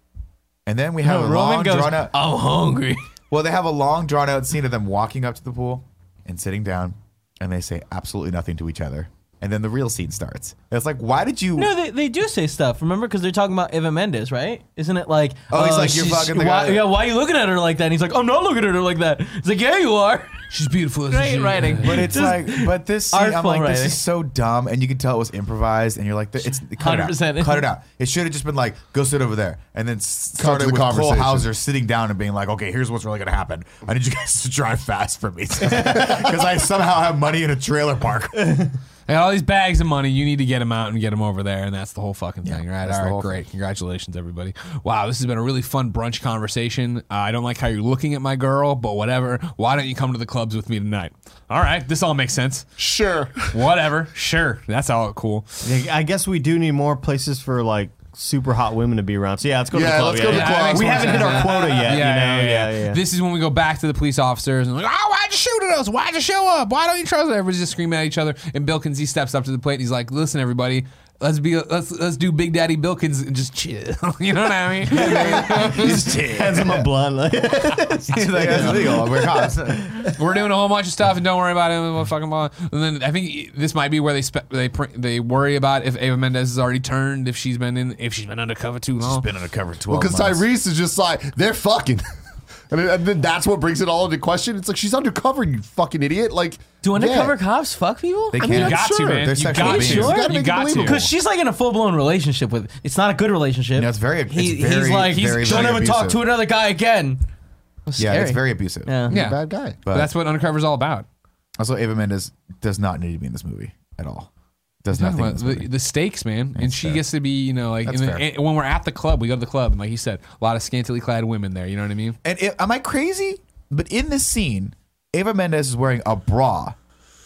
Speaker 3: And then we have a long drawn out.
Speaker 2: I'm
Speaker 3: *laughs*
Speaker 2: hungry.
Speaker 3: Well, they have a long drawn out scene of them walking up to the pool and sitting down, and they say absolutely nothing to each other. And then the real scene starts. And it's like, why did you?
Speaker 5: No, they, they do say stuff. Remember, because they're talking about Eva Mendes, right? Isn't it like,
Speaker 3: Oh, he's like, "You're
Speaker 5: she's-
Speaker 3: fucking the
Speaker 5: why,
Speaker 3: guy."
Speaker 5: Yeah, why are you looking at her like that? And he's like, I'm not looking at her like that. He's like, yeah, you are.
Speaker 2: She's beautiful. isn't she?
Speaker 5: Great writing.
Speaker 3: *laughs* but it's like, but this scene, I'm
Speaker 5: Artful
Speaker 3: like, this
Speaker 5: writing.
Speaker 3: is so dumb, and you can tell it was improvised, and you're like,
Speaker 5: *laughs*
Speaker 3: it's cut it
Speaker 5: 100%.
Speaker 3: out, cut it out. It should have just been like, go sit over there, and then started
Speaker 1: the
Speaker 3: with Cole
Speaker 1: conversation.
Speaker 3: Hauser sitting down and being like, okay, here's what's really gonna happen. I need you guys to drive fast for me, *laughs* because I somehow have money in a trailer park.
Speaker 2: And all these bags of money, you need to get them out and get them over there, and that's the whole fucking thing, right?
Speaker 3: that's the
Speaker 2: All right,
Speaker 3: whole
Speaker 2: great. Congratulations, everybody. Wow, this has been a really fun brunch conversation. Uh, I don't like how you're looking at my girl, but whatever. Why don't you come to the clubs with me tonight? All right, this all makes sense.
Speaker 1: Sure.
Speaker 2: Whatever, sure. That's all cool.
Speaker 4: I guess we do need more places for like super hot women to be around. So yeah, let's go to
Speaker 1: Yeah,
Speaker 4: the club.
Speaker 1: let's go to the
Speaker 2: club.
Speaker 4: yeah. We
Speaker 2: Yeah,
Speaker 4: haven't hit our quota yet. you know? yeah, yeah, yeah.
Speaker 2: This is when we go back to the police officers and like, oh, why'd you shoot at us? Why'd you show up? Why don't you trust us? Everybody's just screaming at each other. And Bilkins, he steps up to the plate and he's like, listen, everybody, let's be let's let's do Big Daddy Bilkins and just chill. *laughs* you know what I mean?
Speaker 1: *laughs*
Speaker 3: It's
Speaker 4: Hands him a blunt.
Speaker 2: *laughs*
Speaker 4: Like,
Speaker 3: like, that's legal. We're cops.
Speaker 4: *laughs*
Speaker 2: We're doing a whole bunch of stuff, and don't worry about it. we'll fucking blah. And then I think this might be where they spe- they pr- they worry about if Ava Mendez is already turned, if she's been in, if she's been undercover too long.
Speaker 3: *laughs* Been undercover twelve.
Speaker 1: *laughs* Because
Speaker 3: months.
Speaker 1: Tyrese is just like, they're fucking. And then- and then that's what brings it all into question. It's like she's undercover, you fucking idiot. Like,
Speaker 5: Do
Speaker 1: yeah.
Speaker 5: undercover cops fuck people?
Speaker 3: They
Speaker 5: I mean,
Speaker 3: can't.
Speaker 2: you got
Speaker 1: sure.
Speaker 2: to, man.
Speaker 3: They're
Speaker 2: you
Speaker 3: sexual
Speaker 2: got
Speaker 3: beings.
Speaker 2: to.
Speaker 1: You gotta
Speaker 2: You
Speaker 1: make it
Speaker 2: got to.
Speaker 1: believable.
Speaker 5: Because she's like in a full blown relationship with. It's not a good relationship.
Speaker 3: No, it's very- it's
Speaker 5: he's
Speaker 3: very,
Speaker 5: like,
Speaker 3: very,
Speaker 5: don't
Speaker 3: very
Speaker 5: ever talk
Speaker 3: abusive.
Speaker 5: to another guy again. It's
Speaker 3: Yeah, it's
Speaker 5: scary.
Speaker 3: very abusive.
Speaker 5: Yeah.
Speaker 1: He's
Speaker 2: Yeah.
Speaker 1: a bad guy.
Speaker 2: But that's what undercover's all about.
Speaker 3: Also, Ava Mendes does not need to be in this movie at all. Does
Speaker 2: Talking
Speaker 3: nothing. in
Speaker 2: about
Speaker 3: this
Speaker 2: the,
Speaker 3: movie.
Speaker 2: the stakes, man. and she
Speaker 3: fair.
Speaker 2: gets to be, you know, like and
Speaker 3: That's
Speaker 2: then,
Speaker 3: fair.
Speaker 2: and when we're at the club, we go to the club, and like he said, a lot of scantily clad women there. You know what I mean?
Speaker 3: And it, am I crazy? But in this scene, Ava Mendes is wearing a bra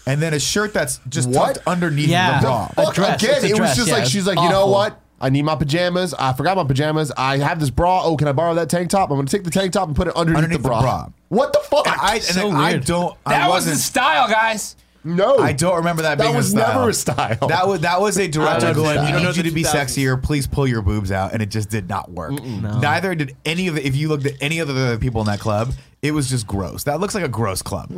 Speaker 3: and then a shirt that's just
Speaker 1: What?
Speaker 3: tucked underneath
Speaker 5: Yeah.
Speaker 3: the bra.
Speaker 5: A
Speaker 1: Fuck,
Speaker 5: dress.
Speaker 1: Again,
Speaker 5: It's a
Speaker 1: it was
Speaker 5: dress,
Speaker 1: just
Speaker 5: yeah.
Speaker 1: like
Speaker 5: It's
Speaker 1: she's like, you know
Speaker 5: awful.
Speaker 1: what? I need my pajamas. I forgot my pajamas. I have this bra. Oh, can I borrow that tank top? I'm gonna take the tank top and put it underneath,
Speaker 3: Underneath
Speaker 1: the,
Speaker 3: the
Speaker 1: bra.
Speaker 3: bra.
Speaker 1: What the fuck?
Speaker 3: I, and
Speaker 5: So
Speaker 3: I
Speaker 5: weird.
Speaker 3: don't.
Speaker 2: That
Speaker 3: I
Speaker 2: was
Speaker 3: wasn't.
Speaker 2: the style, guys.
Speaker 1: no,
Speaker 3: I don't remember that,
Speaker 1: That
Speaker 3: being
Speaker 1: was
Speaker 3: a style.
Speaker 1: never a style.
Speaker 3: That was that was a
Speaker 1: That
Speaker 3: director
Speaker 1: was
Speaker 3: going.
Speaker 1: style.
Speaker 3: We
Speaker 1: You don't
Speaker 3: need
Speaker 1: know
Speaker 3: you
Speaker 1: the
Speaker 3: to be
Speaker 1: 2000s.
Speaker 3: sexier. Please pull your boobs out, and it just did not work. Neither did any of the. If you looked at any of the other people in that club, it was just gross. That looks like a gross club.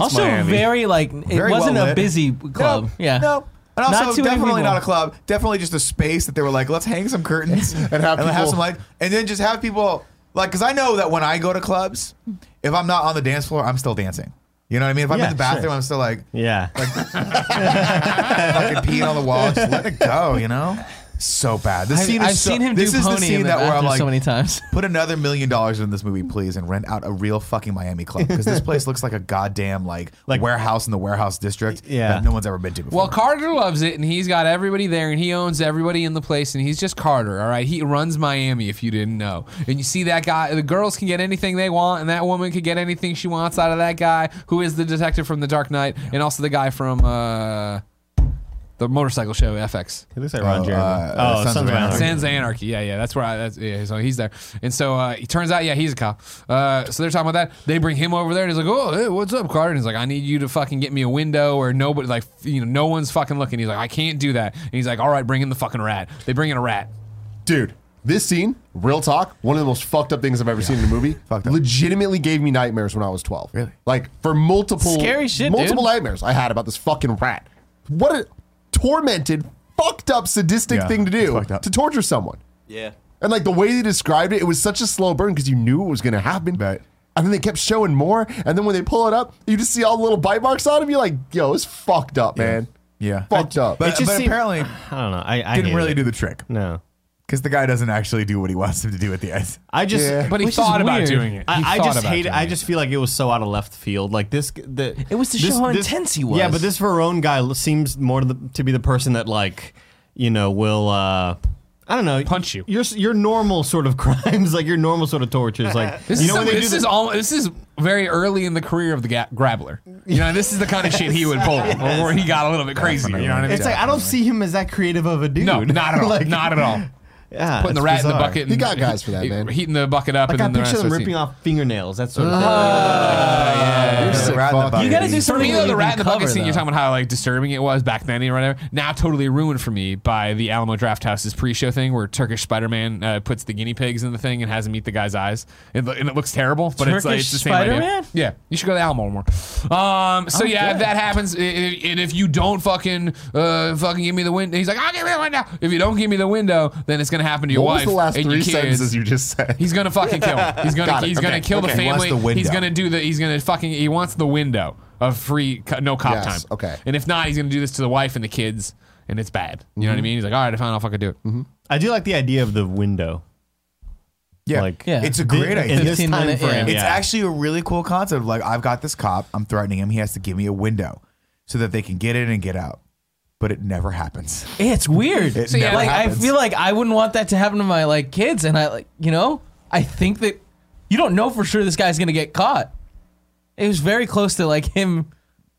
Speaker 5: also
Speaker 4: Miami.
Speaker 5: very like it
Speaker 3: Very
Speaker 5: wasn't
Speaker 3: well
Speaker 5: a
Speaker 3: lit.
Speaker 5: busy club.
Speaker 3: No,
Speaker 5: yeah.
Speaker 3: No. And also,
Speaker 5: Not too many
Speaker 3: definitely
Speaker 5: people.
Speaker 3: not a club. Definitely just a space that they were like, let's hang some
Speaker 5: *laughs*
Speaker 3: curtains and
Speaker 1: have people-
Speaker 3: some light, and then just have people like, because I know that when I go to clubs, if I'm not on the dance floor, I'm still dancing. You know what I mean? If I'm
Speaker 4: Yeah,
Speaker 3: in the bathroom,
Speaker 4: sure.
Speaker 3: I'm still like
Speaker 4: yeah.
Speaker 3: fucking peeing on the wall. Just let it go, you know? So bad. This
Speaker 5: I've,
Speaker 3: scene is
Speaker 5: I've
Speaker 3: so-
Speaker 5: seen him do
Speaker 3: this is
Speaker 5: pony
Speaker 3: the scene
Speaker 5: in the
Speaker 3: that where I'm
Speaker 5: bathroom
Speaker 3: like,
Speaker 5: so many times.
Speaker 3: put another million dollars in this movie, please, and rent out a real fucking Miami club because this place looks like a goddamn like,
Speaker 4: Like-
Speaker 3: warehouse in the warehouse district
Speaker 4: Yeah.
Speaker 3: that no one's ever been to before.
Speaker 2: Well, Carter loves it, and he's got everybody there, and he owns everybody in the place, and he's just Carter, all right? He runs Miami, if you didn't know. And you see that guy, the girls can get anything they want, and that woman can get anything she wants out of that guy, who is the detective from The Dark Knight, and also the guy from uh, the motorcycle show, FX.
Speaker 4: It looks like Ron
Speaker 3: Oh,
Speaker 4: Jeremy.
Speaker 3: uh,
Speaker 4: oh, Sons, of Anarchy.
Speaker 2: Sands of Anarchy. Yeah, yeah, that's where I. That's, yeah, so he's there, and so uh, it turns out, yeah, he's a cop. Uh, so they're talking about that. They bring him over there, and he's like, "Oh, hey, what's up, Carter?" And he's like, "I need you to fucking get me a window, or nobody, like, you know, no one's fucking looking." He's like, "I can't do that," and he's like, "All right, bring in the fucking rat." They bring in a rat.
Speaker 1: dude. This scene, real talk, one of the most fucked up things I've ever seen in a movie.
Speaker 3: Fucked up.
Speaker 1: Legitimately gave me nightmares when I was twelve.
Speaker 3: Really?
Speaker 1: Like for multiple
Speaker 5: Scary shit,
Speaker 1: multiple
Speaker 5: dude.
Speaker 1: nightmares I had about this fucking rat. What a tormented, fucked up, sadistic
Speaker 3: Yeah,
Speaker 1: thing to
Speaker 3: it's
Speaker 1: do
Speaker 3: fucked up.
Speaker 1: to torture someone.
Speaker 6: Yeah.
Speaker 1: And like the way they described it, it was such a slow burn because you knew it was going to happen.
Speaker 3: Right.
Speaker 1: And then they kept showing more. And then when they pull it up, you just see all the little bite marks on him. You're like, yo, it's fucked up, man.
Speaker 3: Yeah.
Speaker 1: Fucked up.
Speaker 3: But,
Speaker 4: It just
Speaker 3: but
Speaker 4: seemed-
Speaker 3: apparently
Speaker 4: I don't know. I, I
Speaker 3: didn't
Speaker 4: hated
Speaker 3: really
Speaker 4: it.
Speaker 3: do the trick
Speaker 4: No.
Speaker 3: because the guy doesn't actually do what he wants him to do at the end.
Speaker 4: I just.
Speaker 1: Yeah.
Speaker 2: But he
Speaker 5: Which is
Speaker 2: thought about
Speaker 5: weird.
Speaker 2: doing it. He
Speaker 4: I, I
Speaker 2: thought
Speaker 4: just
Speaker 2: about
Speaker 4: hate it.
Speaker 2: doing
Speaker 4: I just feel like it was so out of left field. Like this, the
Speaker 5: It was to
Speaker 4: this-
Speaker 5: show how
Speaker 4: this-
Speaker 5: intense he was.
Speaker 4: Yeah, but this Verone guy l- seems more to, the, to be the person that like, you know, will uh, I don't know.
Speaker 2: Punch you.
Speaker 4: Your s- your normal sort of *laughs* crimes, like your normal sort of tortures, like
Speaker 2: This
Speaker 4: you
Speaker 2: is
Speaker 4: know
Speaker 2: some-
Speaker 4: when they do
Speaker 2: this
Speaker 4: the-
Speaker 2: is all this is very early in the career of the ga- grappler. You know, this is the kind of shit he would
Speaker 4: *laughs*
Speaker 2: pull where he got a little bit crazy. You know what I mean?
Speaker 4: It's like I don't see him as that creative of a dude.
Speaker 2: No, not
Speaker 4: *laughs*
Speaker 2: at all.
Speaker 4: Like,
Speaker 2: not at all.
Speaker 4: yeah,
Speaker 2: Putting the
Speaker 4: it's
Speaker 2: rat in
Speaker 4: bizarre.
Speaker 2: the bucket. And
Speaker 1: He got guys for that, man.
Speaker 2: Heating the bucket up
Speaker 4: Like I
Speaker 2: and then
Speaker 4: picture
Speaker 2: the rest
Speaker 4: them
Speaker 2: of
Speaker 4: ripping off fingernails. That sort of
Speaker 3: Yeah,
Speaker 1: Sick
Speaker 3: right in the
Speaker 1: fuck.
Speaker 3: bucket.
Speaker 5: You gotta do
Speaker 2: For
Speaker 5: something.
Speaker 2: me, though,
Speaker 5: where
Speaker 2: the
Speaker 5: you
Speaker 2: rat in
Speaker 5: can
Speaker 2: the bucket
Speaker 5: cover
Speaker 2: scene you're
Speaker 5: that.
Speaker 2: talking about how like disturbing it was back then or whatever. Now totally ruined for me by the Alamo Draft House's pre-show thing where Turkish Spider-Man uh, puts the guinea pigs in the thing and has them eat the guy's eyes, it, lo- and it looks terrible. But it's like
Speaker 5: Turkish
Speaker 2: it's the same idea.
Speaker 5: Spider-Man?
Speaker 2: Yeah, you should go to Alamo more. Um, so yeah, if that happens, i- i- and if you don't fucking uh, fucking give me the window, he's like, I'll give you the window. If you don't give me the window, then it's gonna happen to your
Speaker 1: What was
Speaker 2: wife
Speaker 1: the last
Speaker 2: and your
Speaker 1: three
Speaker 2: kids.
Speaker 1: sentences you just said?
Speaker 2: He's gonna fucking kill him. He's gonna
Speaker 1: Got it.
Speaker 2: he's
Speaker 1: Okay.
Speaker 2: gonna kill
Speaker 3: Okay.
Speaker 2: the
Speaker 3: He wants
Speaker 2: family.
Speaker 3: the window.
Speaker 2: he's gonna do the he's gonna fucking he wants the window of free co- no cop
Speaker 1: Yes,
Speaker 2: time.
Speaker 1: okay.
Speaker 2: And if not, he's gonna do this to the wife and the kids, and it's bad. You
Speaker 1: Mm-hmm.
Speaker 2: know what I mean? He's like, all right, I found I'll fucking do it.
Speaker 4: I do like the idea of the window.
Speaker 3: Yeah.
Speaker 4: Like,
Speaker 5: Yeah.
Speaker 3: It's a great
Speaker 4: in
Speaker 3: idea.
Speaker 4: this
Speaker 5: 15
Speaker 4: time
Speaker 5: minute,
Speaker 4: frame.
Speaker 5: yeah.
Speaker 3: It's actually a really cool concept. Like I've got this cop, I'm threatening him. He has to give me a window so that they can get in and get out. But it never *laughs* happens.
Speaker 5: *laughs* It's weird.
Speaker 3: It never
Speaker 5: like
Speaker 3: happens.
Speaker 5: I feel like I wouldn't want that to happen to my like kids, and I like you know I think that you don't know for sure this guy's gonna get caught. It was very close to like him,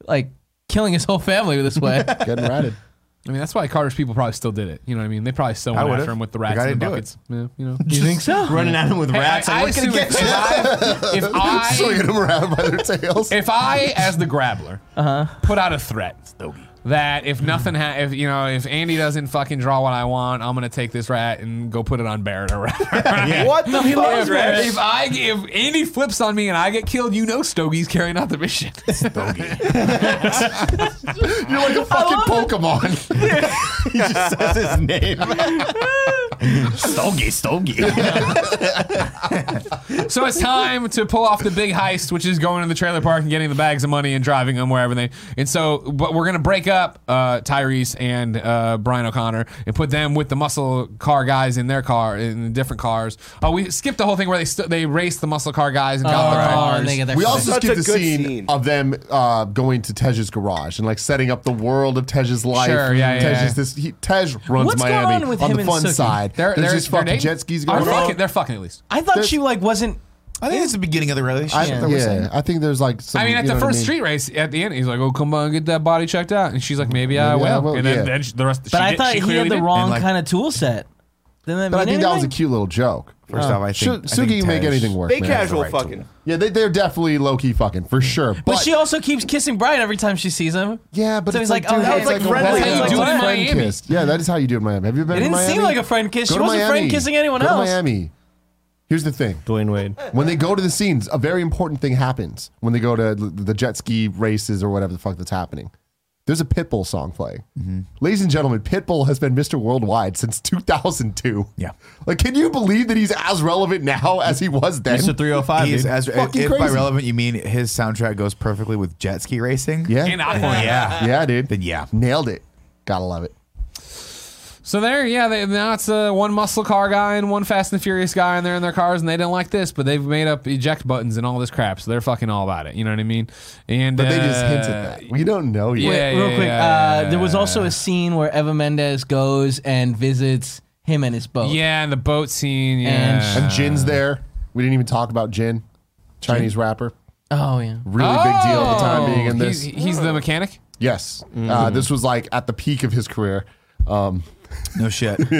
Speaker 5: like killing his whole family this way.
Speaker 2: *laughs*
Speaker 1: Getting ratted.
Speaker 2: I mean, that's why Carter's people probably still did it. You know what I mean? They probably still
Speaker 3: I
Speaker 2: went
Speaker 3: would've.
Speaker 2: after him with the
Speaker 3: The
Speaker 2: rats
Speaker 3: guy
Speaker 2: and the
Speaker 3: didn't do
Speaker 2: buckets. Yeah, you
Speaker 3: *laughs*
Speaker 2: know.
Speaker 5: you think so?
Speaker 4: running at him with rats.
Speaker 2: I, I
Speaker 4: like, we're
Speaker 2: assume
Speaker 4: gonna
Speaker 2: if
Speaker 4: get you.
Speaker 2: I, if I
Speaker 1: Swinging them around by their tails.
Speaker 2: if I as the grappler put out a threat that if nothing ha- if you know if Andy doesn't fucking draw what I want, I'm gonna take this rat and go put it on Barrett or
Speaker 3: *laughs*
Speaker 2: whatever. *laughs*
Speaker 3: What
Speaker 4: *laughs*
Speaker 3: the
Speaker 2: If, if I if Andy flips on me and I get killed, you know Stogie's carrying out the mission. *laughs*
Speaker 1: You're like a fucking Pokemon.
Speaker 4: he just says his name.
Speaker 3: *laughs*
Speaker 4: Stogie, Stogie.
Speaker 2: so it's time to pull off the big heist, which is going to the trailer park and getting the bags of money and driving them wherever they. And so, but we're gonna break up uh, Tyrese and uh, Brian O'Connor and put them with the muscle car guys in their car in different cars. Oh, we skipped the whole thing where they st- they raced the muscle car guys and got
Speaker 5: Oh,
Speaker 2: the
Speaker 5: right.
Speaker 2: cars.
Speaker 5: And they get their
Speaker 1: We
Speaker 5: cars.
Speaker 1: also
Speaker 6: Such
Speaker 1: skipped
Speaker 6: a
Speaker 1: the
Speaker 6: good
Speaker 1: scene,
Speaker 6: scene.
Speaker 1: of them uh, going to Tej's garage and like setting up the world of Tej's life.
Speaker 2: Sure, yeah, yeah,
Speaker 1: Tej
Speaker 2: yeah.
Speaker 1: is this. He, Tej runs
Speaker 5: What's going
Speaker 1: Miami
Speaker 5: on with him
Speaker 1: the
Speaker 5: and
Speaker 1: fun
Speaker 5: Sookie?
Speaker 1: side.
Speaker 2: They're,
Speaker 1: There's
Speaker 2: they're
Speaker 1: just fucking
Speaker 2: dating?
Speaker 1: jet skis
Speaker 2: Are
Speaker 1: going on.
Speaker 2: fucking- they're fucking at least.
Speaker 5: I thought she like wasn't.
Speaker 3: I think it's the beginning of the
Speaker 1: I,
Speaker 3: relationship.
Speaker 1: yeah.
Speaker 3: that we're saying.
Speaker 1: I think there's like. Some,
Speaker 2: I mean, at
Speaker 1: you
Speaker 2: the
Speaker 1: know what
Speaker 2: first
Speaker 1: mean?
Speaker 2: street race, at the end, he's like, "Oh, come on, get that body checked out," and she's like, "Maybe, I
Speaker 1: Maybe
Speaker 2: will."
Speaker 1: I will,
Speaker 2: And then,
Speaker 1: yeah.
Speaker 2: then she, the rest.
Speaker 5: But
Speaker 2: she
Speaker 5: I
Speaker 2: did-
Speaker 5: thought
Speaker 2: she
Speaker 5: he
Speaker 2: clearly
Speaker 5: had the
Speaker 2: did.
Speaker 5: wrong
Speaker 3: And, like-
Speaker 5: kind of tool set. Didn't that
Speaker 1: But I
Speaker 5: mean
Speaker 1: think that was a
Speaker 5: anything?
Speaker 1: cute little joke.
Speaker 3: First off, I
Speaker 1: Su-
Speaker 3: think I
Speaker 1: Suki
Speaker 3: think
Speaker 1: can make
Speaker 3: Tej-
Speaker 1: anything work.
Speaker 6: They
Speaker 1: man.
Speaker 6: casual
Speaker 3: right
Speaker 6: fucking.
Speaker 3: tool.
Speaker 1: Yeah, they, they're definitely low key fucking for sure. But,
Speaker 5: But she also keeps kissing Brian every time she sees him.
Speaker 1: yeah, but
Speaker 5: So
Speaker 1: it's
Speaker 5: he's
Speaker 1: like,
Speaker 5: like, oh,
Speaker 1: dude,
Speaker 5: that
Speaker 1: it's
Speaker 5: was
Speaker 1: like
Speaker 5: like
Speaker 1: a west-
Speaker 5: friendly. That's how
Speaker 1: like
Speaker 5: you do
Speaker 1: a
Speaker 5: it in
Speaker 1: friend
Speaker 2: Miami.
Speaker 1: kiss. Yeah, that is how you do it in Miami. Have you been?
Speaker 5: It
Speaker 1: to
Speaker 5: didn't
Speaker 1: Miami?
Speaker 5: seem like a friend kiss.
Speaker 1: Go
Speaker 5: she
Speaker 1: to
Speaker 5: wasn't
Speaker 1: Miami.
Speaker 5: friend kissing anyone
Speaker 1: Go to
Speaker 5: else.
Speaker 1: Miami. Here's the thing.
Speaker 4: *laughs* Dwayne Wade.
Speaker 1: When they go to the scenes, a very important thing happens when they go to l- the jet ski races or whatever the fuck that's happening. There's a Pitbull song playing. Ladies and gentlemen, Pitbull has been Mr. Worldwide since 2002.
Speaker 3: Yeah.
Speaker 1: Like, can you believe that he's as relevant now as he was then?
Speaker 4: Mr. 305.
Speaker 3: He is
Speaker 4: dude.
Speaker 3: as, if
Speaker 1: Fucking
Speaker 3: by
Speaker 1: crazy.
Speaker 3: relevant you mean his soundtrack goes perfectly with jet ski racing. Oh,
Speaker 1: yeah.
Speaker 2: And Aquaman.
Speaker 3: Yeah.
Speaker 1: yeah, dude.
Speaker 3: Then yeah.
Speaker 1: Nailed it. Gotta love it.
Speaker 2: So there, yeah. They, now it's uh, one muscle car guy and one Fast and Furious guy, and they're in their cars, and they don't like this, but they've made up eject buttons and all this crap, so they're fucking all about it. You know what I mean? And
Speaker 1: But they just
Speaker 2: uh,
Speaker 1: hinted that. We don't know yet.
Speaker 2: Yeah,
Speaker 5: Real
Speaker 2: yeah,
Speaker 5: quick,
Speaker 2: yeah,
Speaker 5: uh,
Speaker 2: yeah,
Speaker 5: there was
Speaker 2: yeah.
Speaker 5: also a scene where Eva Mendes goes and visits him and his boat.
Speaker 2: Yeah, and the boat scene. Yeah.
Speaker 5: And-
Speaker 3: Uh,
Speaker 1: And Jin's there. We didn't even talk about Jin, Chinese rapper.
Speaker 5: Oh yeah.
Speaker 1: Really big deal at the time being in
Speaker 2: Oh,
Speaker 1: this.
Speaker 2: He's, he's the mechanic.
Speaker 1: yes. Uh,
Speaker 3: Mm-hmm.
Speaker 1: this was like at the peak of his career. Um,
Speaker 3: No *laughs* shit.
Speaker 1: but this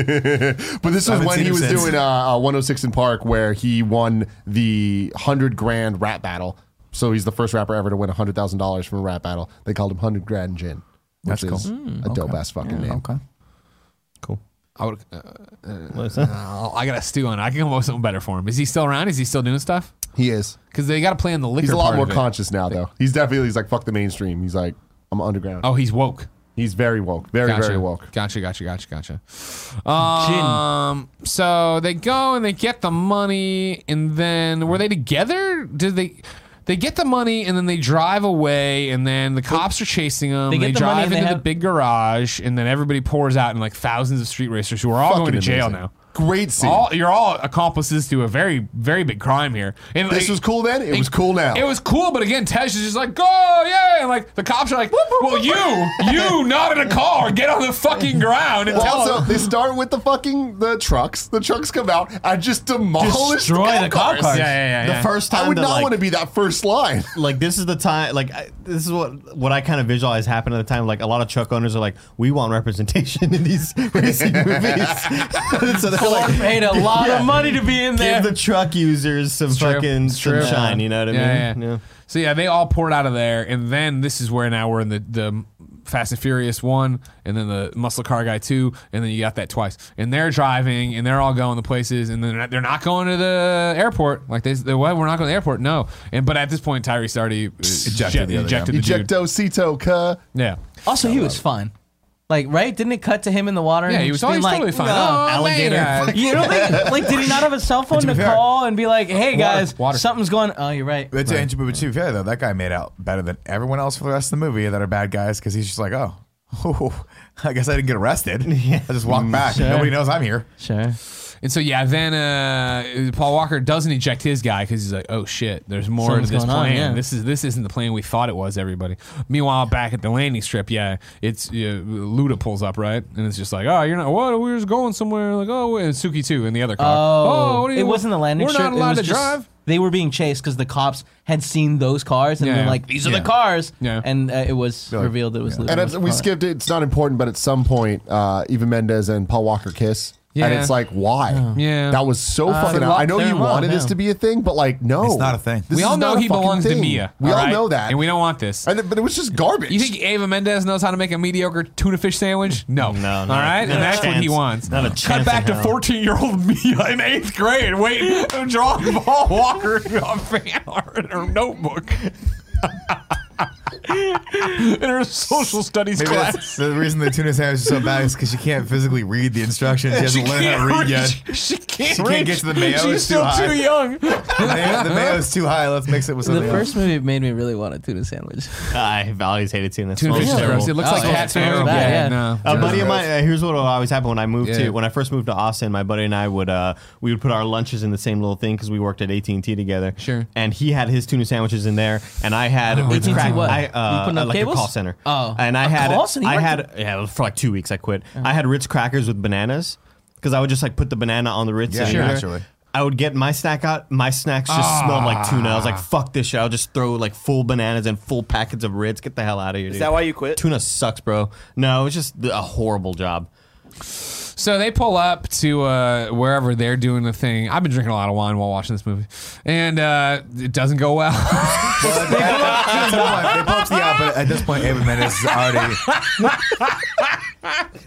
Speaker 3: I
Speaker 1: was
Speaker 3: haven't
Speaker 1: when
Speaker 3: seen
Speaker 1: he
Speaker 3: him
Speaker 1: was
Speaker 3: since.
Speaker 1: doing uh, uh, 106 in Park, where he won the 100 grand rap battle. So he's the first rapper ever to win $100,000 from a rap battle. They called him 100 Grand Jin. Which
Speaker 3: That's cool.
Speaker 1: is
Speaker 3: Mm,
Speaker 1: A dope ass fucking name.
Speaker 3: okay.
Speaker 4: cool.
Speaker 2: I would. Uh,
Speaker 4: Listen.
Speaker 2: oh, I got a stew on. it. I can come up with something better for him. Is he still around? Is he still doing stuff?
Speaker 1: He is.
Speaker 2: Because they got to play in the liquor.
Speaker 1: He's a
Speaker 2: part
Speaker 1: lot more
Speaker 2: of it.
Speaker 1: conscious now, though. He's definitely, he's like, fuck the mainstream. He's like, I'm underground.
Speaker 2: Oh, he's woke.
Speaker 1: He's very woke. Very,
Speaker 2: Gotcha.
Speaker 1: very woke.
Speaker 2: Gotcha, gotcha, gotcha, gotcha. Um, so they go and they get the money, and then were they together? Did they? They get the money and then they drive away, and then the cops are chasing them.
Speaker 5: They
Speaker 2: They,
Speaker 5: get the money
Speaker 2: drive
Speaker 5: and they
Speaker 2: into the
Speaker 5: have-
Speaker 2: big garage, and then everybody pours out, and like thousands of street racers who are all
Speaker 1: Fucking
Speaker 2: going to jail
Speaker 1: amazing.
Speaker 2: now.
Speaker 1: Great scene.
Speaker 2: All you're all accomplices to a very very big crime here. And
Speaker 1: this
Speaker 2: like-
Speaker 1: was cool then. It was cool now.
Speaker 2: It was cool, but again, Tej is just like, go, yeah, and like the cops are like, well, you, you, not in a car, get on the fucking ground and tell
Speaker 1: also,
Speaker 2: them.
Speaker 1: they start with the fucking the trucks. The trucks come out. I just demolish
Speaker 4: Destroy
Speaker 1: cop
Speaker 4: the cop
Speaker 1: cars.
Speaker 4: cars.
Speaker 2: Yeah, yeah, yeah.
Speaker 4: The
Speaker 2: yeah.
Speaker 4: first time
Speaker 1: I would
Speaker 4: that,
Speaker 1: not
Speaker 4: like,
Speaker 1: want to be that first line.
Speaker 4: like this is the time like I, this is what what I kind of visualize happened at the time like a lot of truck owners are like we want representation in these *laughs* racing movies *laughs* so they're
Speaker 2: *laughs*
Speaker 5: Ford
Speaker 4: like
Speaker 5: paid a lot
Speaker 4: Yeah.
Speaker 5: of money to be in there.
Speaker 4: give the truck users some
Speaker 2: true.
Speaker 4: fucking
Speaker 2: It's true.
Speaker 4: some shine you know what I
Speaker 2: Yeah,
Speaker 4: mean
Speaker 2: yeah. So yeah, they all poured out of there, and then this is where now we're in the the Fast and Furious one, and then the Muscle Car Guy two, and then you got that twice, and they're driving, and they're all going to places, and then they're not, they're not going to the airport. Like they, they what? We're not going to the airport. No. And but at this point, Tyrese already uh, ejected,
Speaker 3: the other
Speaker 2: ejected the dude.
Speaker 1: Ejecto, cito, cuh.
Speaker 2: Yeah.
Speaker 5: Also, he was fine. Like, right? Didn't it cut to him in the water? and
Speaker 2: Yeah, he was
Speaker 5: just being
Speaker 2: always
Speaker 5: like,
Speaker 2: totally fine.
Speaker 5: "No."
Speaker 2: Oh,
Speaker 4: Alligator.
Speaker 2: later.
Speaker 5: You don't think, like, did he not have
Speaker 2: *laughs*
Speaker 5: a cell phone to
Speaker 3: be fair-
Speaker 5: call and be like, hey guys,
Speaker 2: water.
Speaker 5: something's going Oh, you're right.
Speaker 3: But to, but to be fair though, that guy made out better than everyone else for the rest of the movie that are bad guys because he's just like, oh, *laughs* I guess I didn't get
Speaker 5: *laughs*
Speaker 3: arrested. I just walked back.
Speaker 5: Mm, Sure.
Speaker 3: Nobody knows I'm here.
Speaker 5: Sure.
Speaker 2: And so yeah, then uh, Paul Walker doesn't eject his guy because he's like, "Oh shit, there's more
Speaker 5: Something's
Speaker 2: to this
Speaker 5: going on,
Speaker 2: plan.
Speaker 5: yeah.
Speaker 2: This is this isn't the plan we thought it was." Everybody. Meanwhile, back at the landing strip, yeah, it's uh, Luda pulls up right, and it's just like, "Oh, you're not what? We're just going somewhere." Like, "Oh," and Suki too, and the other car.
Speaker 5: Oh,
Speaker 2: what are you,
Speaker 5: it wasn't the landing
Speaker 2: We're
Speaker 5: strip,
Speaker 2: not
Speaker 5: it
Speaker 2: allowed
Speaker 5: was
Speaker 2: to
Speaker 5: just-
Speaker 2: drive.
Speaker 5: They were being chased because the cops had seen those cars and
Speaker 2: Yeah,
Speaker 5: they're
Speaker 2: yeah.
Speaker 5: like, these are
Speaker 2: Yeah.
Speaker 5: the cars.
Speaker 2: Yeah.
Speaker 5: And uh, it was revealed it was Luke.
Speaker 1: And it's, we skipped it. It's not important, but at some point, uh, Eva Mendes and Paul Walker kiss. And
Speaker 2: Yeah.
Speaker 1: it's like, why?
Speaker 2: Yeah. Uh,
Speaker 1: That was so fucking.
Speaker 5: they're
Speaker 1: out. I know
Speaker 5: lo-
Speaker 1: you
Speaker 5: they're in love,
Speaker 1: wanted this
Speaker 5: yeah.
Speaker 1: to be a thing, but like, no,
Speaker 3: It's not a thing.
Speaker 1: This
Speaker 2: we
Speaker 1: is
Speaker 2: all know
Speaker 1: not a
Speaker 2: he
Speaker 1: fucking
Speaker 2: belongs to
Speaker 1: thing.
Speaker 2: Mia.
Speaker 1: We all
Speaker 2: alright?
Speaker 1: know that,
Speaker 2: and we don't want this.
Speaker 1: And it- but it was just garbage.
Speaker 2: You think Ava Mendez knows how to make a mediocre tuna fish sandwich? No.
Speaker 4: No,
Speaker 2: All
Speaker 4: not-
Speaker 2: right?
Speaker 4: not
Speaker 2: And
Speaker 4: a
Speaker 2: that's what he
Speaker 4: chance.
Speaker 2: wants.
Speaker 4: Not a
Speaker 2: Cut
Speaker 4: chance
Speaker 2: back
Speaker 4: in
Speaker 2: to
Speaker 4: hell.
Speaker 2: 14 year *laughs* old Mia in eighth grade waiting and drawing Paul Walker on fan art in her notebook. *laughs* in her social studies
Speaker 3: Maybe
Speaker 2: class.
Speaker 3: that's the reason the tuna sandwich is so bad is because she can't physically read the instructions.
Speaker 5: *laughs*
Speaker 3: She hasn't learned how to read yet.
Speaker 2: reach. *laughs* She can't,
Speaker 3: She can't
Speaker 2: reach.
Speaker 3: get to the mayo.
Speaker 2: She's
Speaker 3: It's too
Speaker 2: still
Speaker 3: high.
Speaker 2: too young.
Speaker 3: *laughs* the mayo- the mayo's too high. Let's mix it with
Speaker 5: The
Speaker 3: something
Speaker 5: first movie made me really want a tuna sandwich.
Speaker 4: I always Ah, hated tuna.
Speaker 2: Tuna fish
Speaker 4: Smells
Speaker 2: is gross. It
Speaker 4: terrible.
Speaker 2: looks
Speaker 5: Oh,
Speaker 2: like
Speaker 5: yeah,
Speaker 2: cat's
Speaker 5: it's really bad, yeah.
Speaker 2: no.
Speaker 4: A buddy of mine. uh, Here's what would always happen when I moved
Speaker 2: Yeah.
Speaker 4: to when I first moved to Austin. My buddy and I would uh, we would put our lunches in the same little thing because we worked at AT and T together.
Speaker 2: Sure.
Speaker 4: And he had his tuna sandwiches in there, and I had with
Speaker 5: AT&T
Speaker 4: crack-
Speaker 5: what?
Speaker 4: I,
Speaker 5: You
Speaker 4: uh,
Speaker 5: putting up
Speaker 4: like
Speaker 5: cables?
Speaker 4: a call center.
Speaker 5: Oh.
Speaker 4: And I
Speaker 5: A
Speaker 4: had
Speaker 5: call center? You
Speaker 4: I
Speaker 5: worked Uh-huh.
Speaker 4: had yeah for like two weeks. I quit. I had Ritz crackers with bananas because I would just like put the banana on the Ritz.
Speaker 3: Yeah,
Speaker 4: and
Speaker 3: sure.
Speaker 4: eat it.
Speaker 3: naturally.
Speaker 4: I would get my snack out. My snacks just
Speaker 5: Ah.
Speaker 4: smelled like tuna. I was like, "Fuck this shit!" I'll just throw like full bananas and full packets of Ritz. Get the hell out of here.
Speaker 6: Is
Speaker 4: dude.
Speaker 6: that why you quit?
Speaker 4: Tuna sucks, bro. No, it's just a horrible job.
Speaker 2: So they pull up to uh, wherever they're doing the thing. I've been drinking a lot of wine while watching this movie, and uh, it doesn't go well.
Speaker 3: Well, they, that's the point. They poked the eye, but at this point, Ava Mendes is already.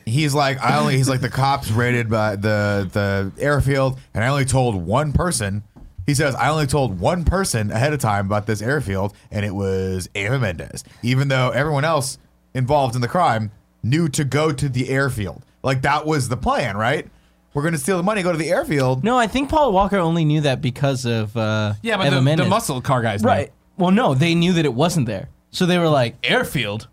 Speaker 3: He's like, I only. He's like the cops raided by the the airfield, and I only told one person. He says, I only told one person ahead of time about this airfield, and it was Ava Mendes. Even though everyone else involved in the crime knew to go to the airfield, like that was the plan, right? We're gonna steal the money, go to the airfield.
Speaker 5: No, I think Paul Walker only knew that because of uh,
Speaker 2: *laughs* Yeah, but
Speaker 5: Eva
Speaker 2: the, the
Speaker 5: Mendes.
Speaker 2: muscle car guys, know.
Speaker 5: Right. Well, no, they knew that it wasn't there. So they were like, airfield?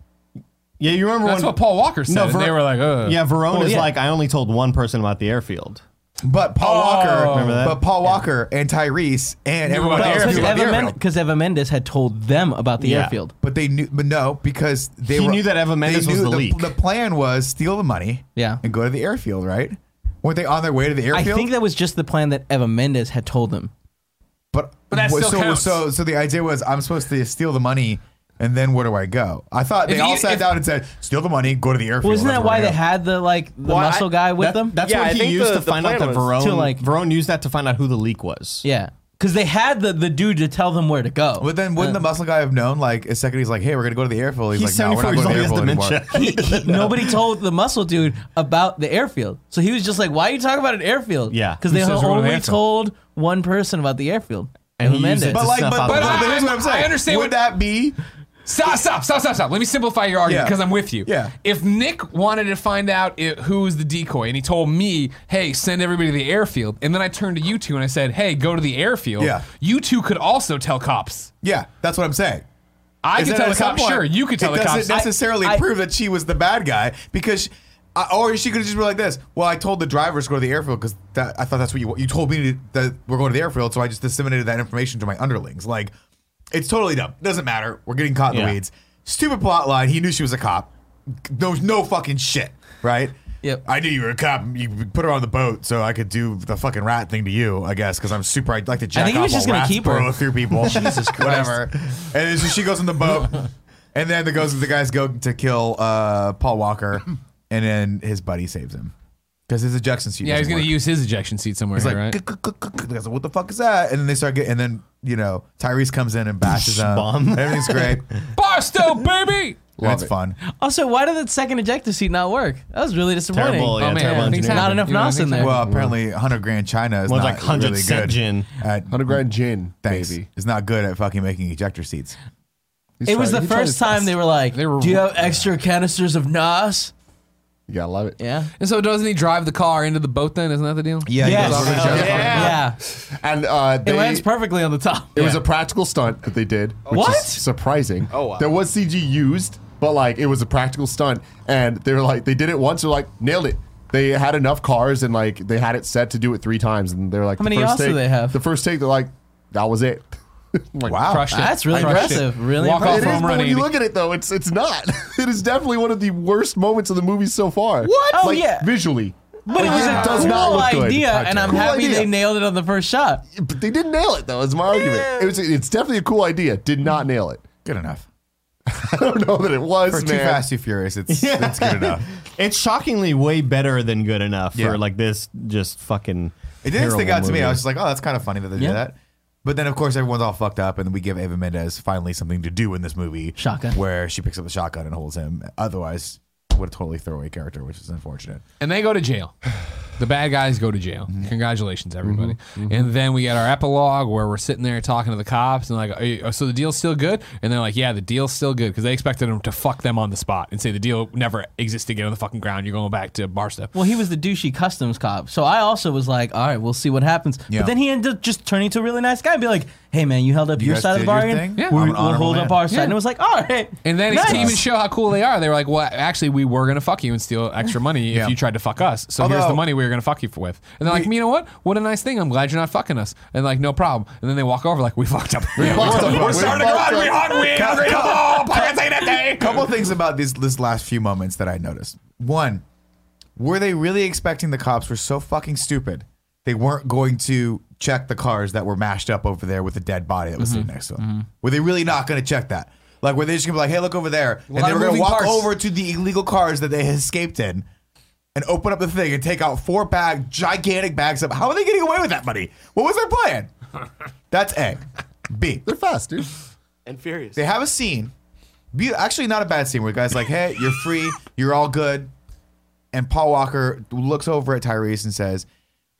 Speaker 4: Yeah, you remember
Speaker 2: That's
Speaker 4: when?
Speaker 2: what Paul Walker said.
Speaker 4: No,
Speaker 2: and
Speaker 4: Ver-
Speaker 2: they were like, Ugh.
Speaker 4: yeah, Verona's
Speaker 5: Well, yeah.
Speaker 4: like, I only told one person about the airfield.
Speaker 3: But Paul Walker,
Speaker 4: Oh. Remember that?
Speaker 3: but Paul Walker and Tyrese and everyone
Speaker 2: about the
Speaker 3: at Oh, the
Speaker 5: Because
Speaker 3: airfield.
Speaker 5: Eva,
Speaker 3: the
Speaker 5: Men-
Speaker 3: airfield.
Speaker 5: 'cause Eva Mendes had told them about the
Speaker 4: Yeah.
Speaker 5: airfield.
Speaker 3: But they knew, but no, because they
Speaker 4: He
Speaker 3: were,
Speaker 4: knew that Evan Mendes
Speaker 3: they
Speaker 4: was
Speaker 3: knew
Speaker 4: the leak.
Speaker 3: The plan was steal the money,
Speaker 5: Yeah.
Speaker 3: and go to the airfield. Right? Weren't they on their way to the
Speaker 5: I
Speaker 3: airfield?
Speaker 5: think that was just the plan that Eva Mendes had told them.
Speaker 3: but
Speaker 2: But that
Speaker 3: so,
Speaker 2: still
Speaker 3: so,
Speaker 2: counts.
Speaker 3: so so the idea was I'm supposed to steal the money, and then where do I go? I thought they
Speaker 2: If
Speaker 3: all
Speaker 2: you-
Speaker 3: sat
Speaker 2: if-
Speaker 3: down and said steal the money, go to the airfield.
Speaker 5: Well, isn't
Speaker 3: That's
Speaker 5: that
Speaker 3: where
Speaker 5: why
Speaker 3: I
Speaker 5: they
Speaker 3: go."
Speaker 5: had the like the
Speaker 6: Well, I-
Speaker 5: muscle guy with
Speaker 4: That-
Speaker 5: them?
Speaker 4: That's
Speaker 6: Yeah, I
Speaker 4: what he
Speaker 6: think
Speaker 4: used
Speaker 6: the-
Speaker 4: to
Speaker 6: the
Speaker 4: find out that
Speaker 6: plan
Speaker 4: Verone,
Speaker 6: was-
Speaker 5: To, like-
Speaker 4: Verone used that to find out who the leak was.
Speaker 5: yeah, because they had the, the dude to tell them where to go.
Speaker 3: But then wouldn't the muscle guy have known? Like a second, he's like, "Hey, we're gonna go to the airfield." He's,
Speaker 4: He's
Speaker 3: like, "No, we're
Speaker 4: 74
Speaker 3: not
Speaker 4: years
Speaker 3: going to
Speaker 4: old. He
Speaker 3: the
Speaker 4: has
Speaker 3: airfield anymore."
Speaker 4: dementia.
Speaker 5: He- he- nobody told the muscle dude about the airfield, so he was just like, "Why are you talking about an airfield?"
Speaker 4: Yeah.
Speaker 5: because
Speaker 4: Who
Speaker 5: they
Speaker 2: says we're going to the
Speaker 5: only
Speaker 2: airfield?
Speaker 5: told one person about the airfield.
Speaker 4: And he
Speaker 5: Eva
Speaker 4: used it to
Speaker 5: Mendes.
Speaker 3: But like,
Speaker 4: snuff
Speaker 3: but,
Speaker 4: out
Speaker 3: but,
Speaker 4: the-
Speaker 2: I-
Speaker 3: but here's what I'm saying.
Speaker 2: I understand
Speaker 3: Would
Speaker 2: what-
Speaker 3: that be?
Speaker 2: Stop, stop, stop, stop, stop. Let me simplify your argument
Speaker 3: Yeah.
Speaker 2: because I'm with you.
Speaker 3: Yeah.
Speaker 2: If Nick wanted to find out it, who was the decoy and he told me, hey, send everybody to the airfield, and then I turned to you two and I said, hey, go to the airfield,
Speaker 3: Yeah.
Speaker 2: you two could also tell cops.
Speaker 3: Yeah, that's what I'm saying.
Speaker 2: I
Speaker 3: Is
Speaker 2: could
Speaker 3: that
Speaker 2: tell
Speaker 3: at
Speaker 2: the
Speaker 3: some
Speaker 2: cops.
Speaker 3: point,
Speaker 2: Sure, you could tell
Speaker 3: it
Speaker 2: the cops.
Speaker 3: doesn't necessarily
Speaker 5: I-
Speaker 3: prove that she was the bad guy because I, or she could have just been like this. Well, I told the drivers to go to the airfield because I thought that's what you you told me to, that we're going to the airfield, so I just disseminated that information to my underlings. Like, it's totally dumb. Doesn't matter. We're getting caught in
Speaker 4: Yeah.
Speaker 3: the weeds. Stupid plot line. He knew she was a cop. There was no fucking shit, right?
Speaker 5: Yep.
Speaker 3: I knew you were a cop. You put her on the boat, so I could do the fucking rat thing to you, I guess, because I'm super. I'd like to jack
Speaker 5: think he
Speaker 3: off
Speaker 5: was just
Speaker 3: while
Speaker 5: gonna
Speaker 3: rats
Speaker 5: keep her.
Speaker 3: burrow through people. *laughs* Jesus Christ. Whatever. And then so she goes on the boat, and then the goes the guys go to kill uh, Paul Walker, and then his buddy saves him because his ejection seat.
Speaker 2: Yeah, he's
Speaker 3: doesn't
Speaker 2: gonna
Speaker 3: work.
Speaker 2: use his ejection seat somewhere,
Speaker 3: It's
Speaker 2: here,
Speaker 3: like
Speaker 2: right?
Speaker 3: "K-k-k-k-k." the guys like, what the fuck is that? And then they start getting, and then you know Tyrese comes in and
Speaker 4: *laughs*
Speaker 3: bashes them.
Speaker 4: Bomb.
Speaker 3: Everything's
Speaker 4: *laughs*
Speaker 3: great.
Speaker 2: Barstow, baby.
Speaker 3: That's fun.
Speaker 5: Also, why did that second ejector seat not work? That was really disappointing.
Speaker 4: Terrible, yeah,
Speaker 2: Oh, man,
Speaker 4: terrible
Speaker 2: things
Speaker 4: engineering.
Speaker 5: Not
Speaker 2: happen.
Speaker 5: enough
Speaker 2: You know,
Speaker 5: nos in
Speaker 2: things
Speaker 5: there.
Speaker 2: happen.
Speaker 3: Well, apparently, hundred grand China is
Speaker 4: Well,
Speaker 3: not
Speaker 4: like 100
Speaker 3: really
Speaker 4: cent
Speaker 3: good.
Speaker 4: gin.
Speaker 3: At,
Speaker 1: 100 grand gin,
Speaker 3: thanks.
Speaker 1: baby.
Speaker 3: Is not good at fucking making ejector seats.
Speaker 1: He's
Speaker 5: It was
Speaker 1: trying-
Speaker 5: the
Speaker 1: he's trying
Speaker 5: first
Speaker 1: his best.
Speaker 5: time they were like,
Speaker 2: They were-
Speaker 5: "Do you have extra canisters of Nas?"
Speaker 1: You gotta love it.
Speaker 5: Yeah.
Speaker 2: And so doesn't he drive the car into the boat then? Isn't that the deal?
Speaker 3: Yeah, he goes
Speaker 5: Yes.
Speaker 3: off the
Speaker 5: Hell
Speaker 3: jet.
Speaker 5: Yeah.
Speaker 1: And uh, they,
Speaker 5: It lands perfectly on the top.
Speaker 1: It was a practical stunt that they did, which
Speaker 5: What?
Speaker 1: is surprising.
Speaker 6: Oh, wow.
Speaker 1: There was CG used, but like it was a practical stunt, and they were like they did it once, they're like nailed it. They had enough cars, and like they had it set to do it three times, and they were like,
Speaker 5: How many
Speaker 1: the first
Speaker 5: yards do
Speaker 1: take-
Speaker 5: they have?
Speaker 1: The first take, they're like, that was it.
Speaker 3: Wow.
Speaker 2: Crushed it.
Speaker 5: That's really
Speaker 2: Crushed it.
Speaker 5: impressive. Really
Speaker 2: Walk
Speaker 1: It
Speaker 2: off
Speaker 1: is,
Speaker 5: impressive.
Speaker 2: home
Speaker 1: but
Speaker 2: run,
Speaker 1: when you
Speaker 2: Andy.
Speaker 1: look at it though, it's it's not. *laughs* it is definitely one of the worst moments of the movie so far.
Speaker 5: What? Oh,
Speaker 1: Like,
Speaker 5: yeah.
Speaker 1: Visually,
Speaker 5: But it was a
Speaker 1: it does
Speaker 5: cool
Speaker 1: not look good.
Speaker 5: idea, and I'm
Speaker 1: Cool
Speaker 5: happy
Speaker 1: idea.
Speaker 5: they nailed it on the first shot.
Speaker 1: but they didn't nail it though. Is my argument. It was. It's definitely a cool idea. Did not nail it. *laughs*
Speaker 3: Good enough.
Speaker 1: I don't know that it was
Speaker 3: For
Speaker 1: man.
Speaker 3: Too Fast, Too Furious,
Speaker 4: *laughs*
Speaker 3: it's, it's good enough.
Speaker 4: *laughs* It's shockingly way better than good enough
Speaker 3: Yeah.
Speaker 4: for like this just fucking.
Speaker 3: It didn't stick
Speaker 4: terrible
Speaker 3: out to me.
Speaker 4: movie.
Speaker 3: I was just like, oh, that's kind of funny that they
Speaker 5: Yeah.
Speaker 3: did that. But then, of course, everyone's all fucked up, and we give Eva Mendes finally something to do in this movie.
Speaker 5: Shotgun.
Speaker 3: Where she picks up the shotgun and holds him. Otherwise, would a totally throwaway character, which is unfortunate.
Speaker 2: And they go to
Speaker 5: *sighs*
Speaker 2: jail. The bad guys go to jail.
Speaker 5: Mm-hmm.
Speaker 2: Congratulations, everybody. And then we get our epilogue where we're sitting there talking to the cops and like, "Are you- so the deal's still good? And they're like, yeah, the deal's still good because they expected them to fuck them on the spot and say the deal never existed. Get on the fucking ground. You're going back to Barstow.
Speaker 5: Well, he was the douchey customs cop, so I also was like, "All right, we'll see what happens."
Speaker 3: Yeah.
Speaker 5: But then he ended up just turning to a really nice guy and be like, "Hey, man, you held up
Speaker 3: You
Speaker 5: your
Speaker 3: guys
Speaker 5: side of the
Speaker 3: did your
Speaker 5: bargain.
Speaker 3: thing? Yeah.
Speaker 5: We-
Speaker 3: I'm an
Speaker 5: We'll
Speaker 3: honorable
Speaker 5: hold
Speaker 3: man."
Speaker 5: up our side."
Speaker 2: Yeah.
Speaker 5: And it was like, "All right."
Speaker 2: And then
Speaker 5: nice.
Speaker 2: his team and show how cool they are. They were like, well, actually, we were going to fuck you and steal extra money
Speaker 3: Yeah.
Speaker 2: if you tried to fuck us. So here's
Speaker 3: Although-
Speaker 2: the money we were going to fuck you for with. And they're like, you know what? What a nice thing. I'm glad you're not fucking us. And like, no problem. And then they walk over like, we fucked up. *laughs*
Speaker 1: We fucked up. We fucked up.
Speaker 3: A couple things about these this last few moments that I noticed. One, were they really expecting the cops were so fucking stupid they weren't going to check the cars that were mashed up over there with the dead body that was sitting
Speaker 2: Mm-hmm.
Speaker 3: next to them? Were they really not going to check that? Like, were they just gonna be like, "Hey, look over there," and
Speaker 2: lot
Speaker 3: they
Speaker 2: of
Speaker 3: were gonna
Speaker 2: moving
Speaker 3: walk
Speaker 2: parts.
Speaker 3: over to the illegal cars that they escaped in? and open up the thing and take out four bag gigantic bags of how are they getting away with that money? What was their
Speaker 2: *laughs*
Speaker 3: plan? That's A. B.
Speaker 1: They're fast, dude.
Speaker 6: And furious.
Speaker 3: They have a scene. Be- actually not a bad scene where the guy's like, hey, you're free, you're all good. And Paul Walker looks over at Tyrese and says,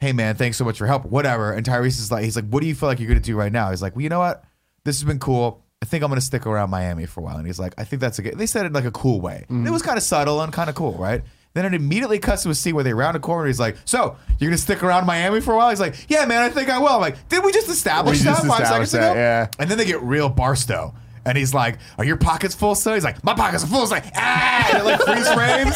Speaker 3: Hey man, thanks so much for help. Whatever. And Tyrese is like, he's like, What do you feel like you're gonna do right now? He's like, Well, you know what? This has been cool. I think I'm gonna stick around Miami for a while. And he's like, I think that's a good they said it in like a cool way. It
Speaker 1: Mm-hmm.
Speaker 3: was kind of subtle and kind of cool, right? Then it immediately cuts to a scene where they round a corner. He's like, "So you're gonna stick around Miami for a while?" He's like, "Yeah, man, I think I will." I'm like, "Did we just establish
Speaker 1: We
Speaker 3: that
Speaker 1: just
Speaker 3: five
Speaker 1: established
Speaker 3: seconds
Speaker 1: that,
Speaker 3: ago?"
Speaker 1: yeah.
Speaker 3: And then they get real Barstow. And he's like, Are your pockets full, son? He's like, My pockets are full. It's like, ah, and it like freeze frames.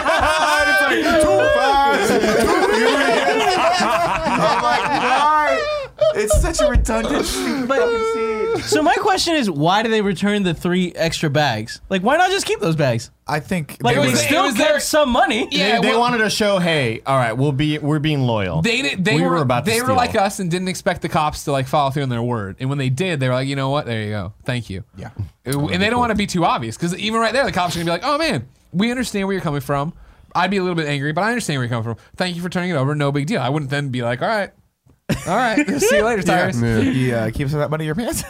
Speaker 3: and it's like, too fast. Too furious. I'm like, "Why?" It's such
Speaker 2: *laughs*
Speaker 3: a redundant fucking scene.
Speaker 5: So my question is, why do they return the three extra bags? Like, why not just keep those bags?
Speaker 3: I think
Speaker 5: Like,
Speaker 3: they
Speaker 5: they
Speaker 2: was-
Speaker 3: would've-
Speaker 5: still
Speaker 2: it was
Speaker 5: kept
Speaker 2: their-
Speaker 5: some money.
Speaker 4: They,
Speaker 2: Yeah,
Speaker 4: they
Speaker 2: well-
Speaker 4: wanted to show, hey, all right, we'll be we're being loyal.
Speaker 2: They did. They
Speaker 4: We
Speaker 2: were,
Speaker 4: were about to
Speaker 2: They were
Speaker 4: steal.
Speaker 2: like us and didn't expect the cops to like follow through on their word. And when they did, they were like, you know what? There you go. Thank you.
Speaker 3: Yeah.
Speaker 2: It- And they don't want to be too obvious because even right there, the cops are gonna be like, oh man, we understand where you're coming from. I'd be a little bit angry, but I understand where you're coming from. Thank you for turning it over. No big deal. I wouldn't then be like, all right, all right, *laughs* see you later, Tyrus.
Speaker 3: he uh, keeps that money in your *laughs* pants.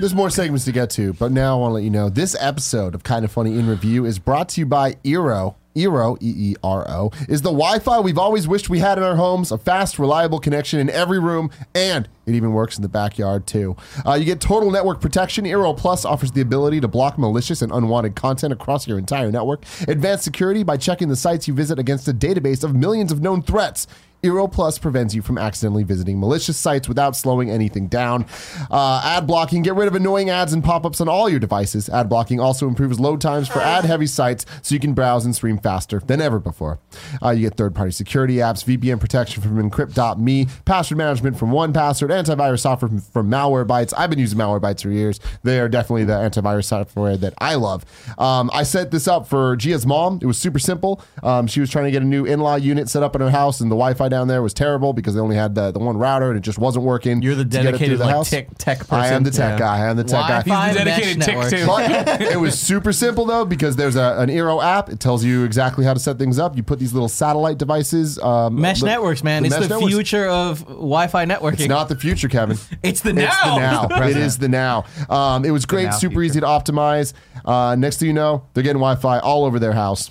Speaker 1: There's more segments to get to, but now I want to let you know this episode of Kind of Funny in Review is brought to you by Eero. Eero, E E R O, is the Wi Fi we've always wished we had in our homes, a fast, reliable connection in every room, and it even works in the backyard too. Uh, you get total network protection. Eero Plus offers the ability to block malicious and unwanted content across your entire network, advanced security by checking the sites you visit against a database of millions of known threats. Eero Plus prevents you from accidentally visiting malicious sites without slowing anything down. Uh, ad blocking, get rid of annoying ads and pop ups on all your devices. Ad blocking also improves load times for ad heavy sites so you can browse and stream faster than ever before. Uh, you get third party security apps, VPN protection from encrypt.me, password management from 1Password, antivirus software from, from Malwarebytes. I've been using Malwarebytes for years. They are definitely the antivirus software that I love. Um, I set this up for Gia's mom. It was super simple. Um, she was trying to get a new in law unit set up in her house, and the Wi Fi down there was terrible because they only had the, the one router and it just wasn't working.
Speaker 5: You're the
Speaker 1: to get it through
Speaker 5: dedicated
Speaker 1: the
Speaker 5: like,
Speaker 1: house.
Speaker 5: tech, tech person.
Speaker 1: I am the tech guy. I am the tech guy.
Speaker 5: Wi-Fi
Speaker 2: He's the dedicated
Speaker 5: mesh
Speaker 2: tick too.
Speaker 5: network. *laughs*
Speaker 1: But it was super simple though because there's a, an Eero app. It tells you exactly how to set things up. You put these little satellite devices. Um,
Speaker 5: Mesh
Speaker 1: the-
Speaker 5: networks, man. it's
Speaker 1: mesh
Speaker 5: the
Speaker 1: networks.
Speaker 5: future of Wi-Fi networking.
Speaker 1: It's not the future, Kevin.
Speaker 5: It's the
Speaker 1: It's
Speaker 5: now.
Speaker 1: the now. it is the now. Um, it was great,
Speaker 3: now
Speaker 1: super
Speaker 3: future.
Speaker 1: easy to optimize. Uh, next thing you know, they're getting Wi-Fi all over their house.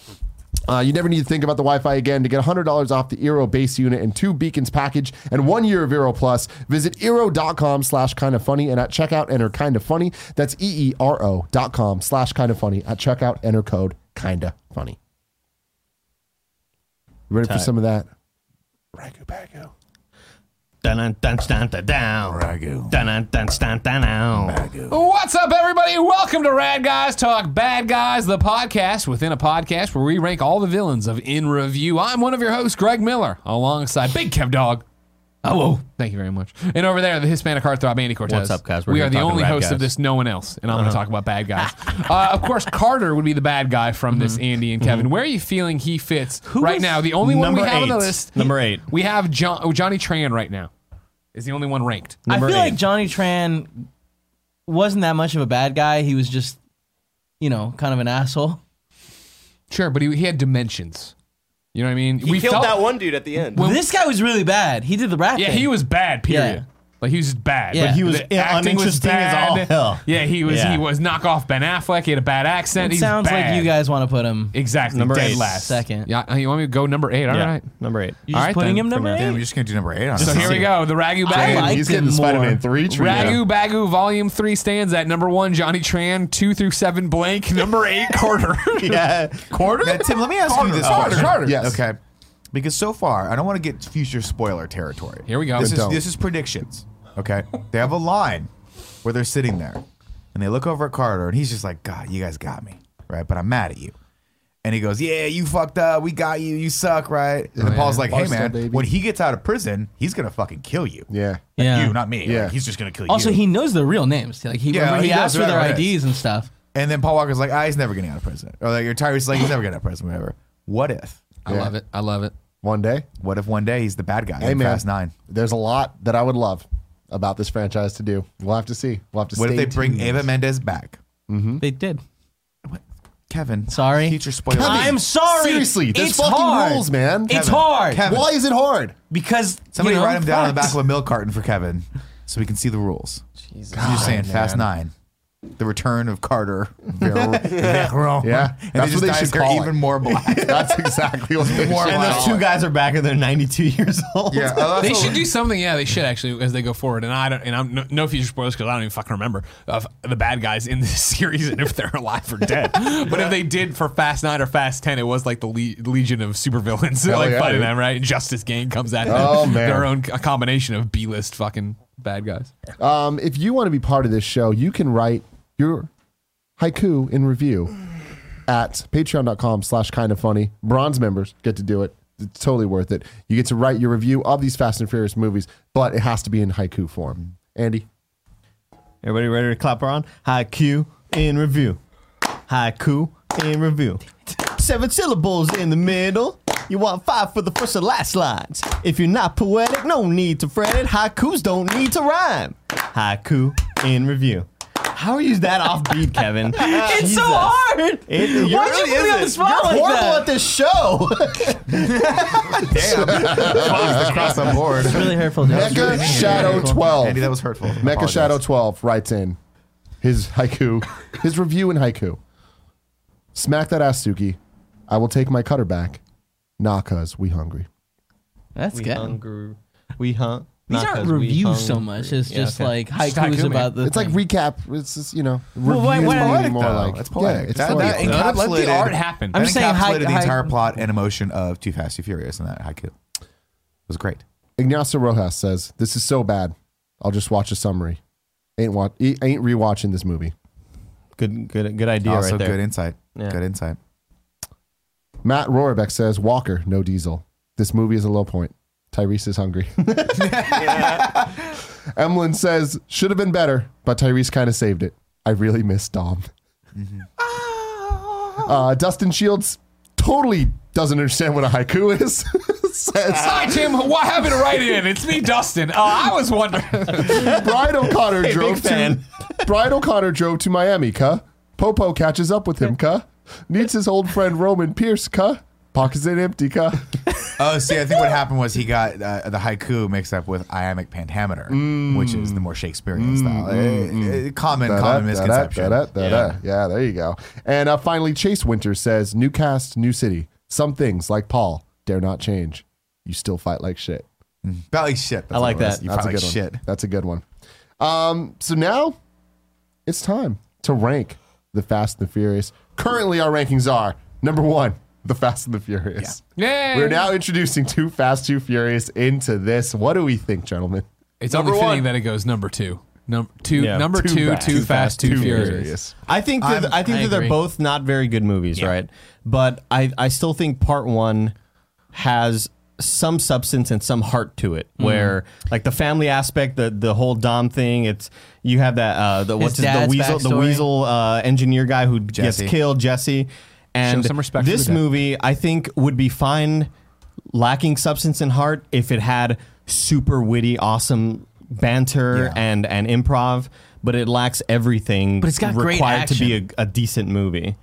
Speaker 1: Uh, you never need to think about the Wi-Fi again. To get $100 off the Eero base unit and two beacons package and one year of Eero Plus, visit Eero.com slash kind of funny and at checkout enter kind of funny. That's E E-E-R-O dot com slash kind of funny. At checkout enter code kind of funny. Ready for some of that? Ragu Bagu.
Speaker 4: Dun dun dun dun down.
Speaker 3: Ragu.
Speaker 4: Dun dun dun down.
Speaker 2: What's up, everybody? Welcome to Rad Guys Talk Bad Guys, the podcast within a podcast where we rank all the villains of In Review. I'm one of your hosts, Greg Miller, alongside Big Kev Dog. Hello. Thank you very much. And over there, the Hispanic heartthrob, Andy Cortez.
Speaker 4: What's up, guys? We're
Speaker 2: we
Speaker 4: here
Speaker 2: are the
Speaker 4: talking
Speaker 2: only
Speaker 4: rad
Speaker 2: hosts of
Speaker 4: guys. Uh-huh.
Speaker 2: this, no one else. And I'm going to talk about bad guys. *laughs* uh, of course, Carter would be the bad guy from this, Andy and Kevin. Where are you feeling he fits right
Speaker 4: Mm-hmm. is
Speaker 2: now? The only one we
Speaker 4: number
Speaker 2: have on the
Speaker 4: eight?
Speaker 2: list.
Speaker 4: Number eight.
Speaker 2: We have John, oh, Johnny Tran right now. Is the only one ranked.
Speaker 5: I
Speaker 4: Number
Speaker 5: feel like
Speaker 4: eight.
Speaker 5: Johnny Tran wasn't that much of a bad guy. He was just, you know, kind of an asshole.
Speaker 2: Sure, but he, he had dimensions. You know what I mean?
Speaker 6: He killed
Speaker 2: felt-
Speaker 6: that one dude at the end.
Speaker 5: this guy was really bad. He did the rat.
Speaker 2: Yeah,
Speaker 5: thing.
Speaker 2: he was bad. Period. Like he was just bad.
Speaker 5: Yeah. But he
Speaker 4: was
Speaker 2: The
Speaker 4: in-
Speaker 2: acting was
Speaker 4: uninteresting as all
Speaker 2: bad.
Speaker 4: hell.
Speaker 2: Yeah, he was.
Speaker 4: Yeah.
Speaker 2: He was knockoff Ben Affleck. He had a bad accent.
Speaker 5: It
Speaker 2: He's
Speaker 5: sounds
Speaker 2: bad.
Speaker 5: like you guys want to put him.
Speaker 2: exactly
Speaker 4: Number
Speaker 2: dead
Speaker 4: eight.
Speaker 2: last
Speaker 5: Second.
Speaker 2: Yeah, uh, you want me to go number eight? All right.
Speaker 4: Yeah, Number eight.
Speaker 5: You're just
Speaker 2: Alright
Speaker 5: putting
Speaker 2: then,
Speaker 5: him
Speaker 4: for
Speaker 5: number
Speaker 4: now.
Speaker 3: Damn, we're
Speaker 5: eight.
Speaker 3: just gonna do number eight on
Speaker 2: So
Speaker 3: this.
Speaker 2: here we go. The Ragu
Speaker 5: I
Speaker 2: Bagu.
Speaker 5: like-
Speaker 1: He's getting the
Speaker 5: him more.
Speaker 1: Spider-Man 3 treatment.
Speaker 2: Ragu Bagu Volume Three stands at number one. Johnny Tran two through seven blank. Number eight
Speaker 5: *laughs*
Speaker 2: Carter.
Speaker 4: *laughs* Yeah. Quarter?
Speaker 3: Now, Tim, let me ask
Speaker 1: Carter,
Speaker 3: you this
Speaker 1: Carter,
Speaker 3: question.
Speaker 1: Carter. Yes.
Speaker 3: Okay. Because so far, I don't want to get future spoiler territory.
Speaker 2: Here we go.
Speaker 3: This is,
Speaker 1: Don't.
Speaker 3: this is predictions. Okay. They have a line where they're sitting there and they look over at Carter and he's just like, God, you guys got me. Right. But I'm mad at you. And he goes, Yeah, you fucked up. We got you. You suck. Right. And then Paul's like, Hey,
Speaker 1: Barstool,
Speaker 3: man,
Speaker 1: baby."
Speaker 3: when he gets out of prison, he's going to fucking kill you.
Speaker 1: Yeah.
Speaker 3: Like
Speaker 5: Yeah.
Speaker 3: You, not me.
Speaker 1: Yeah.
Speaker 3: Like, he's just going to kill
Speaker 5: Also,
Speaker 3: you.
Speaker 5: he knows their real names. Like he,
Speaker 3: Yeah,
Speaker 5: remember he,
Speaker 3: he
Speaker 5: asked
Speaker 3: knows
Speaker 5: for their
Speaker 3: their
Speaker 5: IDs and stuff.
Speaker 3: And then Paul Walker's like, ah, he's never getting out of prison. Or like, or Tyree's like, he's never getting out of prison, whatever. What if?
Speaker 2: I
Speaker 1: Yeah.
Speaker 2: love it. I love it.
Speaker 1: One day.
Speaker 3: What if one day he's the bad guy
Speaker 1: Hey
Speaker 3: in
Speaker 1: man,
Speaker 3: Fast Nine?
Speaker 1: There's a lot that I would love about this franchise to do. We'll have to see. We'll have to.
Speaker 3: What if
Speaker 1: stay
Speaker 3: they bring
Speaker 1: tuned.
Speaker 3: Ava Mendes back?
Speaker 2: Hmm?
Speaker 5: They did.
Speaker 3: Kevin,
Speaker 5: Sorry.
Speaker 3: future spoiler.
Speaker 5: I'm sorry.
Speaker 1: Seriously, there's
Speaker 5: it's
Speaker 1: fucking
Speaker 5: hard.
Speaker 1: rules, man.
Speaker 5: It's
Speaker 3: Kevin,
Speaker 5: hard
Speaker 3: Kevin.
Speaker 1: Why is it
Speaker 3: *laughs*
Speaker 1: hard?
Speaker 5: because
Speaker 3: Somebody
Speaker 5: you know,
Speaker 3: write him down on the back
Speaker 5: facts.
Speaker 3: of a milk carton for Kevin, so we can see the rules. Jesus, I'm just saying, Fast Nine, the return of Carter. *laughs*
Speaker 1: Yeah,
Speaker 3: yeah, and
Speaker 1: that's
Speaker 3: that's
Speaker 1: what
Speaker 3: just
Speaker 1: they
Speaker 3: dyes
Speaker 1: should
Speaker 3: her
Speaker 1: call it.
Speaker 3: even more
Speaker 1: *laughs*
Speaker 3: black.
Speaker 1: That's exactly what they
Speaker 3: More
Speaker 1: should-
Speaker 4: And
Speaker 3: Wow.
Speaker 4: those two guys are back and they're 92 years *laughs* old.
Speaker 3: yeah, I love-
Speaker 2: They should do something. Yeah, they should actually as they go forward. And I don't. And I'm no, no future spoilers because I don't even fucking remember of the bad guys in this *laughs* series and if they're alive or *laughs* dead. but if they did for Fast Nine or Fast Ten, it was like the le- Legion of supervillains *laughs* like
Speaker 1: yeah,
Speaker 2: fighting
Speaker 1: dude.
Speaker 2: them, right? And Justice Gang comes at
Speaker 1: Oh,
Speaker 2: them.
Speaker 1: man.
Speaker 2: Their own a combination of B list fucking bad guys.
Speaker 1: *laughs* Um, if you want to be part of this show, you can write your haiku in review at patreon.com slash kind of funny. Bronze members get to do it. It's totally worth it. You get to write your review of these Fast and Furious movies, but it has to be in haiku form.
Speaker 3: Mm.
Speaker 1: Andy,
Speaker 4: Everybody ready to clap around? Haiku in review. Haiku in review. Seven syllables in the middle. You want five for the first and last lines. If you're not poetic, no need to fret it. Haikus don't need to rhyme. Haiku in review. How is that offbeat, Kevin?
Speaker 5: *laughs* *laughs* It's
Speaker 4: Jesus.
Speaker 5: so hard.
Speaker 4: It- you're-
Speaker 5: Why'd you put me on the spot like
Speaker 4: horrible
Speaker 5: that?
Speaker 4: at this
Speaker 5: *laughs*
Speaker 4: show.
Speaker 3: Damn, that was across the board.
Speaker 5: It's really hurtful. dude. It's really
Speaker 1: Mecha *laughs* Shadow 12.
Speaker 3: Andy, that was hurtful. I
Speaker 1: Mecha
Speaker 3: apologize.
Speaker 1: Shadow 12 writes in his haiku, his review in haiku. Smack that ass, Suki. I will take my cutter back. Nah, cuz we hungry.
Speaker 5: That's good.
Speaker 4: hungry. We hunt.
Speaker 5: These aren't reviews so much. It's just like haikus
Speaker 2: haiku, man.
Speaker 5: about the.
Speaker 1: It's like
Speaker 5: thing.
Speaker 1: recap. It's just, you know, review
Speaker 5: why-
Speaker 1: is
Speaker 5: why-
Speaker 1: maybe
Speaker 3: Poetic,
Speaker 1: more
Speaker 3: though.
Speaker 1: like.
Speaker 3: That's poetic.
Speaker 1: Yeah, it's
Speaker 3: That-
Speaker 1: poetic.
Speaker 3: that
Speaker 1: Yeah.
Speaker 2: No, let the
Speaker 3: Encapsulated-
Speaker 2: art happen.
Speaker 5: I'm
Speaker 3: That
Speaker 5: saying hi-
Speaker 3: encapsulated the
Speaker 5: hi-
Speaker 3: entire plot and emotion of Two Fast, Two Furious in that haiku. was great.
Speaker 1: Ignacio Rojas says, "This is so bad. I'll just watch a summary. Ain't watch, ain't rewatching this movie."
Speaker 4: Good, good, good
Speaker 1: Oh,
Speaker 4: idea
Speaker 3: also,
Speaker 4: right there.
Speaker 3: good insight.
Speaker 4: Yeah.
Speaker 3: Good insight.
Speaker 1: Matt Rohrbeck says, "Walker, no diesel. This movie is a low point. Tyrese is
Speaker 4: *laughs*
Speaker 1: hungry." *laughs* Emlyn says, "Should have been better, but Tyrese kind of saved it. I really miss Dom."
Speaker 4: Mm-hmm.
Speaker 1: Uh, Dustin Shields totally doesn't understand what a haiku is. *laughs* says,
Speaker 2: Hi, Tim. Why haven't I write in? It's me, Dustin. Oh, I was wondering.
Speaker 1: Brian O'Connor
Speaker 4: *laughs* Hey,
Speaker 1: drove
Speaker 4: big
Speaker 1: to
Speaker 4: fan.
Speaker 1: Brian O'Connor drove to Miami, cuh. Popo catches up with
Speaker 4: *laughs*
Speaker 1: him, cuh. Needs his old friend Roman Pierce, cuh. Pockets it empty, cuh.
Speaker 3: Oh, see, I think what happened was he got uh, the haiku mixed up with iambic pentameter,
Speaker 1: Mm.
Speaker 3: which is the more Shakespearean style. Eh, eh, common, common misconception.
Speaker 1: Da-da, da-da, da-da. Yeah, there you go. And uh, finally, Chase Winter says, "New cast, new city. Some things like Paul dare not change. You still fight like shit."
Speaker 3: Probably shit.
Speaker 4: I like that.
Speaker 3: You
Speaker 1: That's a
Speaker 3: probably
Speaker 1: good
Speaker 3: shit.
Speaker 1: one. That's a good one. Um, so now it's time to rank the Fast and the Furious. Currently, our rankings are number one, the Fast and the Furious.
Speaker 2: Yay.
Speaker 1: We're now introducing two Fast, two Furious into this. What do we think, gentlemen?
Speaker 2: It's
Speaker 1: Number
Speaker 2: only fitting
Speaker 1: one.
Speaker 2: that it goes number two. Number two.
Speaker 4: Yeah.
Speaker 2: number
Speaker 1: Too
Speaker 2: two.
Speaker 1: bad.
Speaker 2: Too fast. Too furious.
Speaker 4: I think that, I think
Speaker 5: I
Speaker 4: that they're
Speaker 5: agree.
Speaker 4: both not very good movies, right? But I, I still think part one has some substance and some heart to it, where like the family aspect, the the whole Dom thing. It's you have that uh, the what's his, the
Speaker 5: dad's
Speaker 4: weasel the
Speaker 5: backstory.
Speaker 4: weasel uh, engineer guy who
Speaker 3: Jesse.
Speaker 4: gets killed, Jesse. And
Speaker 2: some respect for
Speaker 4: this
Speaker 2: the dead.
Speaker 4: movie, I think, would be fine lacking substance and heart if it had super witty, awesome banter
Speaker 3: Yeah.
Speaker 4: and and improv. But it lacks everything
Speaker 5: But it's got great
Speaker 4: required to be a, a decent movie.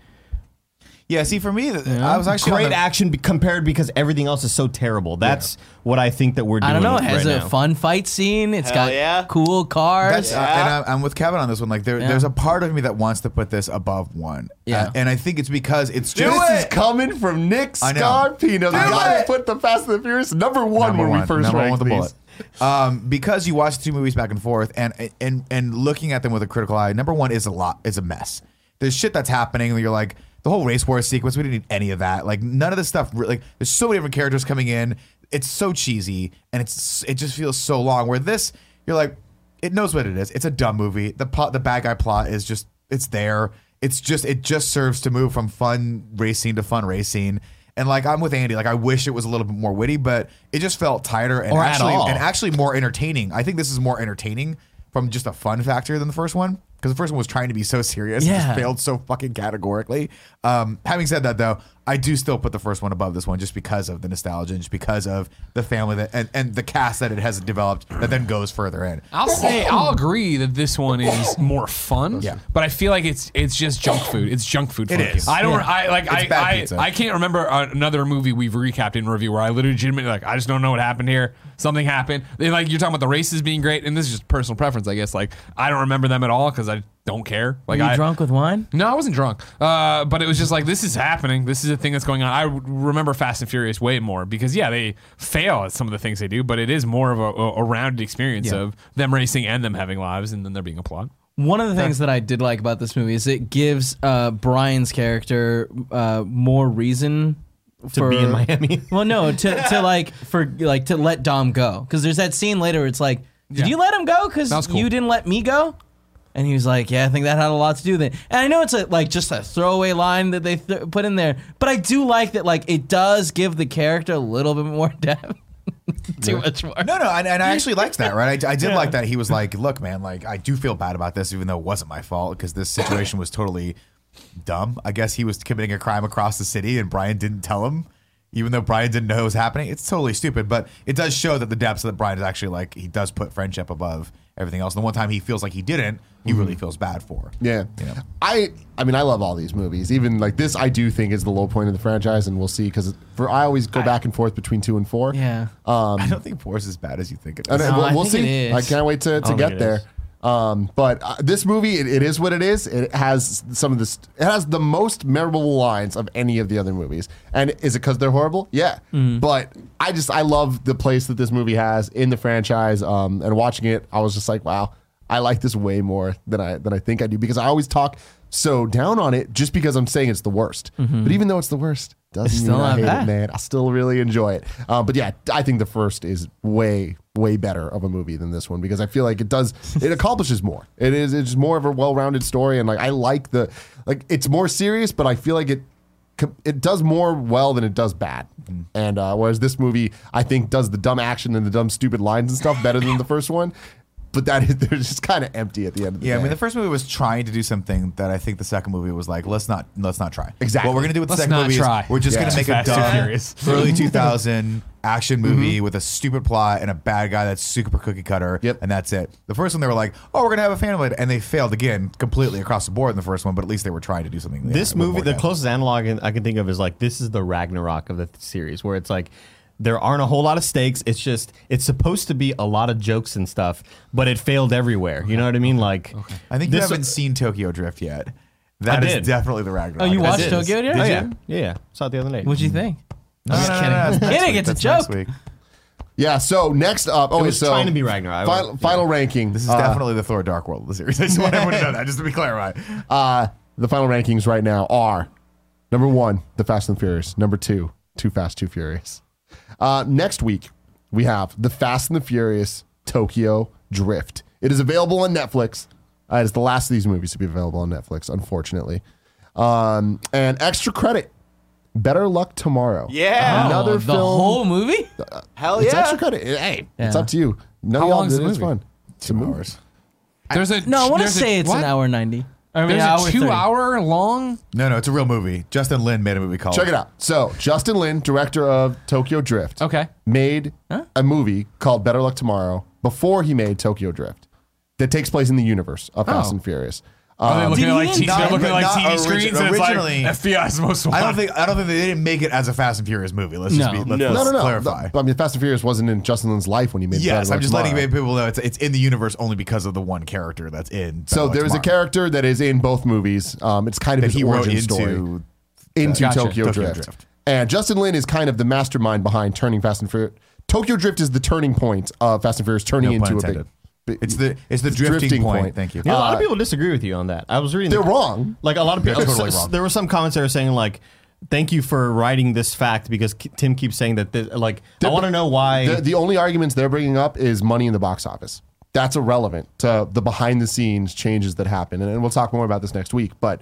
Speaker 3: Yeah, see, for me, th- I was actually on
Speaker 4: great
Speaker 3: the-
Speaker 4: action be compared because everything else is so terrible. That's what I think that we're doing.
Speaker 5: I don't know. It has
Speaker 4: right
Speaker 5: a
Speaker 4: now.
Speaker 5: fun fight scene. It's
Speaker 6: Hell
Speaker 5: got
Speaker 6: yeah.
Speaker 5: cool cars.
Speaker 3: That's, uh, and I'm, I'm with Kevin on this one. Like, there, there's a part of me that wants to put this above one.
Speaker 5: Yeah.
Speaker 3: Uh, and I think it's because it's
Speaker 1: This
Speaker 3: just
Speaker 1: is coming from Nick
Speaker 3: I know.
Speaker 1: Scarpino, the guy who
Speaker 3: it.
Speaker 1: put the Fast and the Furious number one
Speaker 3: number
Speaker 1: when we first
Speaker 3: number
Speaker 1: ranked
Speaker 3: one with
Speaker 1: these.
Speaker 3: a bullet. Um, because you watch the two movies back and forth, and and and looking at them with a critical eye, number one is a lot is a mess. There's shit that's happening, and you're like the whole race war sequence. We didn't need any of that. Like none of this stuff. re- Like there's so many different characters coming in. It's so cheesy, and it's it just feels so long. Where this, you're like, it knows what it is. It's a dumb movie. The plot, the bad guy plot is just it's there. It's just it just serves to move from fun racing to fun racing. And like I'm with Andy, like I wish it was a little bit more witty, but it just felt tighter and
Speaker 4: Or at
Speaker 3: actually
Speaker 4: all.
Speaker 3: and actually more entertaining. I think this is more entertaining from just a fun factor than the first one because the first one was trying to be so serious and
Speaker 5: Yeah.
Speaker 3: just failed so fucking categorically. Um, having said that, though, I do still put the first one above this one just because of the nostalgia and just because of the family that and, and the cast that it has developed that then goes further in.
Speaker 2: I'll say I'll agree that this one is more fun.
Speaker 3: oh. Yeah.
Speaker 2: But I feel like it's it's just junk food. It's junk food.
Speaker 3: It
Speaker 2: fun.
Speaker 3: is.
Speaker 2: I don't. I like.
Speaker 3: It's bad
Speaker 2: I,
Speaker 3: pizza.
Speaker 2: I I can't remember another movie we've recapped in review where I literally legitimately like I just don't know what happened here. Something happened. They, like you're talking about the races being great, and this is just personal preference, I guess. Like I don't remember them at all because I don't care. Like
Speaker 5: Are you
Speaker 2: I,
Speaker 5: drunk with wine?
Speaker 2: No, I wasn't drunk. Uh, but it was just like this is happening. This is a thing that's going on. I remember Fast and Furious way more because yeah, they fail at some of the things they do, but it is more of a, a, a rounded experience
Speaker 3: Yeah.
Speaker 2: of them racing and them having lives and then there being a plot.
Speaker 5: One of the things that I did like about this movie is it gives uh, Brian's character uh, more reason
Speaker 4: to be in Miami.
Speaker 5: *laughs* Well, no, to,
Speaker 3: *laughs*
Speaker 5: to like for like to let Dom go because there's that scene later. Where it's like, did
Speaker 2: Yeah.
Speaker 5: you let him go? Because
Speaker 2: That was cool.
Speaker 5: you didn't let me go. And he was like, yeah, I think that had a lot to do with it. And I know it's a, like just a throwaway line that they th- put in there, but I do like that. Like it does give the character a little bit more *laughs* depth. Too much more.
Speaker 3: No, no, and, and I actually liked that, right? I, I did like that. He was like, "Look, man, like I do feel bad about this, even though it wasn't my fault because this situation was totally dumb. I guess he was committing a crime across the city, and Brian didn't tell him, even though Brian didn't know it was happening. It's totally stupid, but it does show that the depths that Brian is actually like he does put friendship above everything else. And the one time he feels like he didn't, he really feels bad for.
Speaker 1: Yeah.
Speaker 3: Yeah.
Speaker 1: I I mean I love all these movies. Even like this I do think is the low point of the franchise and we'll see cuz for I always go back and forth between 2 and 4.
Speaker 5: Yeah.
Speaker 3: I don't think four is as bad as you think it
Speaker 1: And
Speaker 3: is. Oh
Speaker 1: then we'll,
Speaker 5: I
Speaker 1: we'll
Speaker 5: think
Speaker 1: see.
Speaker 5: it is.
Speaker 1: I can't wait to, to
Speaker 4: don't
Speaker 1: get
Speaker 4: think it
Speaker 1: there.
Speaker 4: is.
Speaker 1: Um, but uh, this movie, it, it is what it is. It has some of this. It has the most memorable lines of any of the other movies. And is it because they're horrible? Yeah.
Speaker 5: Mm.
Speaker 1: But I just I love the place that this movie has in the franchise. Um, and watching it, I was just like, wow, I like this way more than I than I think I do because I always talk so down on it just because I'm saying it's the worst. But even though it's the worst, Doesn't
Speaker 5: Mm-hmm. still
Speaker 1: mean I
Speaker 5: not
Speaker 1: hate it,
Speaker 5: bad.
Speaker 1: man. I still really enjoy it. Uh, but yeah, I think the first is way, way better of a movie than this one because I feel like it does, it accomplishes more. It is, it's more of a well-rounded story, and like I like the, like it's more serious, but I feel like it, com- it does more well than it does bad.
Speaker 3: Mm-hmm.
Speaker 1: And uh, whereas this movie, I think, does the dumb action and the dumb stupid lines and stuff better than the first one. But that is, *laughs* they're just kind of empty at the end of the
Speaker 3: Yeah,
Speaker 1: day.
Speaker 3: I mean, the first movie was trying to do something that I think the second movie was like, let's not, let's not try.
Speaker 1: Exactly.
Speaker 3: What we're gonna do with
Speaker 2: Let's
Speaker 3: the second
Speaker 2: not
Speaker 3: movie
Speaker 2: try.
Speaker 3: is we're just
Speaker 1: Yeah.
Speaker 3: gonna make
Speaker 2: Fast
Speaker 3: a
Speaker 2: and
Speaker 3: dumb
Speaker 2: Furious.
Speaker 3: *laughs* early 2000 action movie with a stupid plot and a bad guy that's super cookie cutter.
Speaker 1: Yep.
Speaker 3: And that's it. The first one they were like, oh, we're gonna have a family, and they failed again completely across the board in the first one. But at least they were trying to do something. yeah,
Speaker 4: this
Speaker 3: it would
Speaker 4: movie,
Speaker 3: work
Speaker 4: the
Speaker 3: out.
Speaker 4: closest analog I can think of is like this is the Ragnarok of the th- series, where it's like there aren't a whole lot of stakes. It's just it's supposed to be a lot of jokes and stuff, but it failed everywhere. You know what I mean? Like
Speaker 3: I think you
Speaker 4: this-
Speaker 3: haven't seen Tokyo Drift yet. That
Speaker 4: I
Speaker 3: is
Speaker 4: did.
Speaker 3: definitely the Ragnarok.
Speaker 5: Oh, you
Speaker 3: That's
Speaker 5: watched
Speaker 3: it.
Speaker 5: Tokyo Drift?
Speaker 4: Oh,
Speaker 5: Did
Speaker 4: yeah,
Speaker 5: you?
Speaker 4: yeah, yeah. Saw it the other night.
Speaker 5: What'd you think?
Speaker 3: Um, No, no, no, no,
Speaker 5: *laughs*
Speaker 3: no, that's
Speaker 5: Kidding,
Speaker 3: next
Speaker 5: it's a
Speaker 3: week. That's next
Speaker 5: joke.
Speaker 3: week.
Speaker 1: yeah. So next up, oh,
Speaker 4: was
Speaker 1: so
Speaker 4: trying to be Ragnarok. I
Speaker 1: Final,
Speaker 4: was- yeah.
Speaker 1: final ranking.
Speaker 3: This is
Speaker 1: Uh,
Speaker 3: definitely the Thor Dark World of the series. *laughs* I just want everyone to know that, just to be clarify.
Speaker 1: Uh, the final rankings right now are number one, The Fast and Furious. Number two, Too Fast, Too Furious. Uh, next week, we have The Fast and the Furious Tokyo Drift. It is available on Netflix. Uh, it is the last of these movies to be available on Netflix, unfortunately. Um, and extra credit, Better Luck Tomorrow.
Speaker 6: Yeah.
Speaker 1: Another
Speaker 5: Oh, the
Speaker 1: film.
Speaker 5: whole movie?
Speaker 6: Hell
Speaker 1: it's
Speaker 6: yeah.
Speaker 1: extra credit. Hey, it's
Speaker 5: Yeah.
Speaker 1: up to you. No,
Speaker 2: How
Speaker 1: y'all
Speaker 2: long is
Speaker 1: did
Speaker 2: the
Speaker 1: it. It's
Speaker 2: movie?
Speaker 1: fun. It's a movie.
Speaker 2: There's a
Speaker 5: No, I want to
Speaker 2: there's a-
Speaker 5: say it's
Speaker 2: what?
Speaker 5: an hour 90. I mean,
Speaker 2: There's
Speaker 5: hour
Speaker 2: a two
Speaker 5: 30.
Speaker 2: hour long.
Speaker 3: No, no, it's a real movie. Justin Lin made a movie called
Speaker 1: Check it out. So Justin Lin, director of Tokyo Drift,
Speaker 2: Okay.
Speaker 1: made a movie called Better Luck Tomorrow before he made Tokyo Drift that takes place in the universe of Fast
Speaker 2: Oh.
Speaker 1: and Furious.
Speaker 2: Are they
Speaker 1: Um,
Speaker 2: looking at like,
Speaker 5: he
Speaker 2: t-
Speaker 3: not-
Speaker 2: they're looking at like
Speaker 3: not
Speaker 2: TV
Speaker 3: origi-
Speaker 2: screens and it's like
Speaker 3: originally-
Speaker 2: FBI's most
Speaker 3: I
Speaker 2: wanted.
Speaker 3: don't think I don't think they didn't make it as a Fast and Furious movie. Let's just be
Speaker 5: No.
Speaker 3: let's,
Speaker 6: No.
Speaker 3: let's
Speaker 1: no, no, no.
Speaker 3: clarify.
Speaker 1: The- I mean, Fast and Furious wasn't in Justin Lin's life when he made.
Speaker 3: yes,
Speaker 1: Better
Speaker 3: I'm
Speaker 1: Luck
Speaker 3: just letting
Speaker 1: Tomorrow.
Speaker 3: people know it's it's in the universe only because of the one character that's in.
Speaker 1: So
Speaker 3: Battle
Speaker 1: there is a
Speaker 3: Tomorrow
Speaker 1: character that is in both movies. Um, it's kind of
Speaker 3: that
Speaker 1: his
Speaker 3: he wrote
Speaker 1: origin
Speaker 3: into.
Speaker 1: story. into
Speaker 2: Gotcha.
Speaker 1: Tokyo,
Speaker 3: Tokyo
Speaker 1: Drift.
Speaker 3: Drift.
Speaker 1: And Justin Lin is kind of the mastermind behind turning Fast and Furious. Tokyo Drift is the turning point of Fast and Furious turning
Speaker 3: No
Speaker 1: into
Speaker 3: pun
Speaker 1: a big,
Speaker 3: intended.
Speaker 1: big-
Speaker 3: It's the it's the drifting, point. Thank you.
Speaker 4: Yeah, a lot of
Speaker 1: Uh,
Speaker 4: people disagree with you on that. I was reading.
Speaker 1: They're
Speaker 4: the-
Speaker 1: wrong.
Speaker 4: Like a lot of people,
Speaker 3: totally
Speaker 4: s- s-
Speaker 3: wrong.
Speaker 4: there were some comments that were saying like, "Thank you for writing this fact," because K- Tim keeps saying that. This, like, I want to know why.
Speaker 1: The, the only arguments they're bringing up is money in the box office. That's irrelevant to the behind the scenes changes that happen. And, and we'll talk more about this next week. But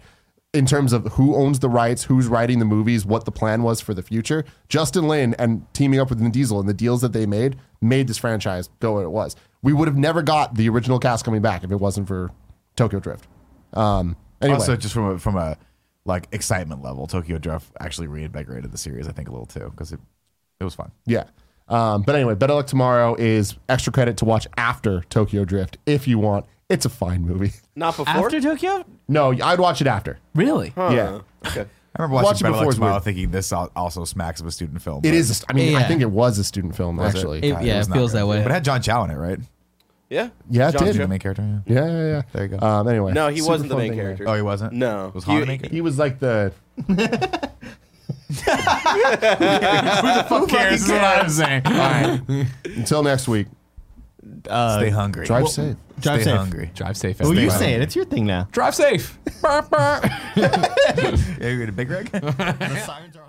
Speaker 1: in terms of who owns the rights, who's writing the movies, what the plan was for the future, Justin Lin and teaming up with Vin Diesel and the deals that they made made this franchise go what it was. We would have never got the original cast coming back if it wasn't for Tokyo Drift. Um, anyway,
Speaker 3: Also, just from a, from a like excitement level, Tokyo Drift actually reinvigorated the series. I think a little too because it it was fun.
Speaker 1: Yeah. Um, but anyway, Better Luck Tomorrow is extra credit to watch after Tokyo Drift if you want. It's a fine movie. *laughs*
Speaker 6: Not before.
Speaker 5: After Tokyo?
Speaker 1: No, I'd watch it after.
Speaker 5: Really?
Speaker 1: Yeah.
Speaker 6: Okay.
Speaker 3: I remember
Speaker 1: Watch
Speaker 3: watching
Speaker 1: it
Speaker 3: Better
Speaker 1: before
Speaker 3: Luck
Speaker 1: it's
Speaker 3: Tomorrow
Speaker 1: weird.
Speaker 3: thinking this al- also smacks of a student film.
Speaker 1: It
Speaker 3: but
Speaker 1: is. A, I mean, I
Speaker 5: Yeah.
Speaker 1: think it was a student film, actually.
Speaker 5: It-
Speaker 3: God,
Speaker 5: yeah,
Speaker 3: was
Speaker 5: it
Speaker 3: not
Speaker 5: feels
Speaker 3: good.
Speaker 5: that way.
Speaker 3: But it had John Chow in it, right?
Speaker 6: Yeah.
Speaker 1: Yeah, it did.
Speaker 3: The main character. Yeah.
Speaker 1: Yeah, yeah, yeah.
Speaker 3: There you go.
Speaker 1: Um, anyway.
Speaker 6: No, he
Speaker 1: Super
Speaker 6: wasn't the
Speaker 1: fun
Speaker 6: main
Speaker 1: thing there.
Speaker 6: character.
Speaker 3: Oh, he wasn't.
Speaker 6: No.
Speaker 3: was Han
Speaker 6: He-
Speaker 3: the main character?
Speaker 1: He was like the.
Speaker 2: Who cares? Is what I'm saying. All right.
Speaker 1: Until next week,
Speaker 3: Stay hungry.
Speaker 1: drive safe.
Speaker 4: Drive
Speaker 3: Uh, Stay
Speaker 4: safe.
Speaker 3: hungry.
Speaker 2: Drive safe.
Speaker 4: Well,
Speaker 2: everybody.
Speaker 4: you say Oh, it. It's your thing now.
Speaker 2: Drive safe. Burp, burp.
Speaker 3: Yeah, you got a big rig. *laughs*
Speaker 4: The sirens are.